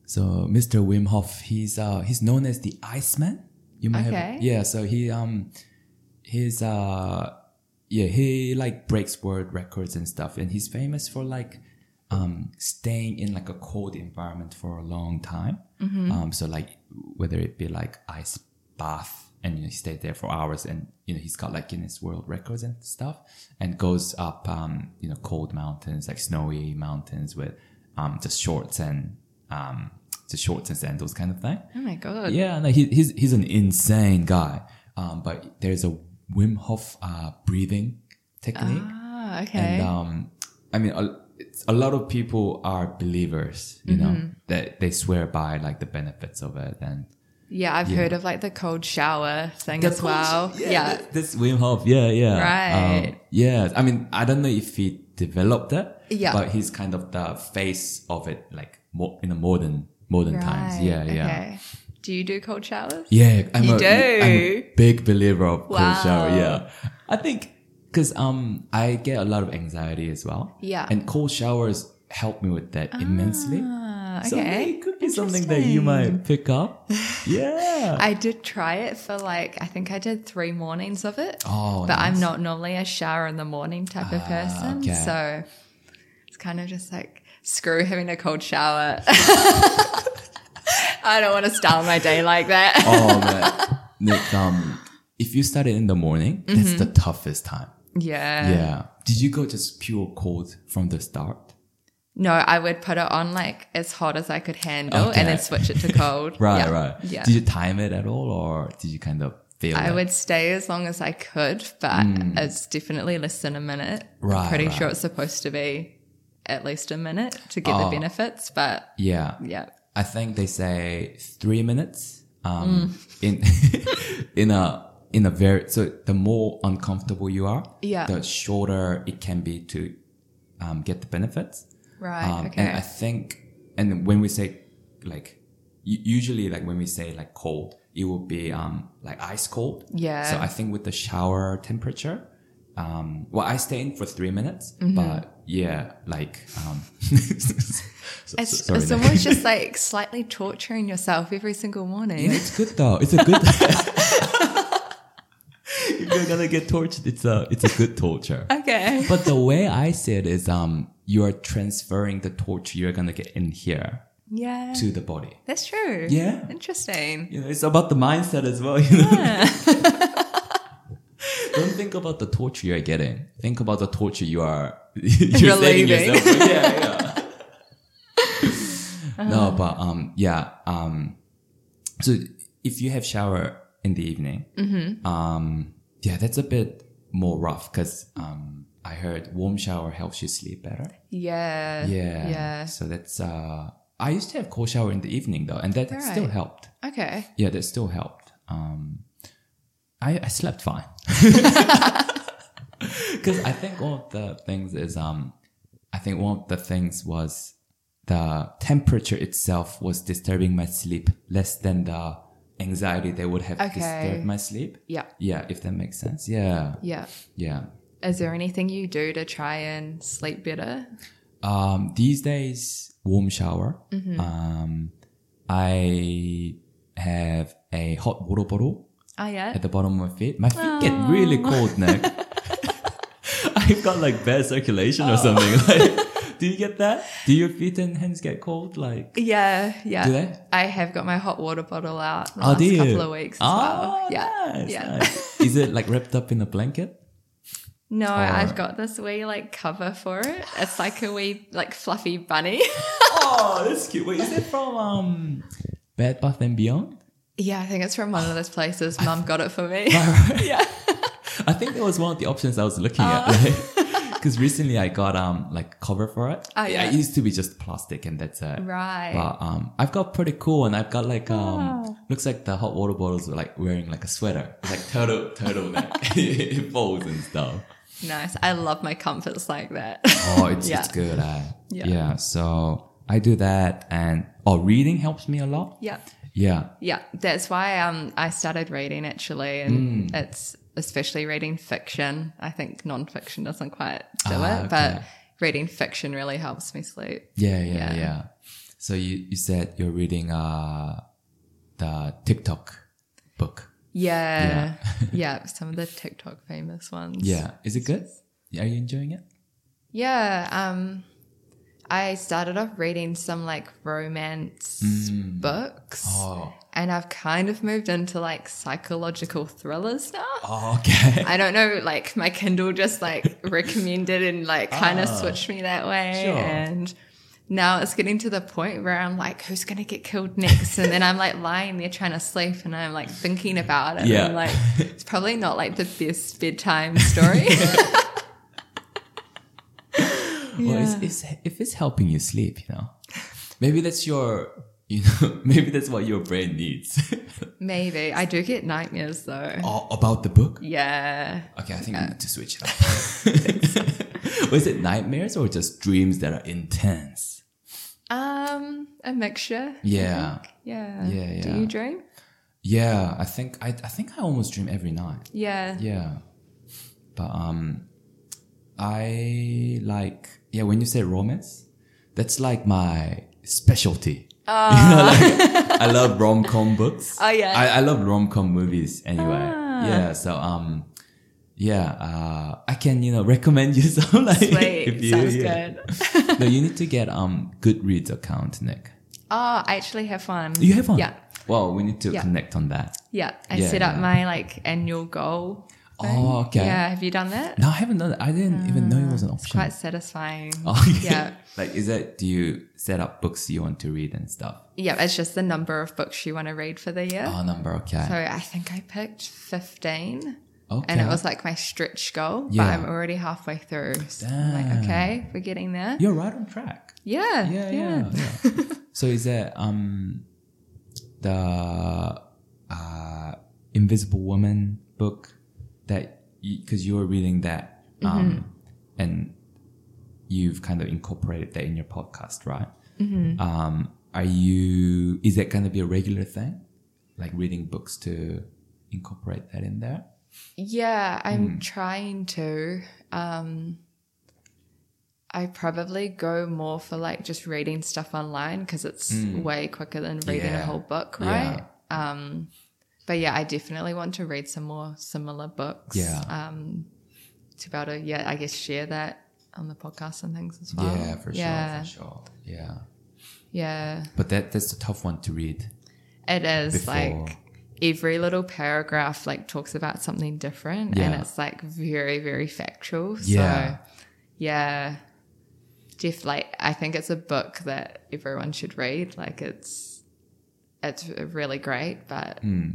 so mr wim hof he's uh he's known as the iceman you might
Okay.
have yeah so he um he's uh yeah he like breaks world records and stuff and he's famous for like um staying in like a cold environment for a long time um so like whether it be like ice bath and you know, he stayed there for hours and you know he's got like Guinness World Records and stuff and goes up um you know cold mountains like snowy mountains with um just shorts and um just shorts and sandals kind of thing
Oh my God.
yeah, no, he, he's he's an insane guy. Um, but there's a Wim Hof uh, breathing technique,
Ah, okay.
and um, I mean, a, it's, a lot of people are believers. You
Mm-hmm.
know that they swear by like the benefits of it, and
yeah, I've heard of like the cold shower thing as well. Yeah.
This Wim Hof, yeah, yeah,
Right.
Um, yeah, I mean, I don't know if he developed that,
Yeah.
but he's kind of the face of it, like more in the modern modern times. Yeah,
Right,
yeah.
Okay. Do you do cold showers?
Yeah, I'm,
You
a,
do?
am a big believer of cold shower.
Wow.
Yeah, I think because um, I get a lot of anxiety as well.
Yeah.
And cold showers help me with that immensely.
Ah,
So
okay.
it could be something that you might pick up. Yeah.
I did try it for like I think I did three mornings of it.
Oh,
but I'm
nice.
not normally a shower in the morning type of
Ah,
person,
okay.
so it's kind of just like screw having a cold shower. I don't want to start my day like that.
oh man, Nick. Um, if you start it in the morning, that's the toughest time.
Mm-hmm. Yeah.
yeah. Did you go just pure cold from the start?
No, I would put it on like as hot as I could handle,
Okay.
and then switch it to cold.
Right,
Yeah.
right.
Yeah.
Did you time it at all, or did you kind of feel?
I
it?
would stay as long as I could, but it's definitely less than a minute.
Hmm. Right,
I'm pretty
right.
sure it's supposed to be at least a minute to get
Oh.
the benefits, but
Yeah.
yeah.
I think they say three minutes. Um,
Mm.
in in a in a very so the more uncomfortable you are,
Yeah.
the shorter it can be to um, get the benefits.
Right.
Um,
okay.
And I think, and when we say like, u- usually like when we say like cold, it would be um like ice cold.
Yeah.
So I think with the shower temperature, um, well, I stay in for three minutes,
Mm-hmm.
but yeah, like um, so- so-
it's
sorry,
it's
Nick.
almost just like slightly torturing yourself every single morning.
Yeah, it's good though. It's a good. if you're gonna get tortured, it's a it's a good torture.
Okay.
But the way I see it is, um, you are transferring the torture you're gonna get in here
Yeah.
to the body.
That's true.
Yeah.
Interesting.
You know, it's about the mindset as well. You know? Don't think about the torture you're getting. Think about the torture you are you're saving
Relieving.
yourself. from. Yeah, yeah. no, but um, yeah. Um, so if you have shower in the evening,
Mm-hmm.
um, yeah, that's a bit more rough because um, I heard warm shower helps you sleep better.
Yeah.
Yeah,
Yeah.
So that's uh, I used to have cold shower in the evening though, and that still
Alright.
helped
Okay.
yeah, that still helped. Um, I, I slept fine because I think one of the things is um, I think one of the things was the temperature itself was disturbing my sleep less than the anxiety they would have
Okay.
disturbed my sleep.
Yeah.
Yeah, if that makes sense. Yeah,
Yeah.
yeah.
Is there anything you do to try and sleep better?
Um, these days, warm shower.
Mm-hmm.
Um, I have a hot water bottle.
Oh yeah.
at the bottom of my feet. My feet get really
Ah.
cold, Nick. I've got like bad circulation or something.
Oh.
Like, do you get that? Do your feet and hands get cold? Like,
Yeah, yeah.
Do they?
I have got my hot water bottle out the
oh,
last
do you?
couple of weeks as
oh,
well. Yeah.
nice,
yeah.
nice. Is it like wrapped up in a blanket?
No,
right.
I've got this wee like cover for it. It's like a wee like fluffy bunny.
Oh, that's cute. Wait, is it from um, Bed Bath and Beyond?
yeah, I think it's from one of those places. Mum got it for me.
yeah. I think that was one of the options I was looking
Oh.
at. Because recently I got um like cover for it.
Oh, yeah.
It used to be just plastic and that's it.
Right.
But um, I've got pretty cool, and I've got like um,
Wow.
looks like the hot water bottles were like wearing like a sweater, It's like turtle turtleneck. it folds and stuff.
Nice. I love my comforts like that.
Oh, it's
Yeah.
it's good. Eh?
Yeah.
So I do that, and oh, reading helps me a lot.
yeah.
Yeah.
Yeah. That's why um I started reading actually
Hmm.
and it's especially reading fiction. I think nonfiction doesn't quite do
Ah,
it, but
okay.
reading fiction really helps me sleep.
Yeah. Yeah. Yeah.
Yeah.
So you you said you're reading uh the TikTok book.
Yeah. Yeah. Some of the TikTok famous ones.
Yeah. Is it good? Are you enjoying it?
Yeah. Um, I started off reading some like romance books.
Hmm. Oh.
And I've kind of moved into like psychological thrillers now.
Oh, okay.
I don't know, like my Kindle just like recommended and like kind of switched me that way.
Ah, Sure.
And now it's getting to the point where I'm like, who's going to get killed next? And then I'm like lying there trying to sleep and I'm like thinking about it. and
Yeah.
I'm like, it's probably not like the best bedtime story.
Well, it's,
Yeah.
it's, if it's helping you sleep, you know, maybe that's your, you know, maybe that's what your brain needs.
Maybe. I do get nightmares though.
oh, about the book?
Yeah.
Okay, I think we need to switch it up. Was it nightmares or just dreams that are intense?
Um, a mixture.
Yeah.
Yeah.
Yeah,
Do
yeah.
you dream?
Yeah, I think I, I think I almost dream every night.
Yeah.
Yeah. But um, I like yeah. When you say romance, that's like my specialty. You know, like, I love rom com books.
Oh, yeah. Ah.
I, I love rom com movies anyway. Yeah. So um, yeah. Uh, I can you know recommend you some like
Sweet. Sounds good.
good. no, you need to get um Goodreads account, Nick.
Oh, I actually have one.
You have one.
Yeah.
Well, we need to
Yeah.
connect on that.
Yeah. I
Yeah.
set up my like annual goal. thing.
Oh, okay.
Yeah. Have you done that?
No, I haven't done that. I didn't even know it was an
It's
option.
quite satisfying.
Oh,
yeah.
like, is that, do you set up books you want to read and stuff?
Yeah. It's just the number of books you want to read for the year.
Oh, number, okay.
So I think I picked 15.
okay.
And it was like my stretch goal,
Yeah.
but I'm already halfway through. So I'm like,
Damn.
okay, we're getting there.
You're right on track.
Yeah.
Yeah, yeah, yeah. so is that, um, the, uh, Invisible Woman book that, because you, were reading that,
Mm-hmm.
um, and you've kind of incorporated that in your podcast, right?
Mm-hmm.
Um, are you, is that going to be a regular thing? Like reading books to incorporate that in there?
Yeah,
Hmm.
I'm trying to. Um, I probably go more for like just reading stuff online because it's way quicker than reading a
Hmm. Yeah.
whole book,
Yeah.
right? Um, but yeah, I definitely want to read some more similar books.
Yeah.
Um, to be able to, yeah, I guess share that on the podcast and things as well.
yeah, for
yeah,
sure, for sure. Yeah.
Yeah.
But that that's a tough one to read.
It is
before-
like every little paragraph like talks about something different and
Yeah.
it's like very very factual.
Yeah.
So yeah. Def like I think it's a book that everyone should read. Like it's it's really great, but
Hmm.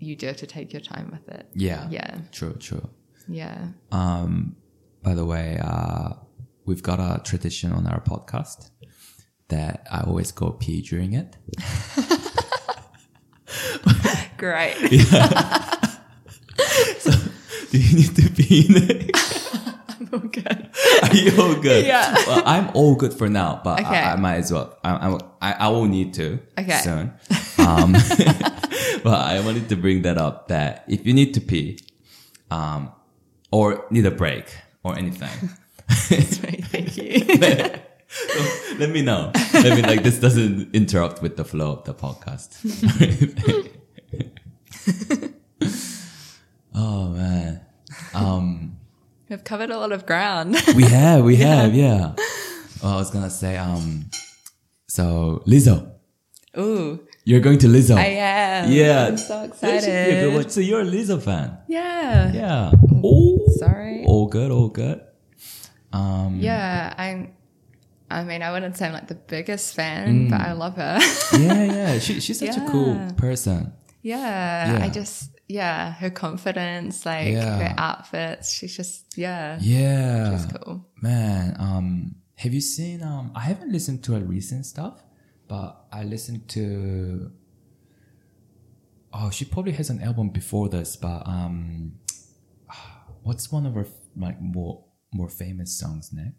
you do have to take your time with it.
Yeah.
Yeah.
True, true.
Yeah.
Um by the way, uh we've got a tradition on our podcast that I always go pee during it.
Great.
Do you need to pee Nick?
okay.
Are you all good?
Yeah.
Well, I'm all good for now, but
Okay.
I, I might as well. I, I, I will need to
Okay.
soon. Um, but I wanted to bring that up that if you need to pee, um, or need a break or anything,
Sweet, Thank you.
let me know. Let me like this doesn't interrupt with the flow of the podcast. oh man. Um,
We've covered a lot of ground.
we have, we have, yeah. Well, I was gonna say, um, so Lizzo,
Ooh.
you're going to Lizzo.
I am.
yeah,
I'm so
That should be a good
excited.
one. So you're a Lizzo fan,
Yeah.
yeah? Oh,
Sorry.
all good, all good. Um,
Yeah, I'm. I mean, I wouldn't say I'm like the biggest
Mm.
fan, but I love her.
yeah, yeah. She, she's such a cool
Yeah.
person.
yeah,
Yeah.
I just yeah, her confidence, like
Yeah.
her outfits, she's just yeah,
Yeah,
she's cool.
man. Um, have you seen? Um, I haven't listened to her recent stuff, but I listened to. Oh, she probably has an album before this, but um, what's one of her like more more famous songs, Nick?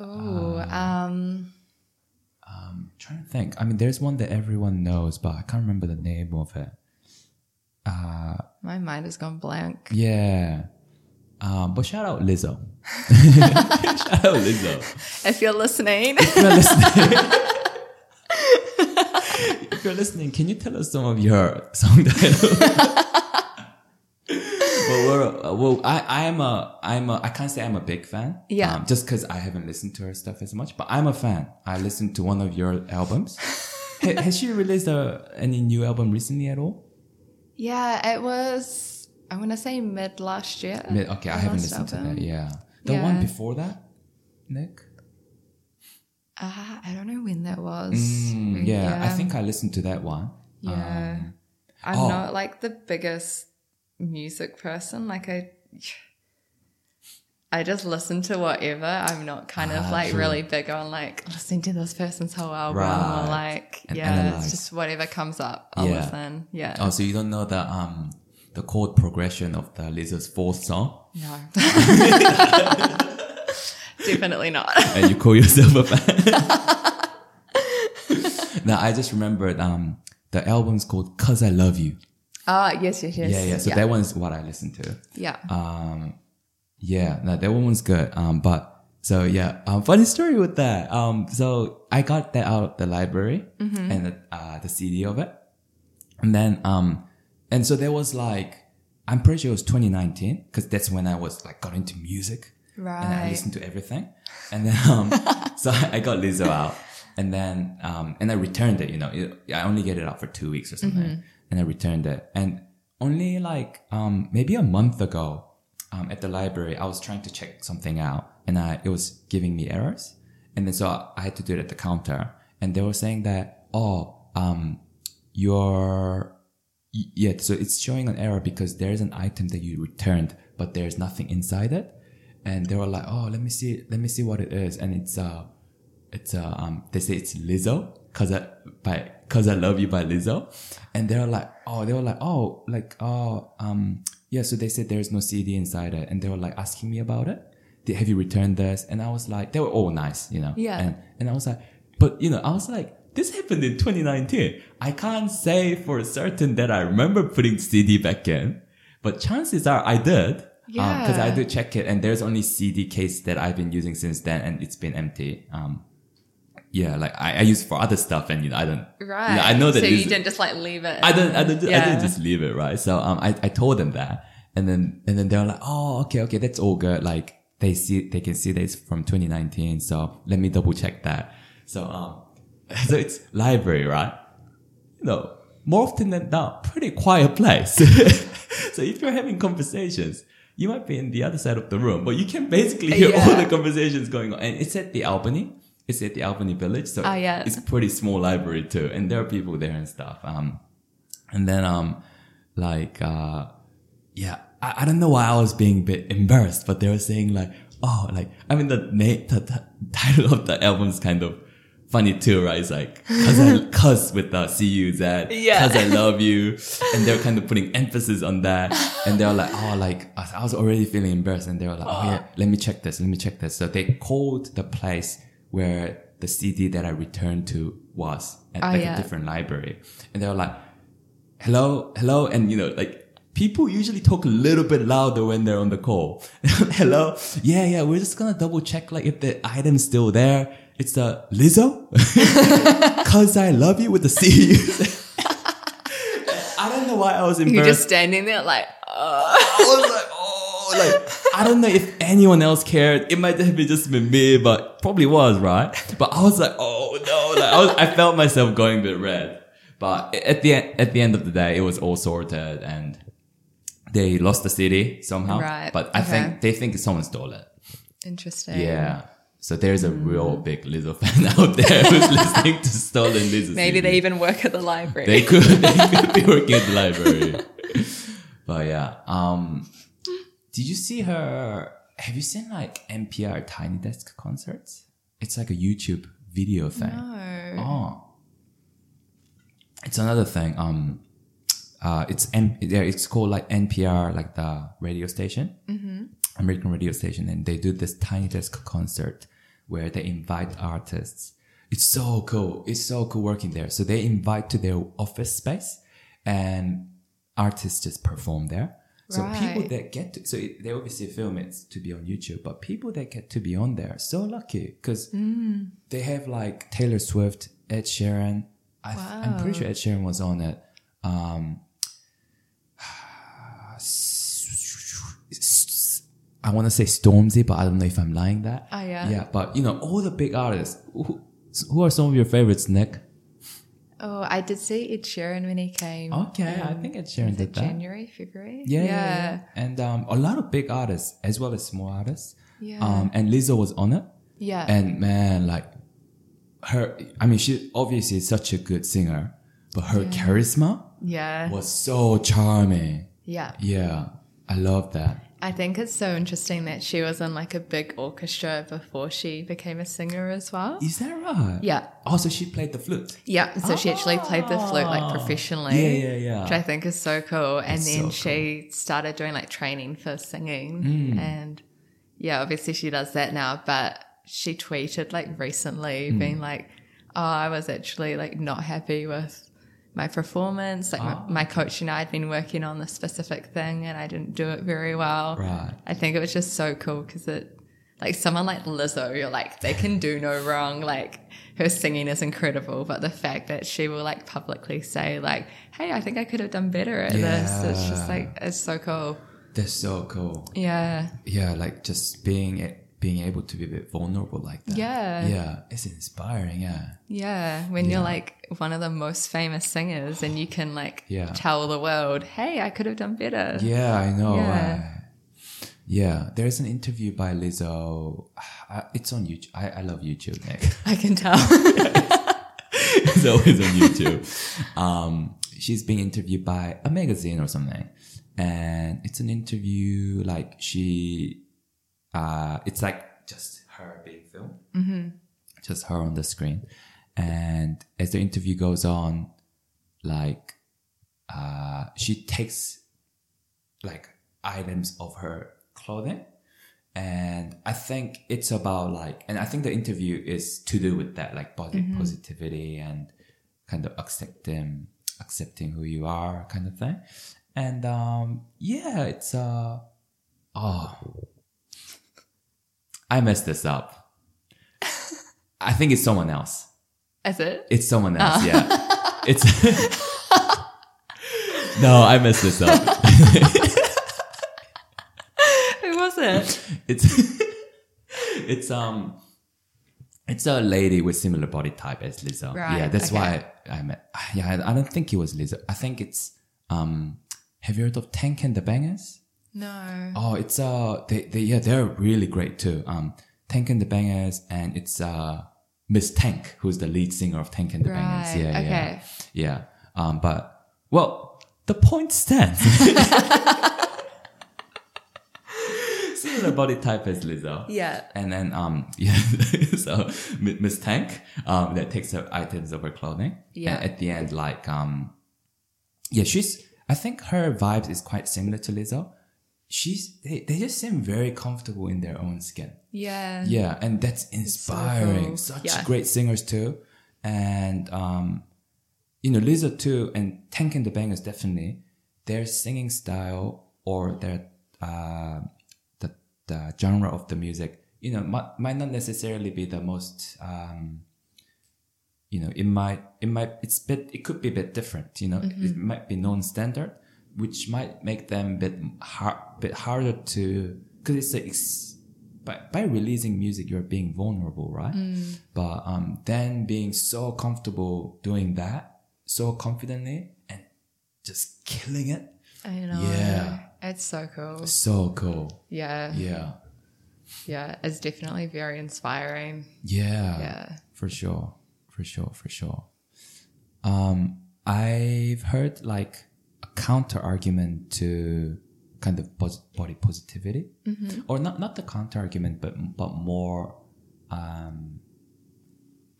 Oh,
Ah.
um,
I'm trying to think. I mean, there's one that everyone knows, but I can't remember the name of it.
my mind has gone blank.
Yeah. Um, but shout out Lizzo. shout out Lizzo.
If you're listening,
If you're listening, can you tell us some of your song titles? well, we're, uh, well, I, I'm a, I'm a, I can't say I'm a big fan.
Yeah.
Um, just because I haven't listened to her stuff as much, but I'm a fan. I listened to one of your albums. Ha- has she released a, any new album recently at all?
yeah, it was. I want to say mid last year.
Mi- Okay, I
her
haven't
Uh, last
listened to
album.
that. Yeah. The one
Yeah.
before that, Nick.
Ah, I don't know when that was.
Mm, yeah, I
Yeah.
think I listened to that one.
Yeah.
Um,
I'm
Oh.
not like the biggest music person. Like I I just listen to whatever. I'm not kind
Ah,
of like
true.
really big on like listening to this person's whole album
Right.
or like
And
yeah,
analyse.
it's just whatever comes up, I'll
Yeah.
listen. Yeah.
Oh, so you don't know the um the chord progression of the Lizzo's fourth song,
No. Definitely not.
and you call yourself a fan? no, I just remembered um the album's called "Cause I Love You."
Ah, yes, yes, yes.
Yeah, yeah. So that one is what I listened to.
yeah.
Um, Yeah, no, that one was good. Um, but so yeah, um, funny story with that. Um, so I got that out of the library
Mm-hmm.
and the, uh, the CD of it, and then um, and so there was like, I'm pretty sure it was 2019 because that's when I was like got into music, And I
Right.
listened to everything, and then um, so I got Lizzo out, and then um, and I returned it. You know, it, I only get it out for two weeks or something, and I returned it, and only like um maybe a month ago, um, at the library, I was trying to check something out, and I it was giving me errors, and then so I, I had to do it at the counter, and they were saying that oh um your y- yeah so it's showing an error because there is an item that you returned but there's nothing inside it and they were like oh let me see let me see what it is and it's uh it's uh um they say it's lizzo cause i by cause i love you by lizzo and they were like oh they were like oh like oh um yeah so they said there's no cd inside it and they were like asking me about it Did- have you returned this and i was like they were all nice you know
Yeah.
and and I was like, but you know, I was like, this happened in 2019. I can't say for certain that I remember putting CD back in, but chances are I did. Because I
Yeah.
do check it, and there's only CD case that I've been using since then, and it's been empty. Um, yeah, like I, I use for other stuff, and you know, I don't. you know,
Right.
I know that
So
this-
you didn't just like leave it.
I didn't, I didn't, I
Yeah.
didn't just leave it, right? So, um, I, I told them that. And then, and then they were like, oh, okay, okay, that's all good. Like, they see, they can see that it's from 2019. So let me double check that. So, um, so it's library, right? You know, more often than not, pretty quiet place. so if you're having conversations, you might be in the other side of the room, but you can basically hear all
Yeah.
the conversations going on. And it's at the Albany. It's at the Albany Village. So
Ah, yeah.
it's pretty small library too. And there are people there and stuff. Um, and then, um, like, uh, yeah, I, I don't know why I was being a bit embarrassed, but they were saying like, oh, like, I mean, the, na- the, the title of the album is kind of funny too, right? It's like, cause I cuss with the CUZ,
Yeah.
cause I love you. And they're kind of putting emphasis on that. And they're like, oh, like, I was- I was already feeling embarrassed. And they were like, oh yeah, let me check this, let me check this. So they called the place where the CD that I returned to was at
Oh,
like
yeah.
a different library. And they were like, hello, hello, and you know, like people usually talk a little bit louder when they're on the call. hello, yeah, yeah, we're just gonna double check like if the item's still there. It's the Lizzo, cause I love you with the C. I don't know why I was
You're
embarrassed.
just standing there like, oh.
I was like, oh, like I don't know if anyone else cared. It might have been just been me, but probably was right. But I was like, oh no, like I, was, I felt myself going a bit red. But at the end, at the end of the day, it was all sorted, and they lost the city somehow.
Right,
But I
okay.
think they think someone stole it.
Interesting.
Yeah. So there's a real big Lizzo fan out there who's listening to stolen Lizzo.
Maybe
CD.
they even work at the library.
They could, they could be working at the library. but yeah. Um, did you see her? Have you seen like NPR Tiny Desk concerts? It's like a YouTube video thing.
no.
Oh. It's another thing. Um, uh, it's N- yeah, it's called like NPR, like the radio station, mm-hmm. American radio station, and they do this tiny desk concert where they invite artists. It's so cool. It's so cool working there. So they invite to their office space, and artists just perform there. So people
Right.
that get to, so it, they obviously film it to be on YouTube, but people that get to be on there are so lucky because they have like Taylor Swift, Ed Sheeran. I th- I'm pretty sure Ed Sheeran was on it. Um, I want to say Stormzy, but I don't know if I'm lying that.
Oh, yeah.
Yeah, but you know, all the big artists. Who, who are some of your favorites, Nick?
Oh, I did see Ed Sheeran when he came.
Okay, Oh, I think Ed Sheeran
Was it
did that.
January, February?
Yeah, yeah, yeah. And um, a lot of big artists as well as small artists.
Yeah.
Um, and Lizzo was on it.
Yeah.
And man, like her, I mean, she obviously is such a good singer, but her charisma
Yeah.
was so charming.
Yeah.
Yeah, I love that.
I think it's so interesting that she was in like a big orchestra before she became a singer as well.
Is that right?
Yeah.
Also, she played the flute.
Yeah. So she actually played the flute like
Oh.
professionally.
Yeah, yeah, yeah.
Which I think is so cool. And
It's
then
so
she started doing like training for singing.
Hmm.
And yeah, obviously she does that now. But she
Hmm.
tweeted like recently being like, Oh, I was actually like not happy with my performance. Like
Ah.
my, my coach and I had been working on this specific thing, and I didn't do it very well.
Right.
I think it was just so cool because it, like someone like Lizzo, you're like they can do no wrong. Like her singing is incredible, but the fact that she will like publicly say like, "Hey, I think I could have done better at this," it's just
Yeah.
like it's so cool.
That's so cool.
Yeah.
Yeah, like just being being able to be a bit vulnerable like that.
Yeah.
Yeah, it's inspiring. Yeah.
Yeah, when you're like one of the most famous singers and you can like
Yeah.
tell the world, "Hey, I could have done better."
Yeah, I know.
Yeah.
right? Yeah, there's an interview by Lizzo. I, it's on YouTube. I, I love YouTube. Nick.
I can tell.
it's always on YouTube. Um, she's being interviewed by a magazine or something, and it's an interview like she, uh, it's like just her being filmed, mm-hmm. just her on the screen, and as the interview goes on, like, uh, she takes like items of her clothing. And I think it's about like, and I think the interview is to do with that, like body positivity and kind of accepting, accepting who you are kind of thing. And, um, yeah, it's, uh, oh, I messed this up. I think it's someone else.
Is it?
It's someone else, yeah. It's No, I messed this up.
Who was it?
It's it's um it's a lady with similar body type as Lizzo.
Right,
yeah, that's
okay.
why I, I met yeah, I, I don't think it was Lizzo. I think it's um have you heard of Tank and the Bangers?
No.
Oh, it's uh they, they yeah, they're really great too. Um Tank and the Bangers and it's uh Miss Tank who's the lead singer of Tank and the Bangers.
Right,
Yeah,
okay.
yeah. Yeah. Um but well, the point stands. Similar body type as Lizzo.
Yeah.
And then um yeah, so Mi- Miss Tank um that takes her items of her clothing.
Yeah.
And at the end like um yeah, she's. I think her vibes is quite similar to Lizzo. She's. They, they just seem very comfortable in their own skin.
Yeah.
Yeah, and that's
so
inspiring.
cool.
Such
Yeah.
great singers too, and um, you know Lizzo too, and Tank and the Bangers definitely. Their singing style or their uh, the the genre of the music, you know, might, might not necessarily be the most. Um, you know, it might it might it's bit it could be a bit different. You know, it might be non-standard, which might make them a bit hard, bit harder to because it's a ex- by by releasing music you're being vulnerable, right? But um, then being so comfortable doing that so confidently and just killing it,
I know.
Yeah.
It's so cool.
so cool.
Yeah. yeah.
Yeah,
It's definitely very inspiring.
yeah,
Yeah.
for sure, for sure, for sure. Um, I've heard like a counter argument to kind of pos- body positivity, or not not the counter argument, but but more um,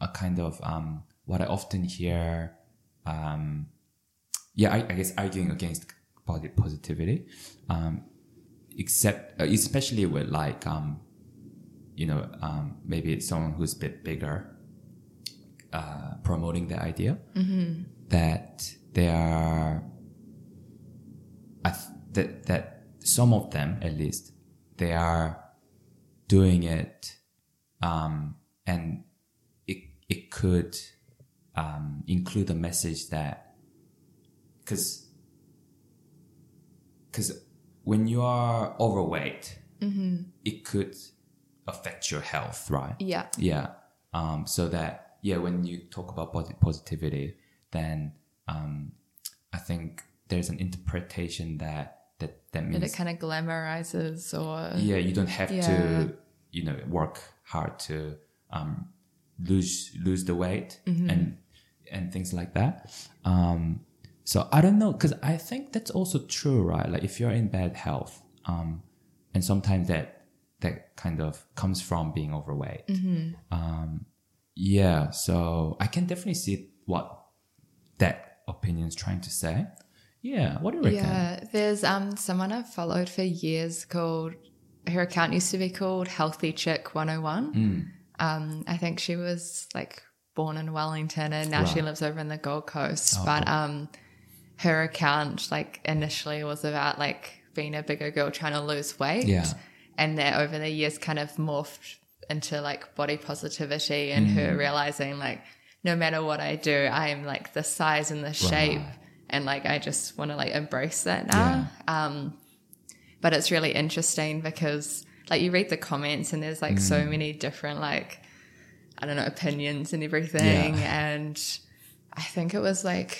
a kind of um, what I often hear. Um, yeah, I, I guess arguing against body positivity, um, except uh, especially with like um, you know um, maybe it's someone who's a bit bigger uh, promoting the idea that they are I th- that that some of them at least they are doing it um, and it it could um, include a message that because because when you are overweight it could affect your health right
Yeah.
yeah. Um, so that yeah, when you talk about body positivity, then um, I think there's an interpretation that that that
That it
means
kind of glamorizes or
yeah, you don't have
Yeah.
to you know work hard to um, lose lose the weight
Mm-hmm.
and and things like that. Um, so I don't know because I think that's also true, right? Like if you're in bad health, um, and sometimes that that kind of comes from being overweight.
Mm-hmm.
Um, Yeah, so I can definitely see what that opinion's trying to say. Yeah, what do you reckon?
Yeah, there's um someone I've followed for years called her oh
Hmm.
account used to be called Healthy Chick 101. Um, I think she was like born in Wellington and now she
Right.
lives over in the Gold Coast.
Oh,
but
cool.
um, her account, like initially, was about like being a bigger girl trying to lose weight,
Yeah.
and that over the years kind of morphed into like body positivity and her realizing like no matter what I do, I am like the size and the shape,
Right.
and like I just want to like embrace that now. Um, but it's really interesting because like you read the comments and there's like so many different like I don't know opinions and everything and I think it was like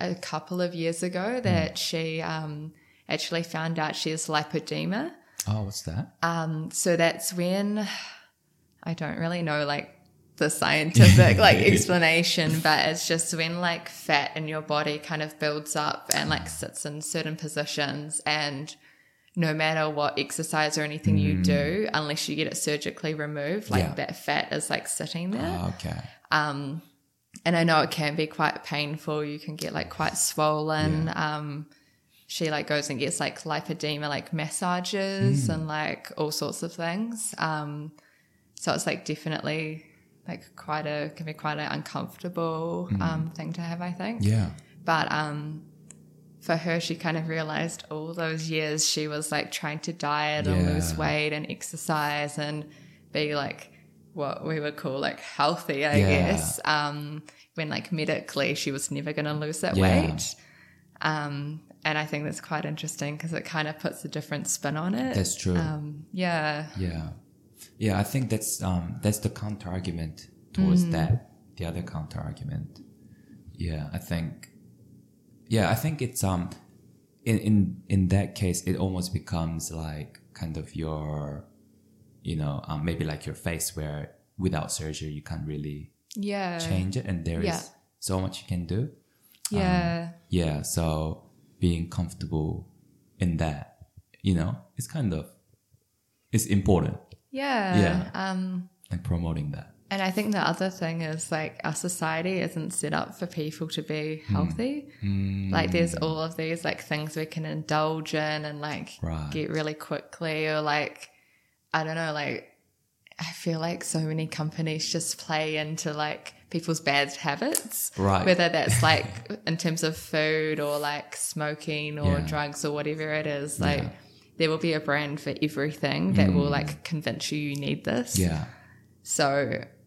a couple of years ago that she um, actually found out she has lipodema.
Oh, what's that?
Um, so that's when I don't really know like the scientific like explanation, but it's just when like fat in your body kind of builds up and like sits in certain positions and no matter what exercise or anything you do, unless you get it surgically removed, like
Yeah.
that fat is like sitting there.
Oh, okay.
and I know it can be quite painful. You can get like quite swollen. Um, she like goes and gets like lipedema, like massages and like all sorts of things. Um, so it's like definitely like quite a can be quite an uncomfortable um, thing to have, I think.
Yeah.
But um, for her, she kind of realized all those years she was like trying to diet and
Yeah.
lose weight and exercise and be like what we would call like healthy, I
Yeah.
guess. Um, when like medically, she was never going to lose that
Yeah.
weight. Um, and I think that's quite interesting because it kind of puts a different spin on it.
That's true.
Um, yeah.
Yeah, yeah. I think that's um that's the counter argument towards that. The other counter argument. Yeah, I think. Yeah, I think it's um, in in in that case, it almost becomes like kind of your, you know, um, maybe like your face where without surgery you can't really
Yeah.
change it, and there is
Uh, Yeah.
so much you can do.
Yeah.
Um, Yeah, so being comfortable in that, you know, it's kind of it's important
yeah. Um,
and promoting that.
And I think the other thing is like our society isn't set up for people to be
Hmm.
healthy.
Mm,
Like there's all of these like things we can indulge in and like
Right.
get really quickly or like I don't know, like I feel like so many companies just play into like people's bad habits.
Right.
Whether that's like in terms of food or like smoking or
Yeah.
drugs or whatever it is, like there will be a brand for everything
Hmm.
that will like convince you you need this.
Yeah.
So,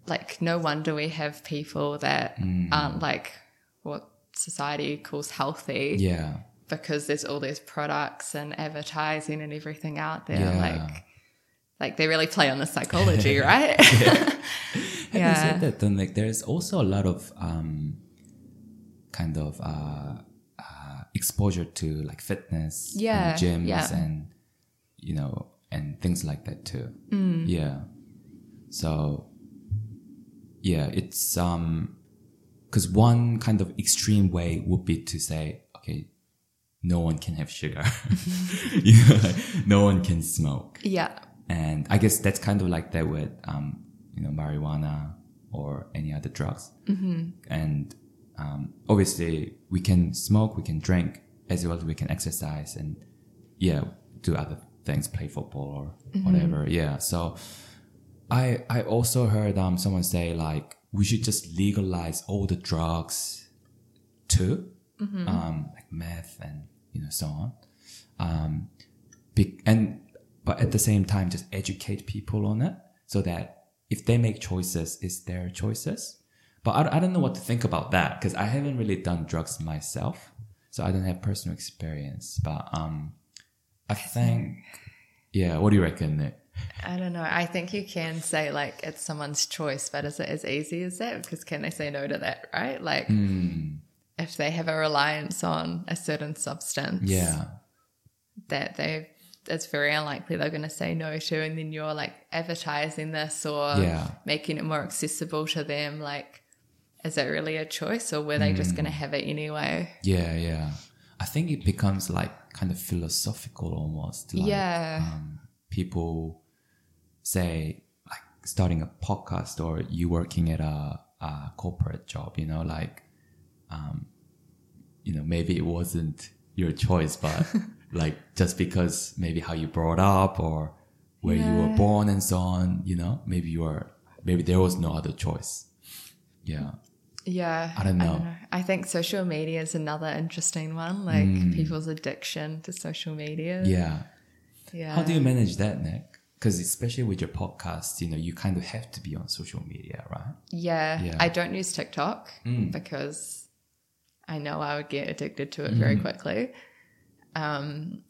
like, no wonder we have people that
Mm.
aren't like what society calls healthy
Yeah.
because there's all these products and advertising and everything out there.
Yeah.
Like, like they really play on the psychology, right?
Having
Yeah.
said that, then like there's also a lot of um, kind of uh, uh, exposure to like fitness,
Yeah,
and gyms,
yeah.
and you know, and things like that too.
Mm.
Yeah. So yeah, it's um, because one kind of extreme way would be to say, okay, no one can have sugar, you know, like, no one can smoke.
yeah.
and I guess that's kind of like that with um, you know marijuana or any other drugs. Mm-hmm. And um, obviously, we can smoke, we can drink, as well as we can exercise, and yeah, do other things, play football or whatever. Yeah, so I I also heard um someone say like we should just legalize all the drugs too, um, like meth and you know so on. Um, be- and but at the same time just educate people on it so that if they make choices it's their choices but i, I don't know what to think about that because i haven't really done drugs myself so i don't have personal experience but um i think yeah what do you reckon Nick?
I don't know. I think you can say like it's someone's choice, but is it as easy as that? Because can they say no to that, right? Like
Hmm.
if they have a reliance on a certain substance.
yeah
that they it's very unlikely they're going to say no to and then you're like advertising this or
Yeah.
making it more accessible to them like is it really a choice or were they just
Mm.
going to have it anyway
yeah yeah i think it becomes like kind of philosophical almost like,
yeah
um, people say like starting a podcast or you working at a, a corporate job you know like um, you know maybe it wasn't your choice but like just because maybe how you brought up or where you were
Yeah.
born and so on you know maybe you are maybe there was no other choice Yeah.
Yeah.
I don't know.
I think social media is another interesting one, like people's addiction to social media.
Mm. Yeah.
Yeah.
How do you
Um,
manage that, Nick? Because especially with your podcast, you know, you kind of have to be on social media, right?
yeah.
Yeah. Hmm.
I don't use TikTok because I know I would get addicted to it
Mm-hmm.
very quickly. Um,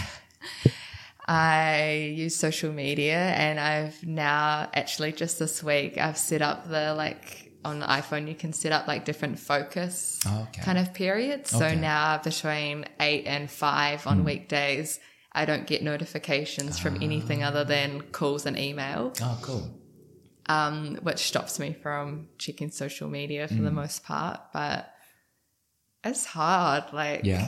I use social media and I've now actually just this week I've set up the like on the iPhone you can set up like different focus
Okay.
kind of periods. So
Okay. Hmm.
now between eight and five on weekdays, I don't get notifications from anything other
Ah.
than calls and email,
Oh, cool.
um, which stops me from checking social media for
Mm.
the most part. But it's hard. Like,
Yeah.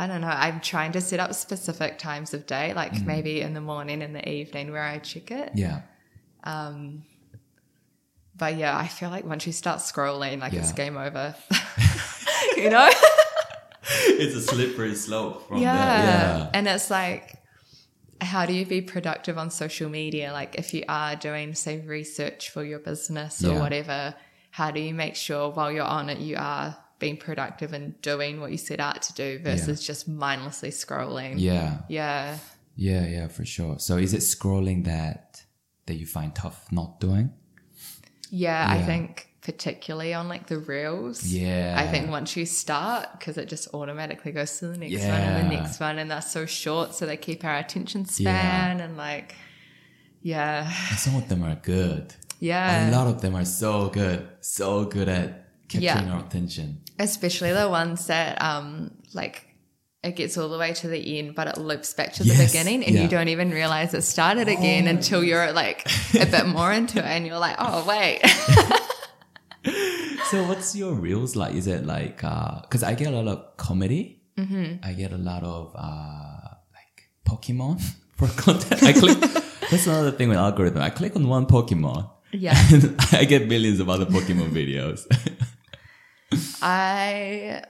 I don't know. I'm trying to set up specific times of day, like maybe in the morning and the evening where I check it.
Mm. Yeah.
But yeah, I feel like once you start scrolling, like it's
Yeah.
game over. you know?
it's a slippery slope from
yeah.
that.
And it's like, how do you be productive on social media? Like, if you are doing, say, research for your business or
Yeah.
whatever, how do you make sure while you're on it, you are being productive and doing what you set out to do versus just mindlessly scrolling?
Yeah.
Yeah.
Yeah. Yeah. Yeah. For sure. So is it scrolling that that you find tough not doing?
Yeah, I
Yeah.
think particularly on like the reels.
Yeah.
I think once you start, because it just automatically goes to the next one and the
Yeah.
next one, and that's so short, so they keep our attention
Yeah.
span and like, yeah,
And some of them are good. a
yeah.
lot of them are so good, so good at capturing
Yeah.
our attention.
Especially the ones that um like it gets all the way to the end, but it loops back to the
Yes,
beginning, and
yeah. Oh.
you don't even realize it started again until you're like a bit more into it, and you're like, oh wait,
So what's your reels like? Is it like because I get a lot of comedy. Mm-hmm. I get a lot of uh, like Pokemon for content. I click. that's another thing with algorithm. I click on one Pokemon.
Yeah.
And I get millions of other Pokemon videos.
I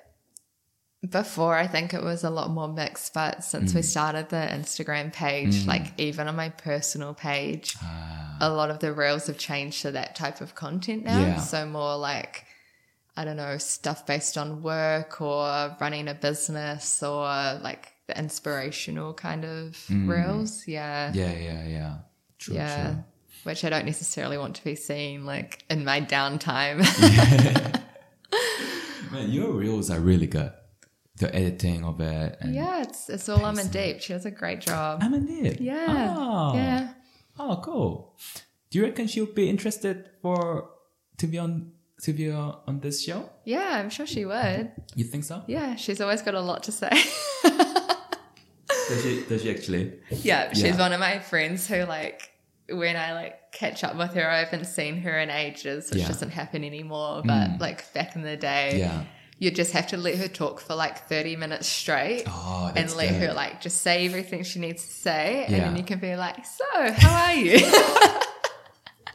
before I think it was a lot more mixed, but since we started the Instagram page, like even on my personal page, a lot of the reels have changed to that type of content now.
Yeah.
So more like I don't know, stuff based on work or running a business or like the inspirational kind of reels. Yeah.
yeah, yeah, yeah. True,
Yeah.
true.
Which I don't necessarily want to be seeing like in my downtime.
Man, your reels are really good. The editing of it. And
yeah, it's it's all I'm in deep. She does a great job.
I'm in it.
Yeah.
Oh.
Yeah.
Oh, cool. Do you reckon she'll be interested for to be on to be on, on this show?
Yeah, I'm sure she would.
You think so?
Yeah, she's always got a lot to say.
Does she? Does she actually?
yeah, she's
Yeah.
one of my friends who like when I like catch up with her, I haven't seen her in ages, which
Yeah. Mm.
doesn't happen anymore. But like back in the day,
Yeah.
you just have to let her talk for like 30 minutes straight.
Oh,
and
that's
let
good.
her like just say everything she needs to say, and
Yeah.
then you can be like, "So, how are you?"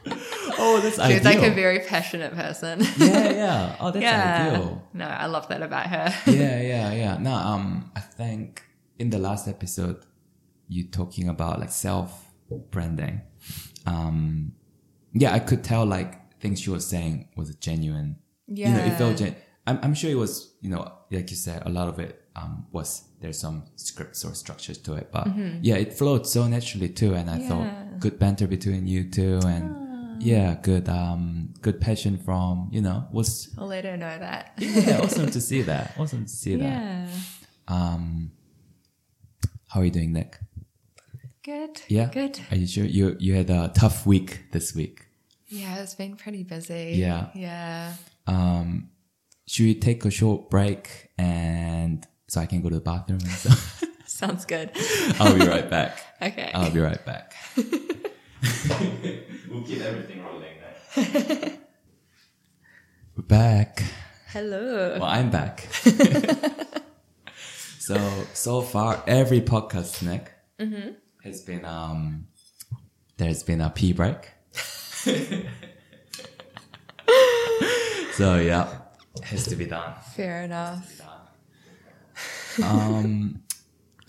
Oh, that's
She's
ideal.
like a very passionate person.
yeah, yeah. Oh, that's
yeah,
ideal.
no, I love that about her.
Yeah, yeah, yeah. No, um, I think in the last episode, you talking about like self branding. Um, yeah, I could tell like things she was saying was genuine. you know, it felt
Yeah.
gen- I'm, I'm sure it was, you know, like you said, a lot of it um, was there's some scripts or structures to it, but yeah, it flowed so naturally too. And I
Mm-hmm. Yeah. Ah.
thought good banter between you two, and yeah, good um, good passion from you know was
I'll let her know that.
yeah, awesome to see that. Awesome to see that.
Yeah.
Um, how are you doing, Nick?
Good.
Yeah,
Good.
Are you sure you you had a tough week this week?
Yeah, it's been pretty busy.
Yeah.
Yeah.
Um, should we take a short break and so I can go to the bathroom and stuff?
Sounds good.
I'll be right back.
Okay.
I'll be right back. we'll keep everything rolling then. We're back.
Hello.
Well, I'm back. so so far, every podcast snack has been um, there's been a pee break. so yeah, has to be done.
Fair enough.
Um,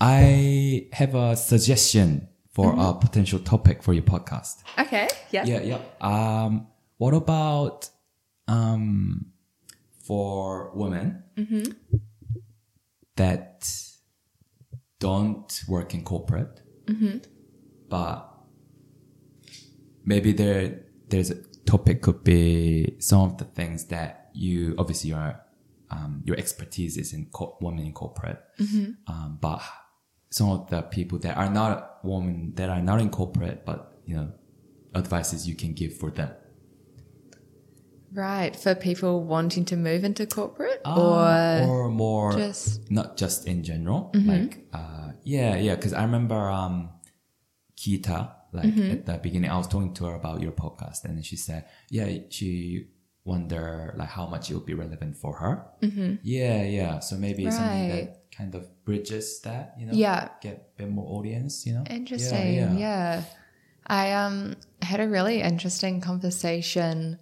I have a suggestion for a potential topic for your podcast.
Okay. Yeah.
Yeah, yeah. Um, What about um, for women that don't work in corporate, but maybe there there's a topic could be some of the things that you obviously your um, your expertise is in co- women in corporate, um, but some of the people that are not women that are not in corporate, but you know, advices you can give for them.
Right. For people wanting to move into corporate
Ah,
or,
or more
just- Mm-hmm.
not just in general like uh yeah yeah because i remember um kita like
Mm-hmm.
at the beginning i was talking to her about your podcast and then she said yeah she wonder like how much it would be relevant for her mm-hmm. yeah yeah so maybe something
Right.
that kind of bridges that you know
Yeah.
get a bit more audience you know Yeah,
Interesting. Yeah, I um had a really interesting conversation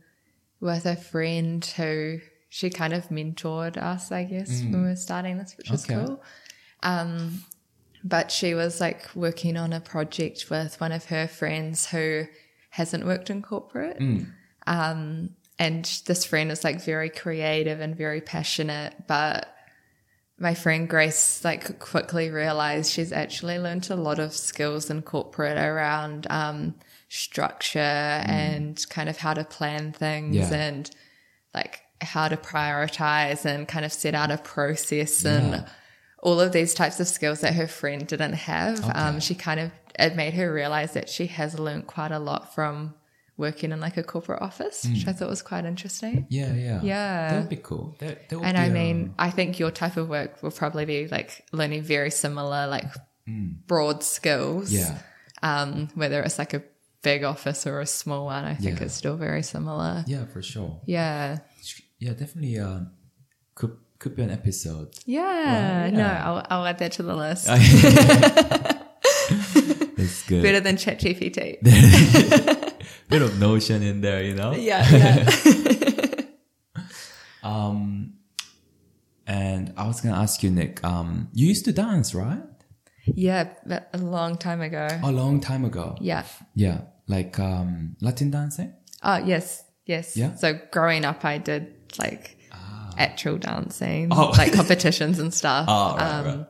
with a friend who she kind of mentored us, I guess, when we were starting this, which is
Okay.
cool. Um, but she was like working on a project with one of her friends who hasn't worked in corporate. Um, and this friend is like very creative and very passionate, but my friend Grace like quickly realized she's actually learnt a lot of skills in corporate around um, structure and kind of how to plan things
Yeah.
and like how to prioritize and kind of set out a process and all of these types of skills that her friend didn't have. Um, she kind of it made her realize that she has learnt quite a lot from working in like a corporate office,
Hmm.
which I thought was quite interesting.
yeah yeah
Yeah.
that'd be cool that, that would be
And
um,
I
a-
mean, I think your type of work will probably be like learning very similar, like broad skills.
Hmm. yeah
Um, whether it's like a big office or a small one, I think
Yeah.
it's still very similar.
yeah for sure
Yeah.
yeah definitely uh could could be an episode
Yeah.
Right,
No,
yeah.
I'll, I'll add that to the list.
It's good.
Better than ChatGPT.
bit of notion in there, you know?
yeah. Yeah.
And I was gonna ask you, Nick, um, you used to dance, right?
yeah. But a long time ago.
A long time ago.
Yeah.
Yeah. Like um Latin dancing?
Oh, yes. Yes.
Yeah? Ah.
So growing up, I did like actual dancing,
Oh.
like competitions and stuff.
Oh, right,
Um,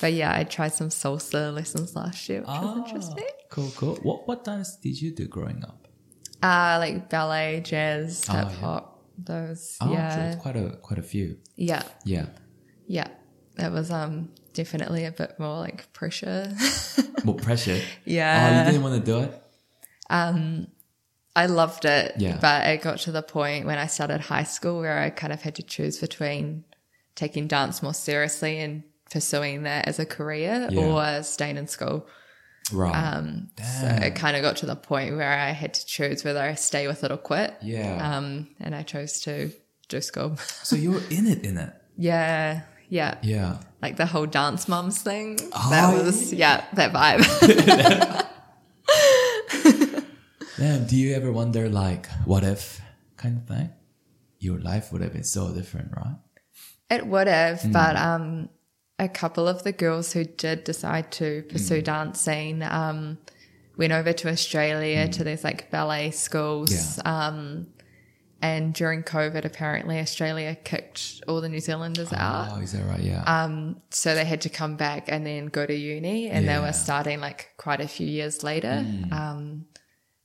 But yeah, I tried some salsa lessons last year, which
Ah,
was interesting.
Cool, cool. What what dance did you do growing up?
Uh, like ballet, jazz,
Oh, yeah.
hip hop, those.
Oh, so
yeah.
it's quite a quite a few.
Yeah.
Yeah.
Yeah. That was um definitely a bit more like pressure.
Well pressure.
yeah.
Oh, you didn't want to do it?
I loved it,
Yeah.
but it got to the point when I started high school where I kind of had to choose between taking dance more seriously and pursuing that as a career
Yeah.
or staying in school.
Right.
Um, so
Ah.
it kind of got to the point where I had to choose whether I stay with it or quit.
yeah.
Um, and I chose to do school.
so you were in it in it.
yeah. Yeah.
Yeah.
Like the whole dance moms thing.
Oh,
that was, yeah, that vibe.
Damn, do you ever wonder like what if kind of thing? Your life would have been so different, right?
It would have,
Hmm.
but um, a couple of the girls who did decide to
Hmm.
pursue dancing um, went over to Australia
Hmm.
to these like ballet schools. Um, and during COVID, apparently Australia kicked all the New Zealanders out.
Oh, is that right? Yeah.
Uh, Um, so they had to come back and then go to uni, and they
Yeah. Hmm.
were starting like quite a few years later. Um,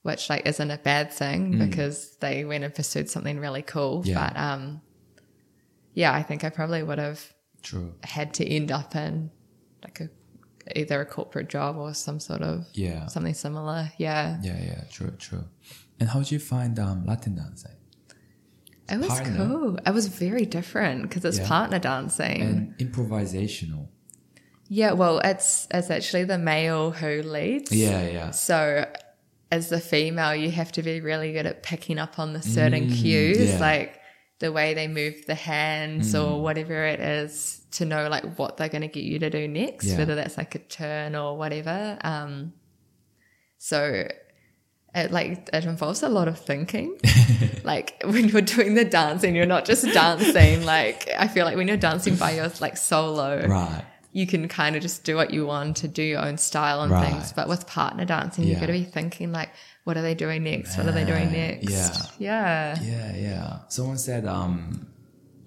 which like isn't a bad thing because they went and pursued something really cool.
Yeah.
But um, yeah, I think I probably would have
True.
had to end up in like a either a corporate job or some sort of
Yeah.
something similar. Yeah,
Yeah, yeah, true, true. And how did you find um, Latin dancing?
it was
partner.
cool. It was very different because it's
Yeah.
partner dancing.
And improvisational.
yeah, well, it's it's actually the male who leads.
Yeah, yeah.
So as the female, you have to be really good at picking up on the certain cues,
Mm, yeah. Mm.
like the way they move the hands or whatever it is to know like what they're going to get you to do next,
Yeah.
whether that's like a turn or whatever. Um, so it like it involves a lot of thinking. like when you're doing the dancing, you're not just dancing. Like I feel like when you're dancing by your like solo,
Right.
you can kind of just do what you want to do your own style and
Right.
things. But with partner dancing,
Yeah.
you've got to be thinking like, what are they doing next? What are they doing
Man,
next?
yeah.
Yeah.
Yeah, yeah. Someone said, um,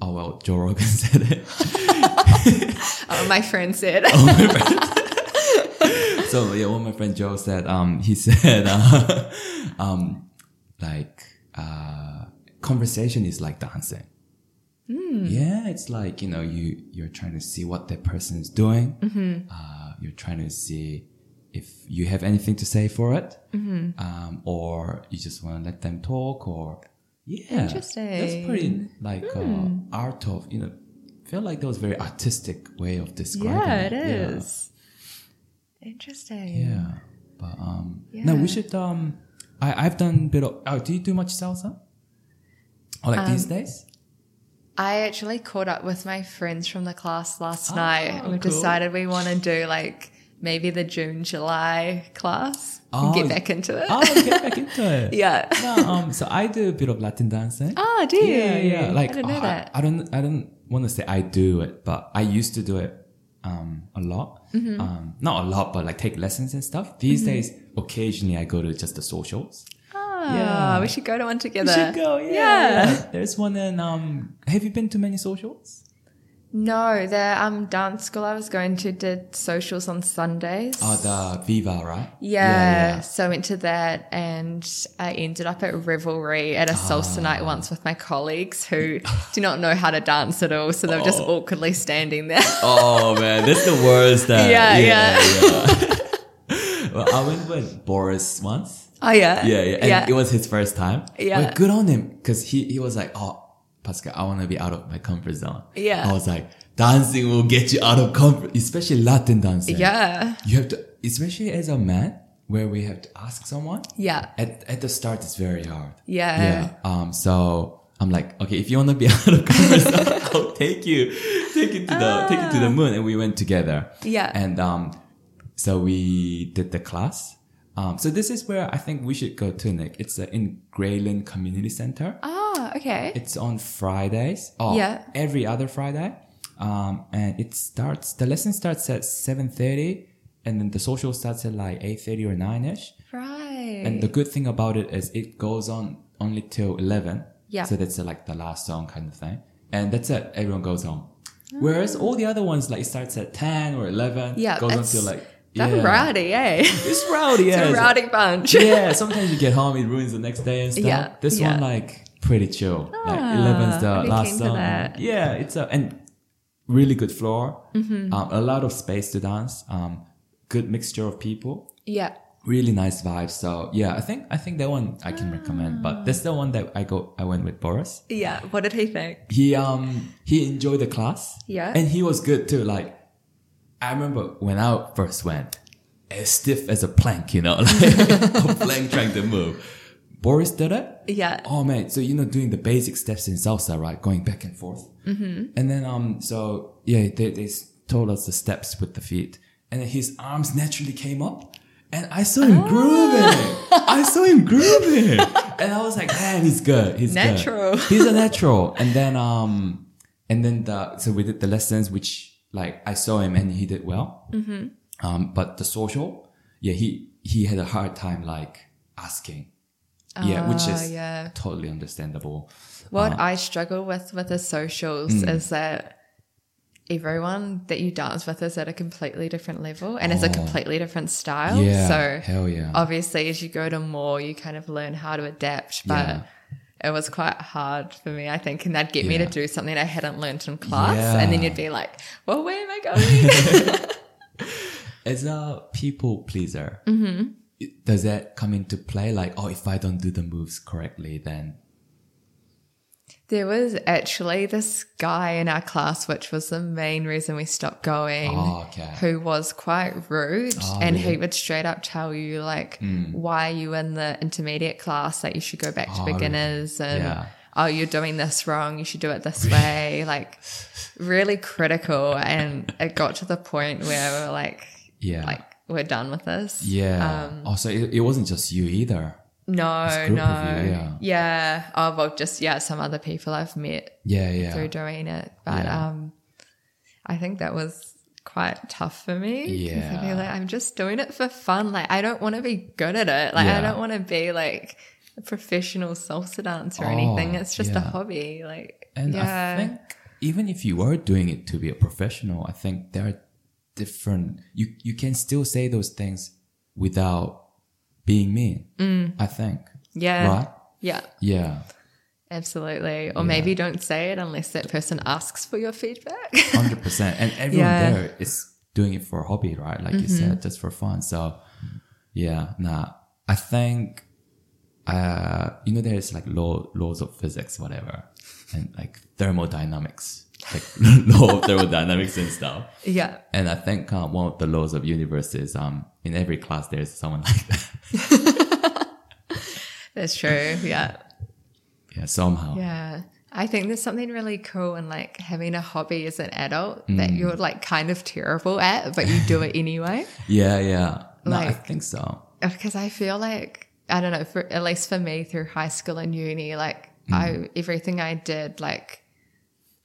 oh, well, Joe Rogan said it.
Oh, my friend said,
so yeah, one of my friend Joe said, um, he said, uh, um, like, uh, conversation is like dancing.
Hmm.
Yeah, it's like you know you you're trying to see what that person is doing.
Mm-hmm.
Uh, you're trying to see if you have anything to say for it,
Mm-hmm.
um, or you just want to let them talk, or yeah, That's
Interesting. Hmm.
pretty like uh, art of you know. Feel like that was a very artistic way of describing
yeah,
it.
it is. Interesting.
Yeah, but um, no, we
Mm. Yeah.
should um, I I've done bit of. Oh, do you do much salsa? Or like these
Um,
days?
I actually caught up with my friends from the class last
Oh,
night. and We
cool.
decided we want to do like maybe the June July class and
Oh,
get back into it.
Oh, get back into it.
yeah.
No, um, so I do a bit of Latin dancing.
Oh, do you?
yeah, yeah. Like
I didn't know
oh,
that.
I, don't, I don't want to say I do it, but I used to do it um a lot.
Mm-hmm.
Um, not a lot, but like take lessons and stuff. These days, occasionally I go to just the socials.
Ah,
Yeah.
we should go to one
We
together.
should go. Yeah,
Yeah.
yeah. There's one in um. Have you been to many socials?
No, the um dance school I was going to did socials on Sundays.
Oh, the Viva, right?
yeah, so I went to that and I ended up at Revelry at a salsa night once with my colleagues who do not know how to dance at all. So they were just awkwardly standing there.
Oh man, that's the worst. That,
Yeah,
yeah. well, I went with Boris once.
Oh, yeah.
Yeah, yeah. And
yeah.
it was his first time.
Yeah.
But good on him because he, he was like, oh, Pascal, I want to be out of my comfort zone.
Yeah.
I was like, dancing will get you out of comfort, especially Latin dancing.
yeah.
You have to, especially as a man, where we have to ask someone.
Yeah.
At, at the start, it's very hard.
Yeah.
Yeah. Um, so I'm like, okay, if you want to be out of comfort zone, I'll take you, take you to the, take you to the moon. And we went together.
Ah. Yeah.
And, um, so we did the class. Um, so this is where I think we should go to, Nick. It's uh, in Grayland Community Center.
Ah, okay.
It's on Fridays. Oh,
Yeah.
Every other Friday. Um, and it starts, the lesson starts at 7.30 and then the social starts at like 8.30 or 9ish.
right.
And the good thing about it is it goes on only till 11.
Yeah.
So that's uh, like the last song kind of thing. And that's it. Everyone goes home. Whereas all the other ones, like it starts at 10 or 11.
Ah. Yeah,
Goes on
it's-
till like,
They're rowdy, eh?
It's rowdy, yeah.
It's a rowdy bunch.
yeah, sometimes you get home, it ruins the next day and stuff.
Yeah,
This
yeah.
one, like, pretty chill. like,
Ah,
11's
I'd
the
be
last
keen for
song.
that.
Yeah, it's a, and really good floor.
Mm-hmm.
Um, a lot of space to dance. Um, good mixture of people
yeah.
really nice vibe. So yeah, I think I think that one I can recommend. But that's the one that I go I went with Boris.
Yeah. What did he think?
He um he enjoyed the class.
Yeah.
And he was good too. Like I remember when I first went, as stiff as a plank, you know, like a plank trying to move. Boris did it.
Yeah.
Oh man, so you know doing the basic steps in salsa, right? Going back and forth. Mm-hmm. And then um so yeah, they, they s- told us the steps with the feet. And then his arms naturally came up. And I saw
Ah.
him grooving. I saw him grooving. and I was like, man, he's good. He's good.
Natural.
He's a natural. And then um and then the so we did the lessons which like I saw him and he did well. Mm-hmm. Um but the social, yeah, he he had a hard time like asking. Yeah, which
Ah,
is
yeah.
totally understandable.
What
Ah.
I struggle with with the socials
Hmm.
is that everyone that you dance with is at a completely different level and it's a completely different style.
Ah. Yeah,
So Oh.
hell yeah.
obviously as you go to more, you kind of learn how to adapt, but
Yeah.
it was quite hard for me, I think. And that'd get me to
Yeah.
do something I hadn't learnt in class. And then
Yeah.
you'd be like, well, where am I going?
As a people pleaser,
Mm-hmm.
it- does that come into play? Like, oh, if I don't do the moves correctly, then
there was actually this guy in our class, which was the main reason we stopped going.
oh, okay,
who was quite rude
Oh,
and
really? Hmm.
he would straight up tell you like why are you in the intermediate class like you should go back to
Oh, really?
beginners and
Yeah.
oh you're doing this wrong you should do it this way like really critical and it got to the point where we were like
yeah,
like um, we're done with this Uh,
yeah. also, it, it wasn't just you either.
no no
group of you, yeah.
yeah oh well just yeah some other people I've met
Yeah, yeah.
through doing it. But
Yeah.
um, I think that was quite tough for me. 'cause I'd be
Yeah.
like, I'm just doing it for fun. Like, I don't want to be good at it. Like,
Yeah.
I don't want to be like a professional salsa dancer or
Oh,
anything. It's just a
yeah.
hobby. Like,
And
yeah.
I think even if you are doing it to be a professional, I think there are different. You you can still say those things without being mean. I think.
Mm. yeah.
Right?
Yeah.
Yeah.
Absolutely. Or maybe don't say it unless that person asks for your feedback.
hundred percent. And everyone
Yeah. Mm-hmm.
there is doing it for a hobby, right? Like you said, just for fun. So yeah, nah. I think uh you know there's like law laws of physics, whatever. And like thermodynamics. Like law of thermodynamics and stuff.
yeah.
And I think uh, one of the laws of universe is um in every class there's someone like that.
That's true. Yeah.
Yeah, somehow.
Yeah. I think there's something really cool in like having a hobby as an adult that
Mm.
you're like kind of terrible at, but you do it anyway.
Yeah, yeah. No, I
Like-
think so.
Because I feel like I don't know, for at least for me through high school and uni, like
Mm.
I everything I did, like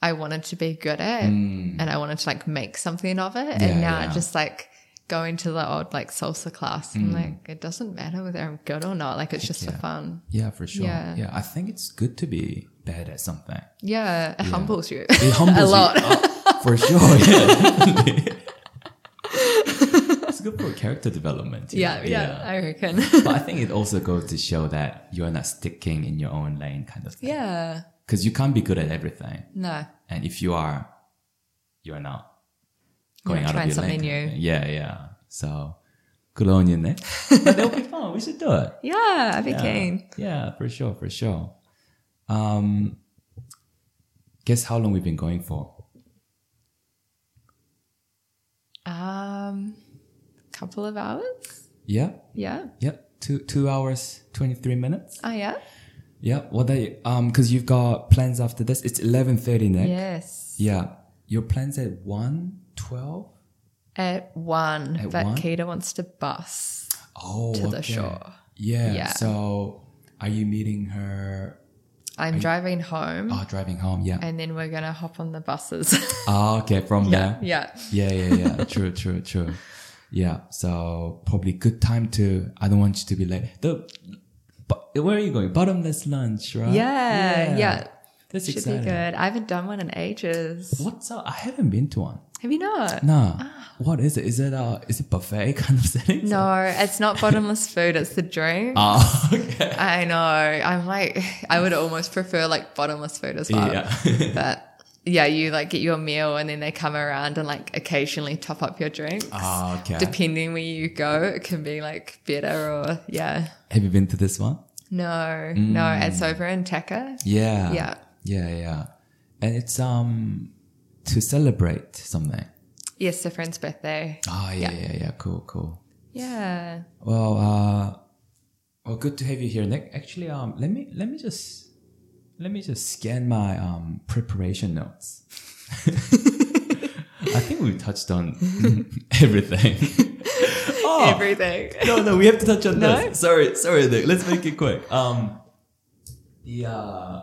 I wanted to be good at and I wanted to like make something of it.
Mm. Yeah,
and now I
yeah.
just like going to the old like salsa class and like it doesn't matter whether I'm good or not, like it's just for
Mm. Yeah.
fun.
Yeah, for sure.
Yeah.
yeah, I think it's good to be bad at something.
Yeah, it humbles you.
It humbles
a
you.
lot.
Oh, for sure. Yeah, definitely. it's good for character development. you
Yeah,
know,
yeah, I reckon.
but I think it also goes to show that you're not sticking in your own lane, kind of thing.
yeah.
Because you can't be good at everything,
No.
and if you are, you're not
You're
going out of
trying
your
something
lane.
new.
Yeah, yeah. So good on you, Nick. but it'll be fun. We should do it.
Yeah, I'd be
Yeah.
keen.
Yeah, for sure, for sure. Um, guess how long we've been going for?
Um, couple of hours.
Yeah.
Yeah.
Yep. Two two hours twenty three minutes.
Oh yeah.
Yeah. What are you, um because you've got plans after this. It's eleven thirty next.
Yes.
Yeah. Your plans at one twelve.
At one,
At
but
one?
Keita wants to bus.
Oh.
To the
okay.
shore.
Yeah.
Yeah.
So are you meeting her?
I'm driving home,
Oh, driving home. Yeah.
and then we're gonna hop on the buses.
Ah, okay. From there.
yeah.
Yeah. Yeah. Yeah. true. True. True. Yeah. So probably good time to. I don't want you to be late. The. But where are you going? Bottomless lunch, right?
Yeah, yeah.
That's
Should
exciting.
be good. I haven't done one in ages.
What's up? I haven't been to one.
Have you not?
Nah. What is it? Is it uh is it buffet kind of setting?
Ah. No, it's not bottomless food. It's the dream.
Ah, okay.
I know. I'm like, I would almost prefer like bottomless food as well.
Yeah.
But yeah, you like get your meal and then they come around and like occasionally top up your drinks.
Ah, okay.
Depending where you go, it can be like better or yeah.
Have you been to this one?
No,
Mm.
no, it's over in Taka.
Yeah.
Yeah.
Yeah, yeah. And it's um to celebrate something.
Yes, a friend's birthday.
Ah, yeah, yeah, yeah, Cool, cool.
Yeah.
Well, uh well good to have you here, Nick. Actually, um let me let me just let me just scan my um preparation notes. I think we touched on everything. oh,
Everything.
no, no, we have to touch on
No?
this. Sorry, sorry, Nick. Let's make it quick. Um, the uh,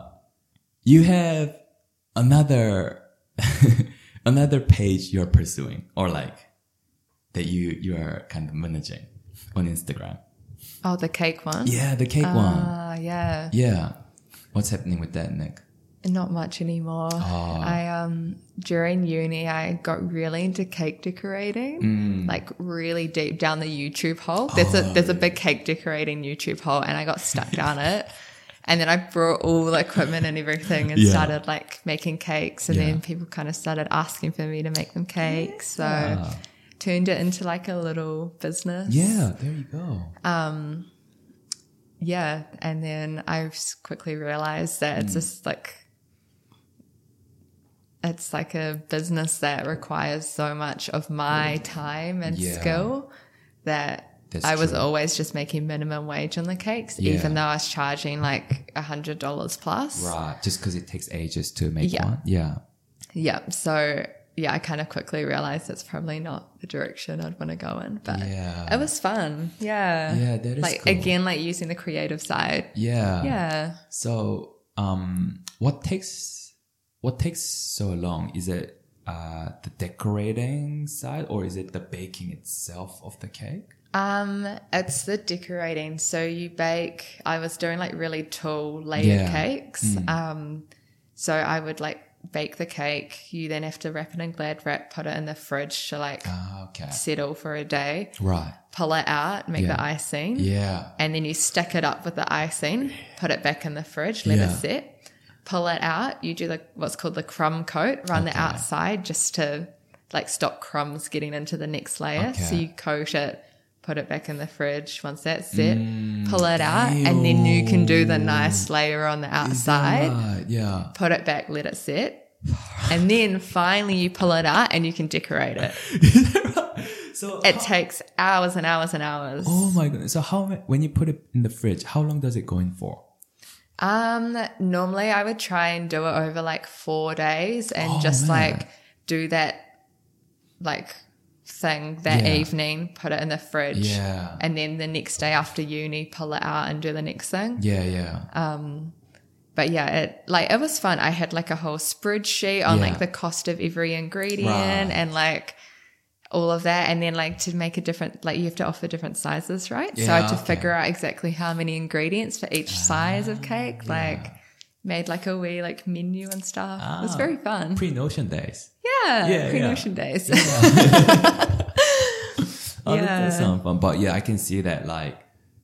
you have another another page you're pursuing, or like that you you are kind of managing on Instagram.
Oh, the cake one.
Yeah, the cake one.
Ah, yeah.
Yeah, what's happening with that, Nick?
Not much anymore.
Ah.
I um during uni I got really into cake decorating,
Mm.
like really deep down the YouTube hole. There's
Oh.
a there's a big cake decorating YouTube hole, and I got stuck down it. And then I brought all the equipment and everything and
Yeah.
started like making cakes, and
Yeah.
then people kind of started asking for me to make them cakes. So turned it into like a little business.
Ah. Yeah, there you go.
Yeah, and then I s- quickly realized that
Hmm.
it's just like it's like a business that requires so much of my time and
Yeah.
skill that
That's
I was
true.
always just making minimum wage on the cakes,
Yeah.
even though I was charging like a hundred dollars plus.
Right, just because it takes ages to make
Yeah.
one. Yeah.
Yeah, so yeah, I kind of quickly realized that's probably not the direction I'd want to go in, but
Yeah.
it was fun. Yeah,
Yeah, that is
Uh, like
cool.
again, like using the creative side.
Yeah.
Yeah.
So, um, what takes what takes so long? Is it uh, the decorating side, or is it the baking itself of the cake?
Um, it's the decorating. So you bake. I was doing like really tall layered
Yeah. Hmm.
cakes. Um, so I would like bake the cake. You then have to wrap it in glad wrap, put it in the fridge to like
Ah, okay.
settle for a day.
Right.
Pull it out, make
Yeah.
the icing,
Yeah.
and then you stack it up with the icing. Put it back in the fridge, let
Yeah.
it set. Pull it out. You do the what's called the crumb coat. Run the
Okay.
outside just to like stop crumbs getting into the next layer. So
Okay.
you coat it, put it back in the fridge. Once that's set,
Mm,
pull it out, and then you can do the nice layer on the outside.
Right, yeah.
Put it back, let it set. And then finally, you pull it out and you can decorate it.
So
It takes hours and hours and hours.
Oh my goodness. So how ma- when you put it in the fridge, how long does it go in for?
Um, normally I would try and do it over like four days and
Oh,
just
man.
like do that like thing that
Yeah.
evening, put it in the fridge.
Yeah.
And then the next day after uni, pull it out and do the next thing.
Yeah, yeah.
But yeah, it like it was fun. I had like a whole spreadsheet on
Yeah.
like the cost of every ingredient
Right.
and like all of that. And then like to make a different like you have to offer different sizes, right? so I
Yeah,
had to
okay.
figure out exactly how many ingredients for each size of
Ah,
cake. Like made like a wee like menu and stuff. It was
Ah.
very fun.
Pre-notion days.
yeah.
Yeah,
pre
yeah.
notion days.
Oh, that does
Yeah.
sound fun. But yeah, I can see that like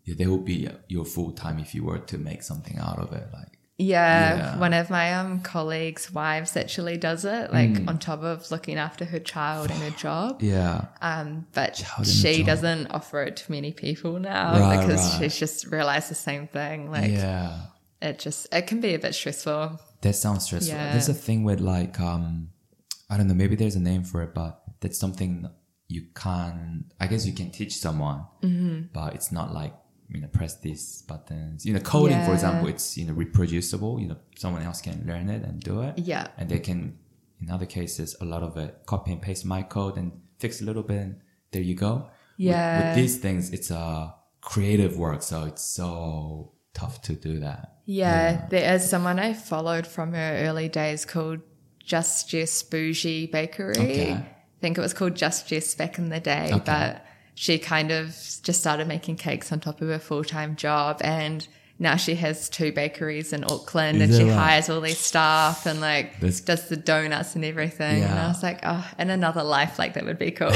yeah, there would be your full time if you were to make something out of it. Like
Yeah,
Yeah.
one of my um colleagues' wives actually does it, like
Mm.
on top of looking after her child and her job.
yeah,
Um, but
Child and
she
job.
doesn't offer it to many people now
Right,
because
right.
she's just realized the same thing. Like
yeah.
it just it can be a bit stressful.
That sounds stressful.
Yeah.
There's a thing with like um, I don't know. Maybe there's a name for it, but that's something you can't. I guess you can teach someone,
Mm-hmm.
but it's not like you know press these buttons. You know, coding for
Yeah.
example, it's you know reproducible. You know, someone else can learn it and do it.
Yeah.
and they can. In other cases, a lot of it copy and paste my code and fix a little bit. and There you go. With- with,
Yeah.
these things, it's a creative work, so it's so tough to do that.
Yeah, there is someone I followed from her early days called Just Jess Bougie Bakery.
Okay.
I think it was called Just Jess back in the day,
Okay.
but she kind of just started making cakes on top of her full time job and now she has two bakeries in
Is
Auckland and she
that right?
hires all their staff and like
That's-
does the donuts and everything. And
Yeah.
I was like, oh, in another life, like that would be cool.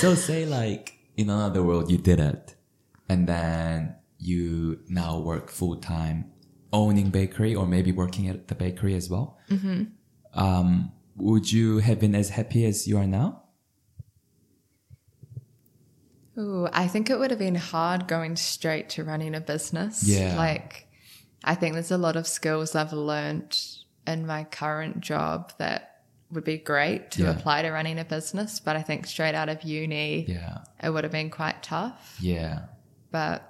so say like in another world you did it and then you now work full-time owning bakery or maybe working at the bakery as well mm-hmm. um, would you have been as happy as you are now
Ooh, I think it would have been hard going straight to running a business.
Yeah.
Like, I think there's a lot of skills I've learned in my current job that would be great to
Yeah.
apply to running a business. But I think straight out of uni,
yeah
it would have been quite tough.
yeah
But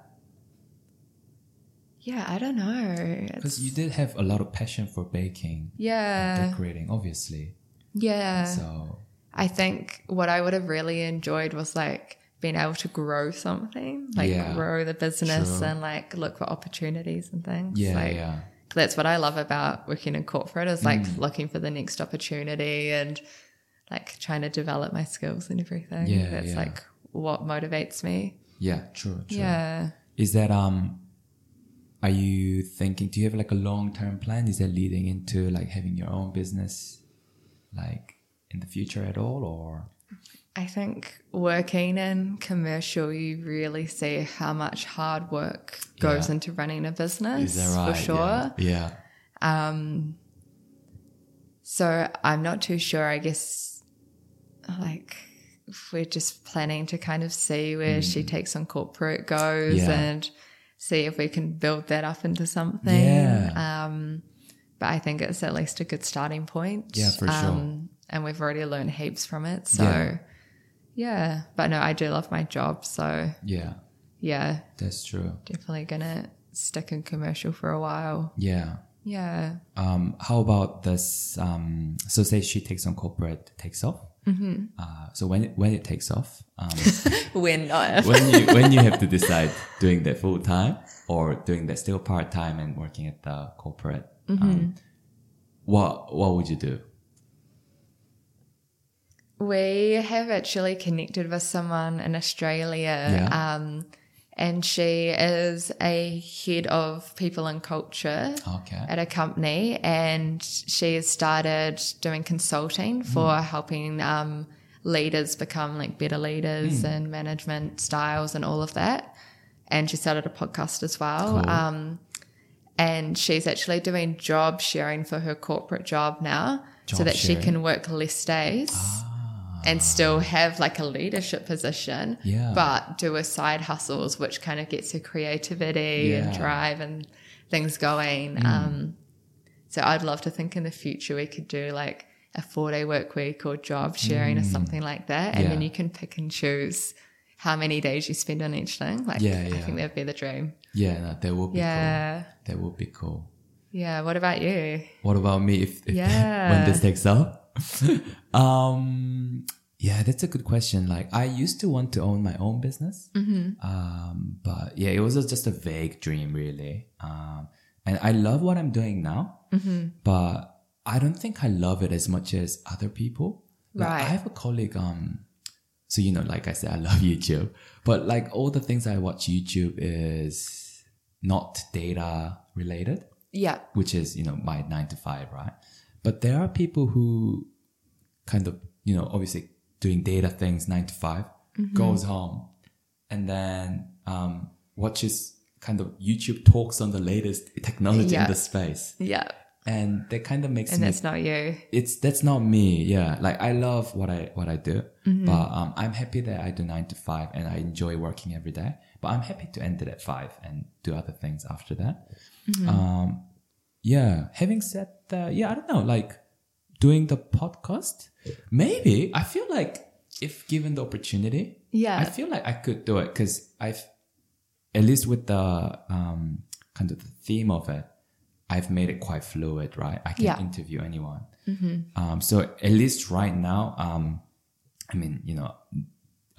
yeah, I don't know. It's-
because you did have a lot of passion for baking
yeah.
decorating obviously
Yeah.
so
I think what I would have really enjoyed was like being able to grow something, like
Yeah.
grow the business
True.
and like look for opportunities and things.
yeah
like,
yeah Mm.
That's what I love about working in corporate is like looking for the next opportunity and like trying to develop my skills and everything.
Yeah,
that's
yeah.
like what motivates me.
yeah true true
Yeah.
is that um are you thinking do you have like a long-term plan is that leading into like having your own business like in the future at all or
I think working in commercial, you really see how much hard work goes
Yeah.
into running a business for sure.
yeah
So I'm not too sure. I guess like we're just planning to kind of see where she takes on corporate goes
Mm. Yeah.
and see if we can build that up into something.
Yeah.
Um, but I think it's at least a good starting point. Um,
Yeah, for sure.
And we've already learned heaps from it. So
Yeah.
yeah. But no, I do love my job. So
yeah
yeah,
that's true
definitely gonna stick in commercial for a while.
yeah
Yeah.
um how about this um so say she takes on corporate takes off mm-hmm. uh, so when it, when it takes off um
When not.
when you when you have to decide doing that full time or doing that still part time and working at the corporate, um, what what would you do?
We have actually connected with someone in Australia,
Yeah.
um, and she is a head of people and culture
Okay.
at a company, and she has started doing
Mm.
consulting for helping um, leaders become like better leaders
Mm.
and management styles and all of that. And she started a podcast as well.
Cool.
Um, and she's actually doing job sharing for her corporate job now, so
Job
that
sharing. Ah.
she can work less days and still have like a leadership position,
Yeah.
but do her side hustles, which kind of gets her creativity and
Yeah. Mm.
drive and things going. Um, so I'd love to think in the future we could do like a four day work week or job sharing or something like that. And then
Mm. Yeah.
you can pick and choose how many days you spend on each thing. Like,
Yeah,
I
yeah.
think that'd be the dream.
Yeah, no, that would be
Yeah.
cool. That would be cool.
Yeah. What about you?
What about me if, if
Yeah.
when this takes up? um yeah, that's a good question. Like I used to want to own my own business.
Mm-hmm.
Um but yeah, it was just a vague dream really. Um and I love what I'm doing now.
Mm-hmm.
But I don't think I love it as much as other people. Like,
Right.
I have a colleague um so you know like I said I love YouTube. But like all the things I watch YouTube is not data related
Yeah.
which is you know my nine to five right but there are people who kind of you know obviously doing data things nine to 5
Mm-hmm.
goes home and then um, watches kind of youtube talks on the latest technology
Yeah.
in the space
Yeah.
and that kind of makes
And
me
that's not you.
it's that's not me yeah like i love what i what i do but um, i'm happy that i do nine to five and i enjoy working every day but i'm happy to end it at five and do other things after that um, yeah having said that yeah i don't know like doing the podcast maybe i feel like if given the opportunity
Yeah.
i feel like i could do it because i've at least with the um, kind of the theme of it, I've made it quite fluid, right? I can
Yeah. Mm-hmm.
interview anyone. Um, so at least right now, um, I mean, you know,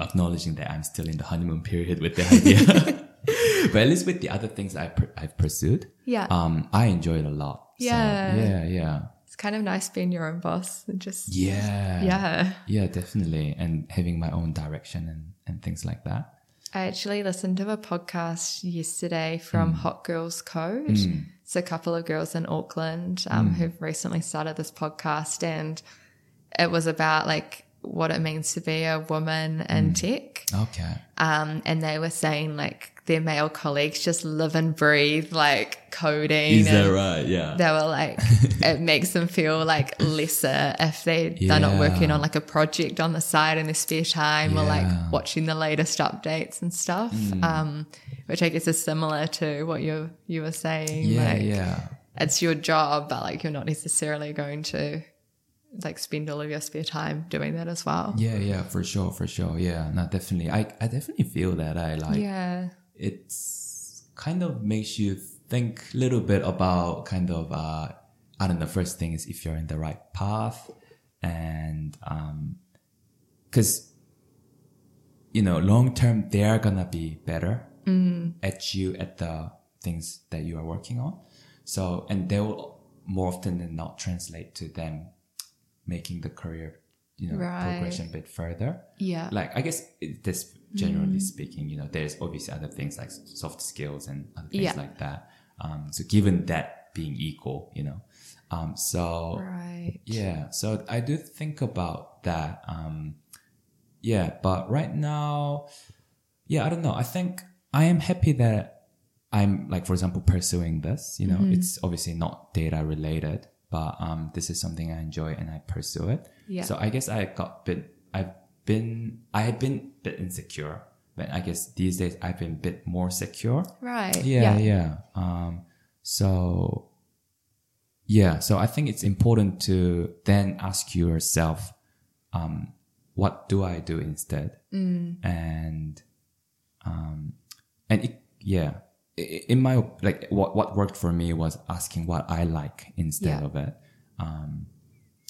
acknowledging that I'm still in the honeymoon period with the idea, but at least with the other things I pr- I've pursued,
Yeah.
um, I enjoy it a lot. So,
Yeah.
yeah, yeah,
it's kind of nice being your own boss and just,
yeah,
yeah.
yeah, definitely, and having my own direction and and things like that.
I actually listened to a podcast yesterday
Hmm.
from Hot Girls Code. It's a couple of girls in Auckland
Hmm.
um, who've recently started this podcast, and it was about like what it means to be a woman
Hmm.
in tech.
Okay,
Um, and they were saying like their male colleagues just live and breathe like coding.
is that
and
right? Yeah,
They were like, it makes them feel like lesser if they they're not
Yeah.
working on like a project on the side in their spare time
Yeah.
or
Hmm.
like watching the latest updates and stuff. Um, which I guess is similar to what you you were saying.
yeah,
like,
yeah.
It's your job, but like you're not necessarily going to like spend all of your spare time doing that as well.
Yeah, yeah, for sure, for sure. Yeah, no, definitely. I, I definitely feel that. I like
Yeah.
it's kind of makes you think a little bit about kind of uh, I don't know. First thing is if you're in the right path, and um, because you know, long term they are gonna be better at you at the things that you are working on. So, and they will more often than not translate to them making the career, you know,
Right.
progression a bit further
Yeah. Mm.
like I guess it, this generally speaking, you know, there's obviously other things like soft skills and other things
Yeah.
like that. Um, so given that being equal, you know, um, so
right.
yeah, so I do think about that. Um, yeah, but right now, yeah, I don't know. I think I am happy that I'm like, for example, pursuing this. You know, it's obviously not data related, but um, this is something I enjoy and I pursue it.
Yeah.
So I guess I got bit. I've been. I had been a bit insecure, but I guess these days I've been a bit more secure
Right.
yeah yeah, um so yeah so i think it's important to then ask yourself um what do i do instead and um and it, yeah I- I- in my op- like what what worked for me was asking what i like instead
Yeah.
of it um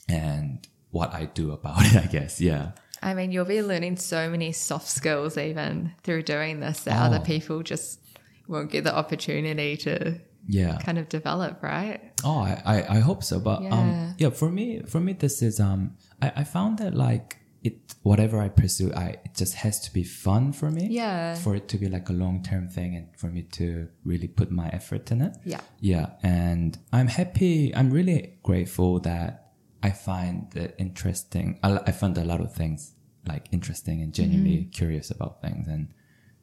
and what i do about it i guess yeah
I mean, you'll be learning so many soft skills even through doing this that
Oh.
other people just won't get the opportunity to
yeah
kind of develop, right?
Oh, I, I, I hope so. But yeah.
Yeah.
um yeah, for me for me this is um I, I found that like it whatever I pursue, I it just has to be fun for me.
Yeah.
For it to be like a long term thing and for me to really put my effort in it.
Yeah.
Yeah. And I'm happy. I'm really grateful that I find it interesting. I, I find a lot of things like interesting and genuinely
Mm-hmm.
curious about things. And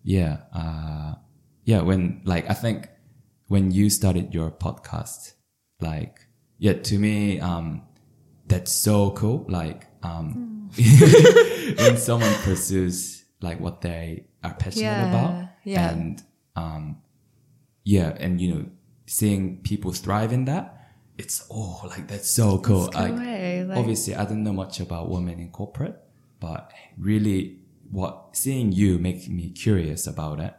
yeah, uh, yeah, when like, I think when you started your podcast, like, yeah, to me, um, that's so cool. Like, um,
Mm.
when someone pursues like what they are passionate
Yeah,
about
yeah.
and, um, yeah and you know seeing people thrive in that it's oh like that's so cool
It's cool, eh? Like-
obviously i don't know much about women in corporate but really what seeing you makes me curious about it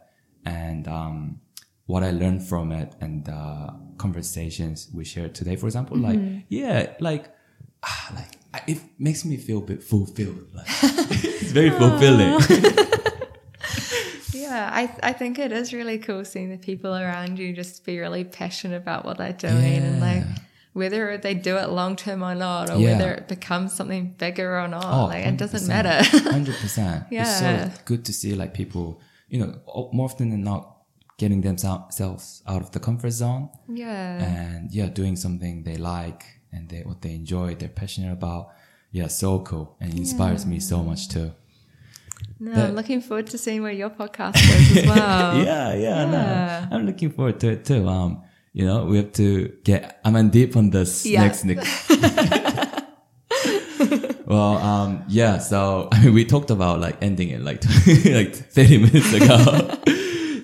and um what i learned from it and uh conversations we shared today for example like yeah like ah, like I- it makes me feel a bit fulfilled like it's very fulfilling
Yeah, I, I think it is really cool seeing the people around you just be really passionate about what they're doing and like
Yeah.
whether they do it long term or not, or
Yeah.
whether it becomes something bigger or not,
Oh,
like it doesn't
100%.
matter.
Hundred percent. It's
Yeah.
so good to see like people, you know, o- more often than not, getting themselves out of the comfort zone
yeah.
and yeah, doing something they like and they what they enjoy, they're passionate about. Yeah, so cool and it inspires me so much too.
No,
that-
I'm looking forward to seeing where your podcast goes as well.
yeah, yeah, I know.
Yeah.
I'm looking forward to it too. Um, you know, we have to get I'm on deep on this
Yeah.
next next. well, um, yeah. So I mean, we talked about like ending it like like 30 minutes ago.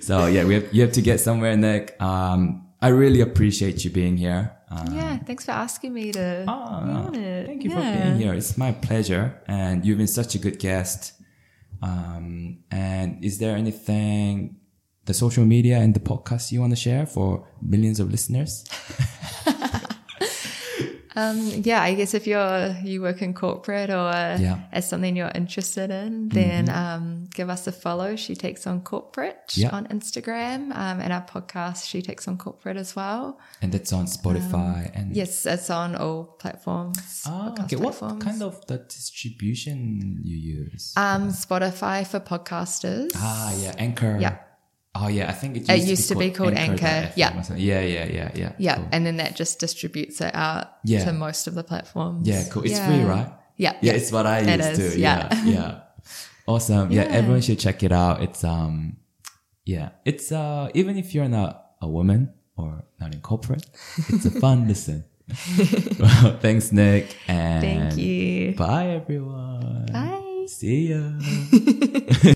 so yeah, we have you have to get somewhere, Nick. Um, I really appreciate you being here. Um,
Yeah, thanks for asking me to.
Ah,
do it.
Thank you
Yeah.
for being here. It's my pleasure, and you've been such a good guest. Um, and is there anything the social media and the podcast you want to share for millions of listeners?
Um, yeah, I guess if you're you work in corporate or uh,
Yeah. Mm-hmm.
as something you're interested in, then um, give us a follow. She takes on corporate
Yeah.
on Instagram, um, and our podcast she takes on corporate as well.
And that's on Spotify and
Um, Yes, it's on all platforms.
Ah,
podcast
okay. What
platforms.
kind of the distribution you use?
um, Spotify for podcasters?
ah, yeah, Anchor.
yeah.
Oh yeah, I think it used,
used to be called Anchor,
Anchor.fm or something. Yeah, yeah, yeah, yeah.
yeah,
Cool.
and then that just distributes it out
Yeah.
to most of the platforms.
Yeah, cool. It's
Yeah.
free, right?
Yeah,
yeah, it's what I
It
used
is,
to. Yeah, yeah. Awesome. Yeah.
Yeah.
everyone should check it out. It's um, yeah, it's uh, even if you're not a woman or not in corporate, it's a fun listen. well, thanks, Nick. And
Thank you.
Bye, everyone.
Bye.
See ya.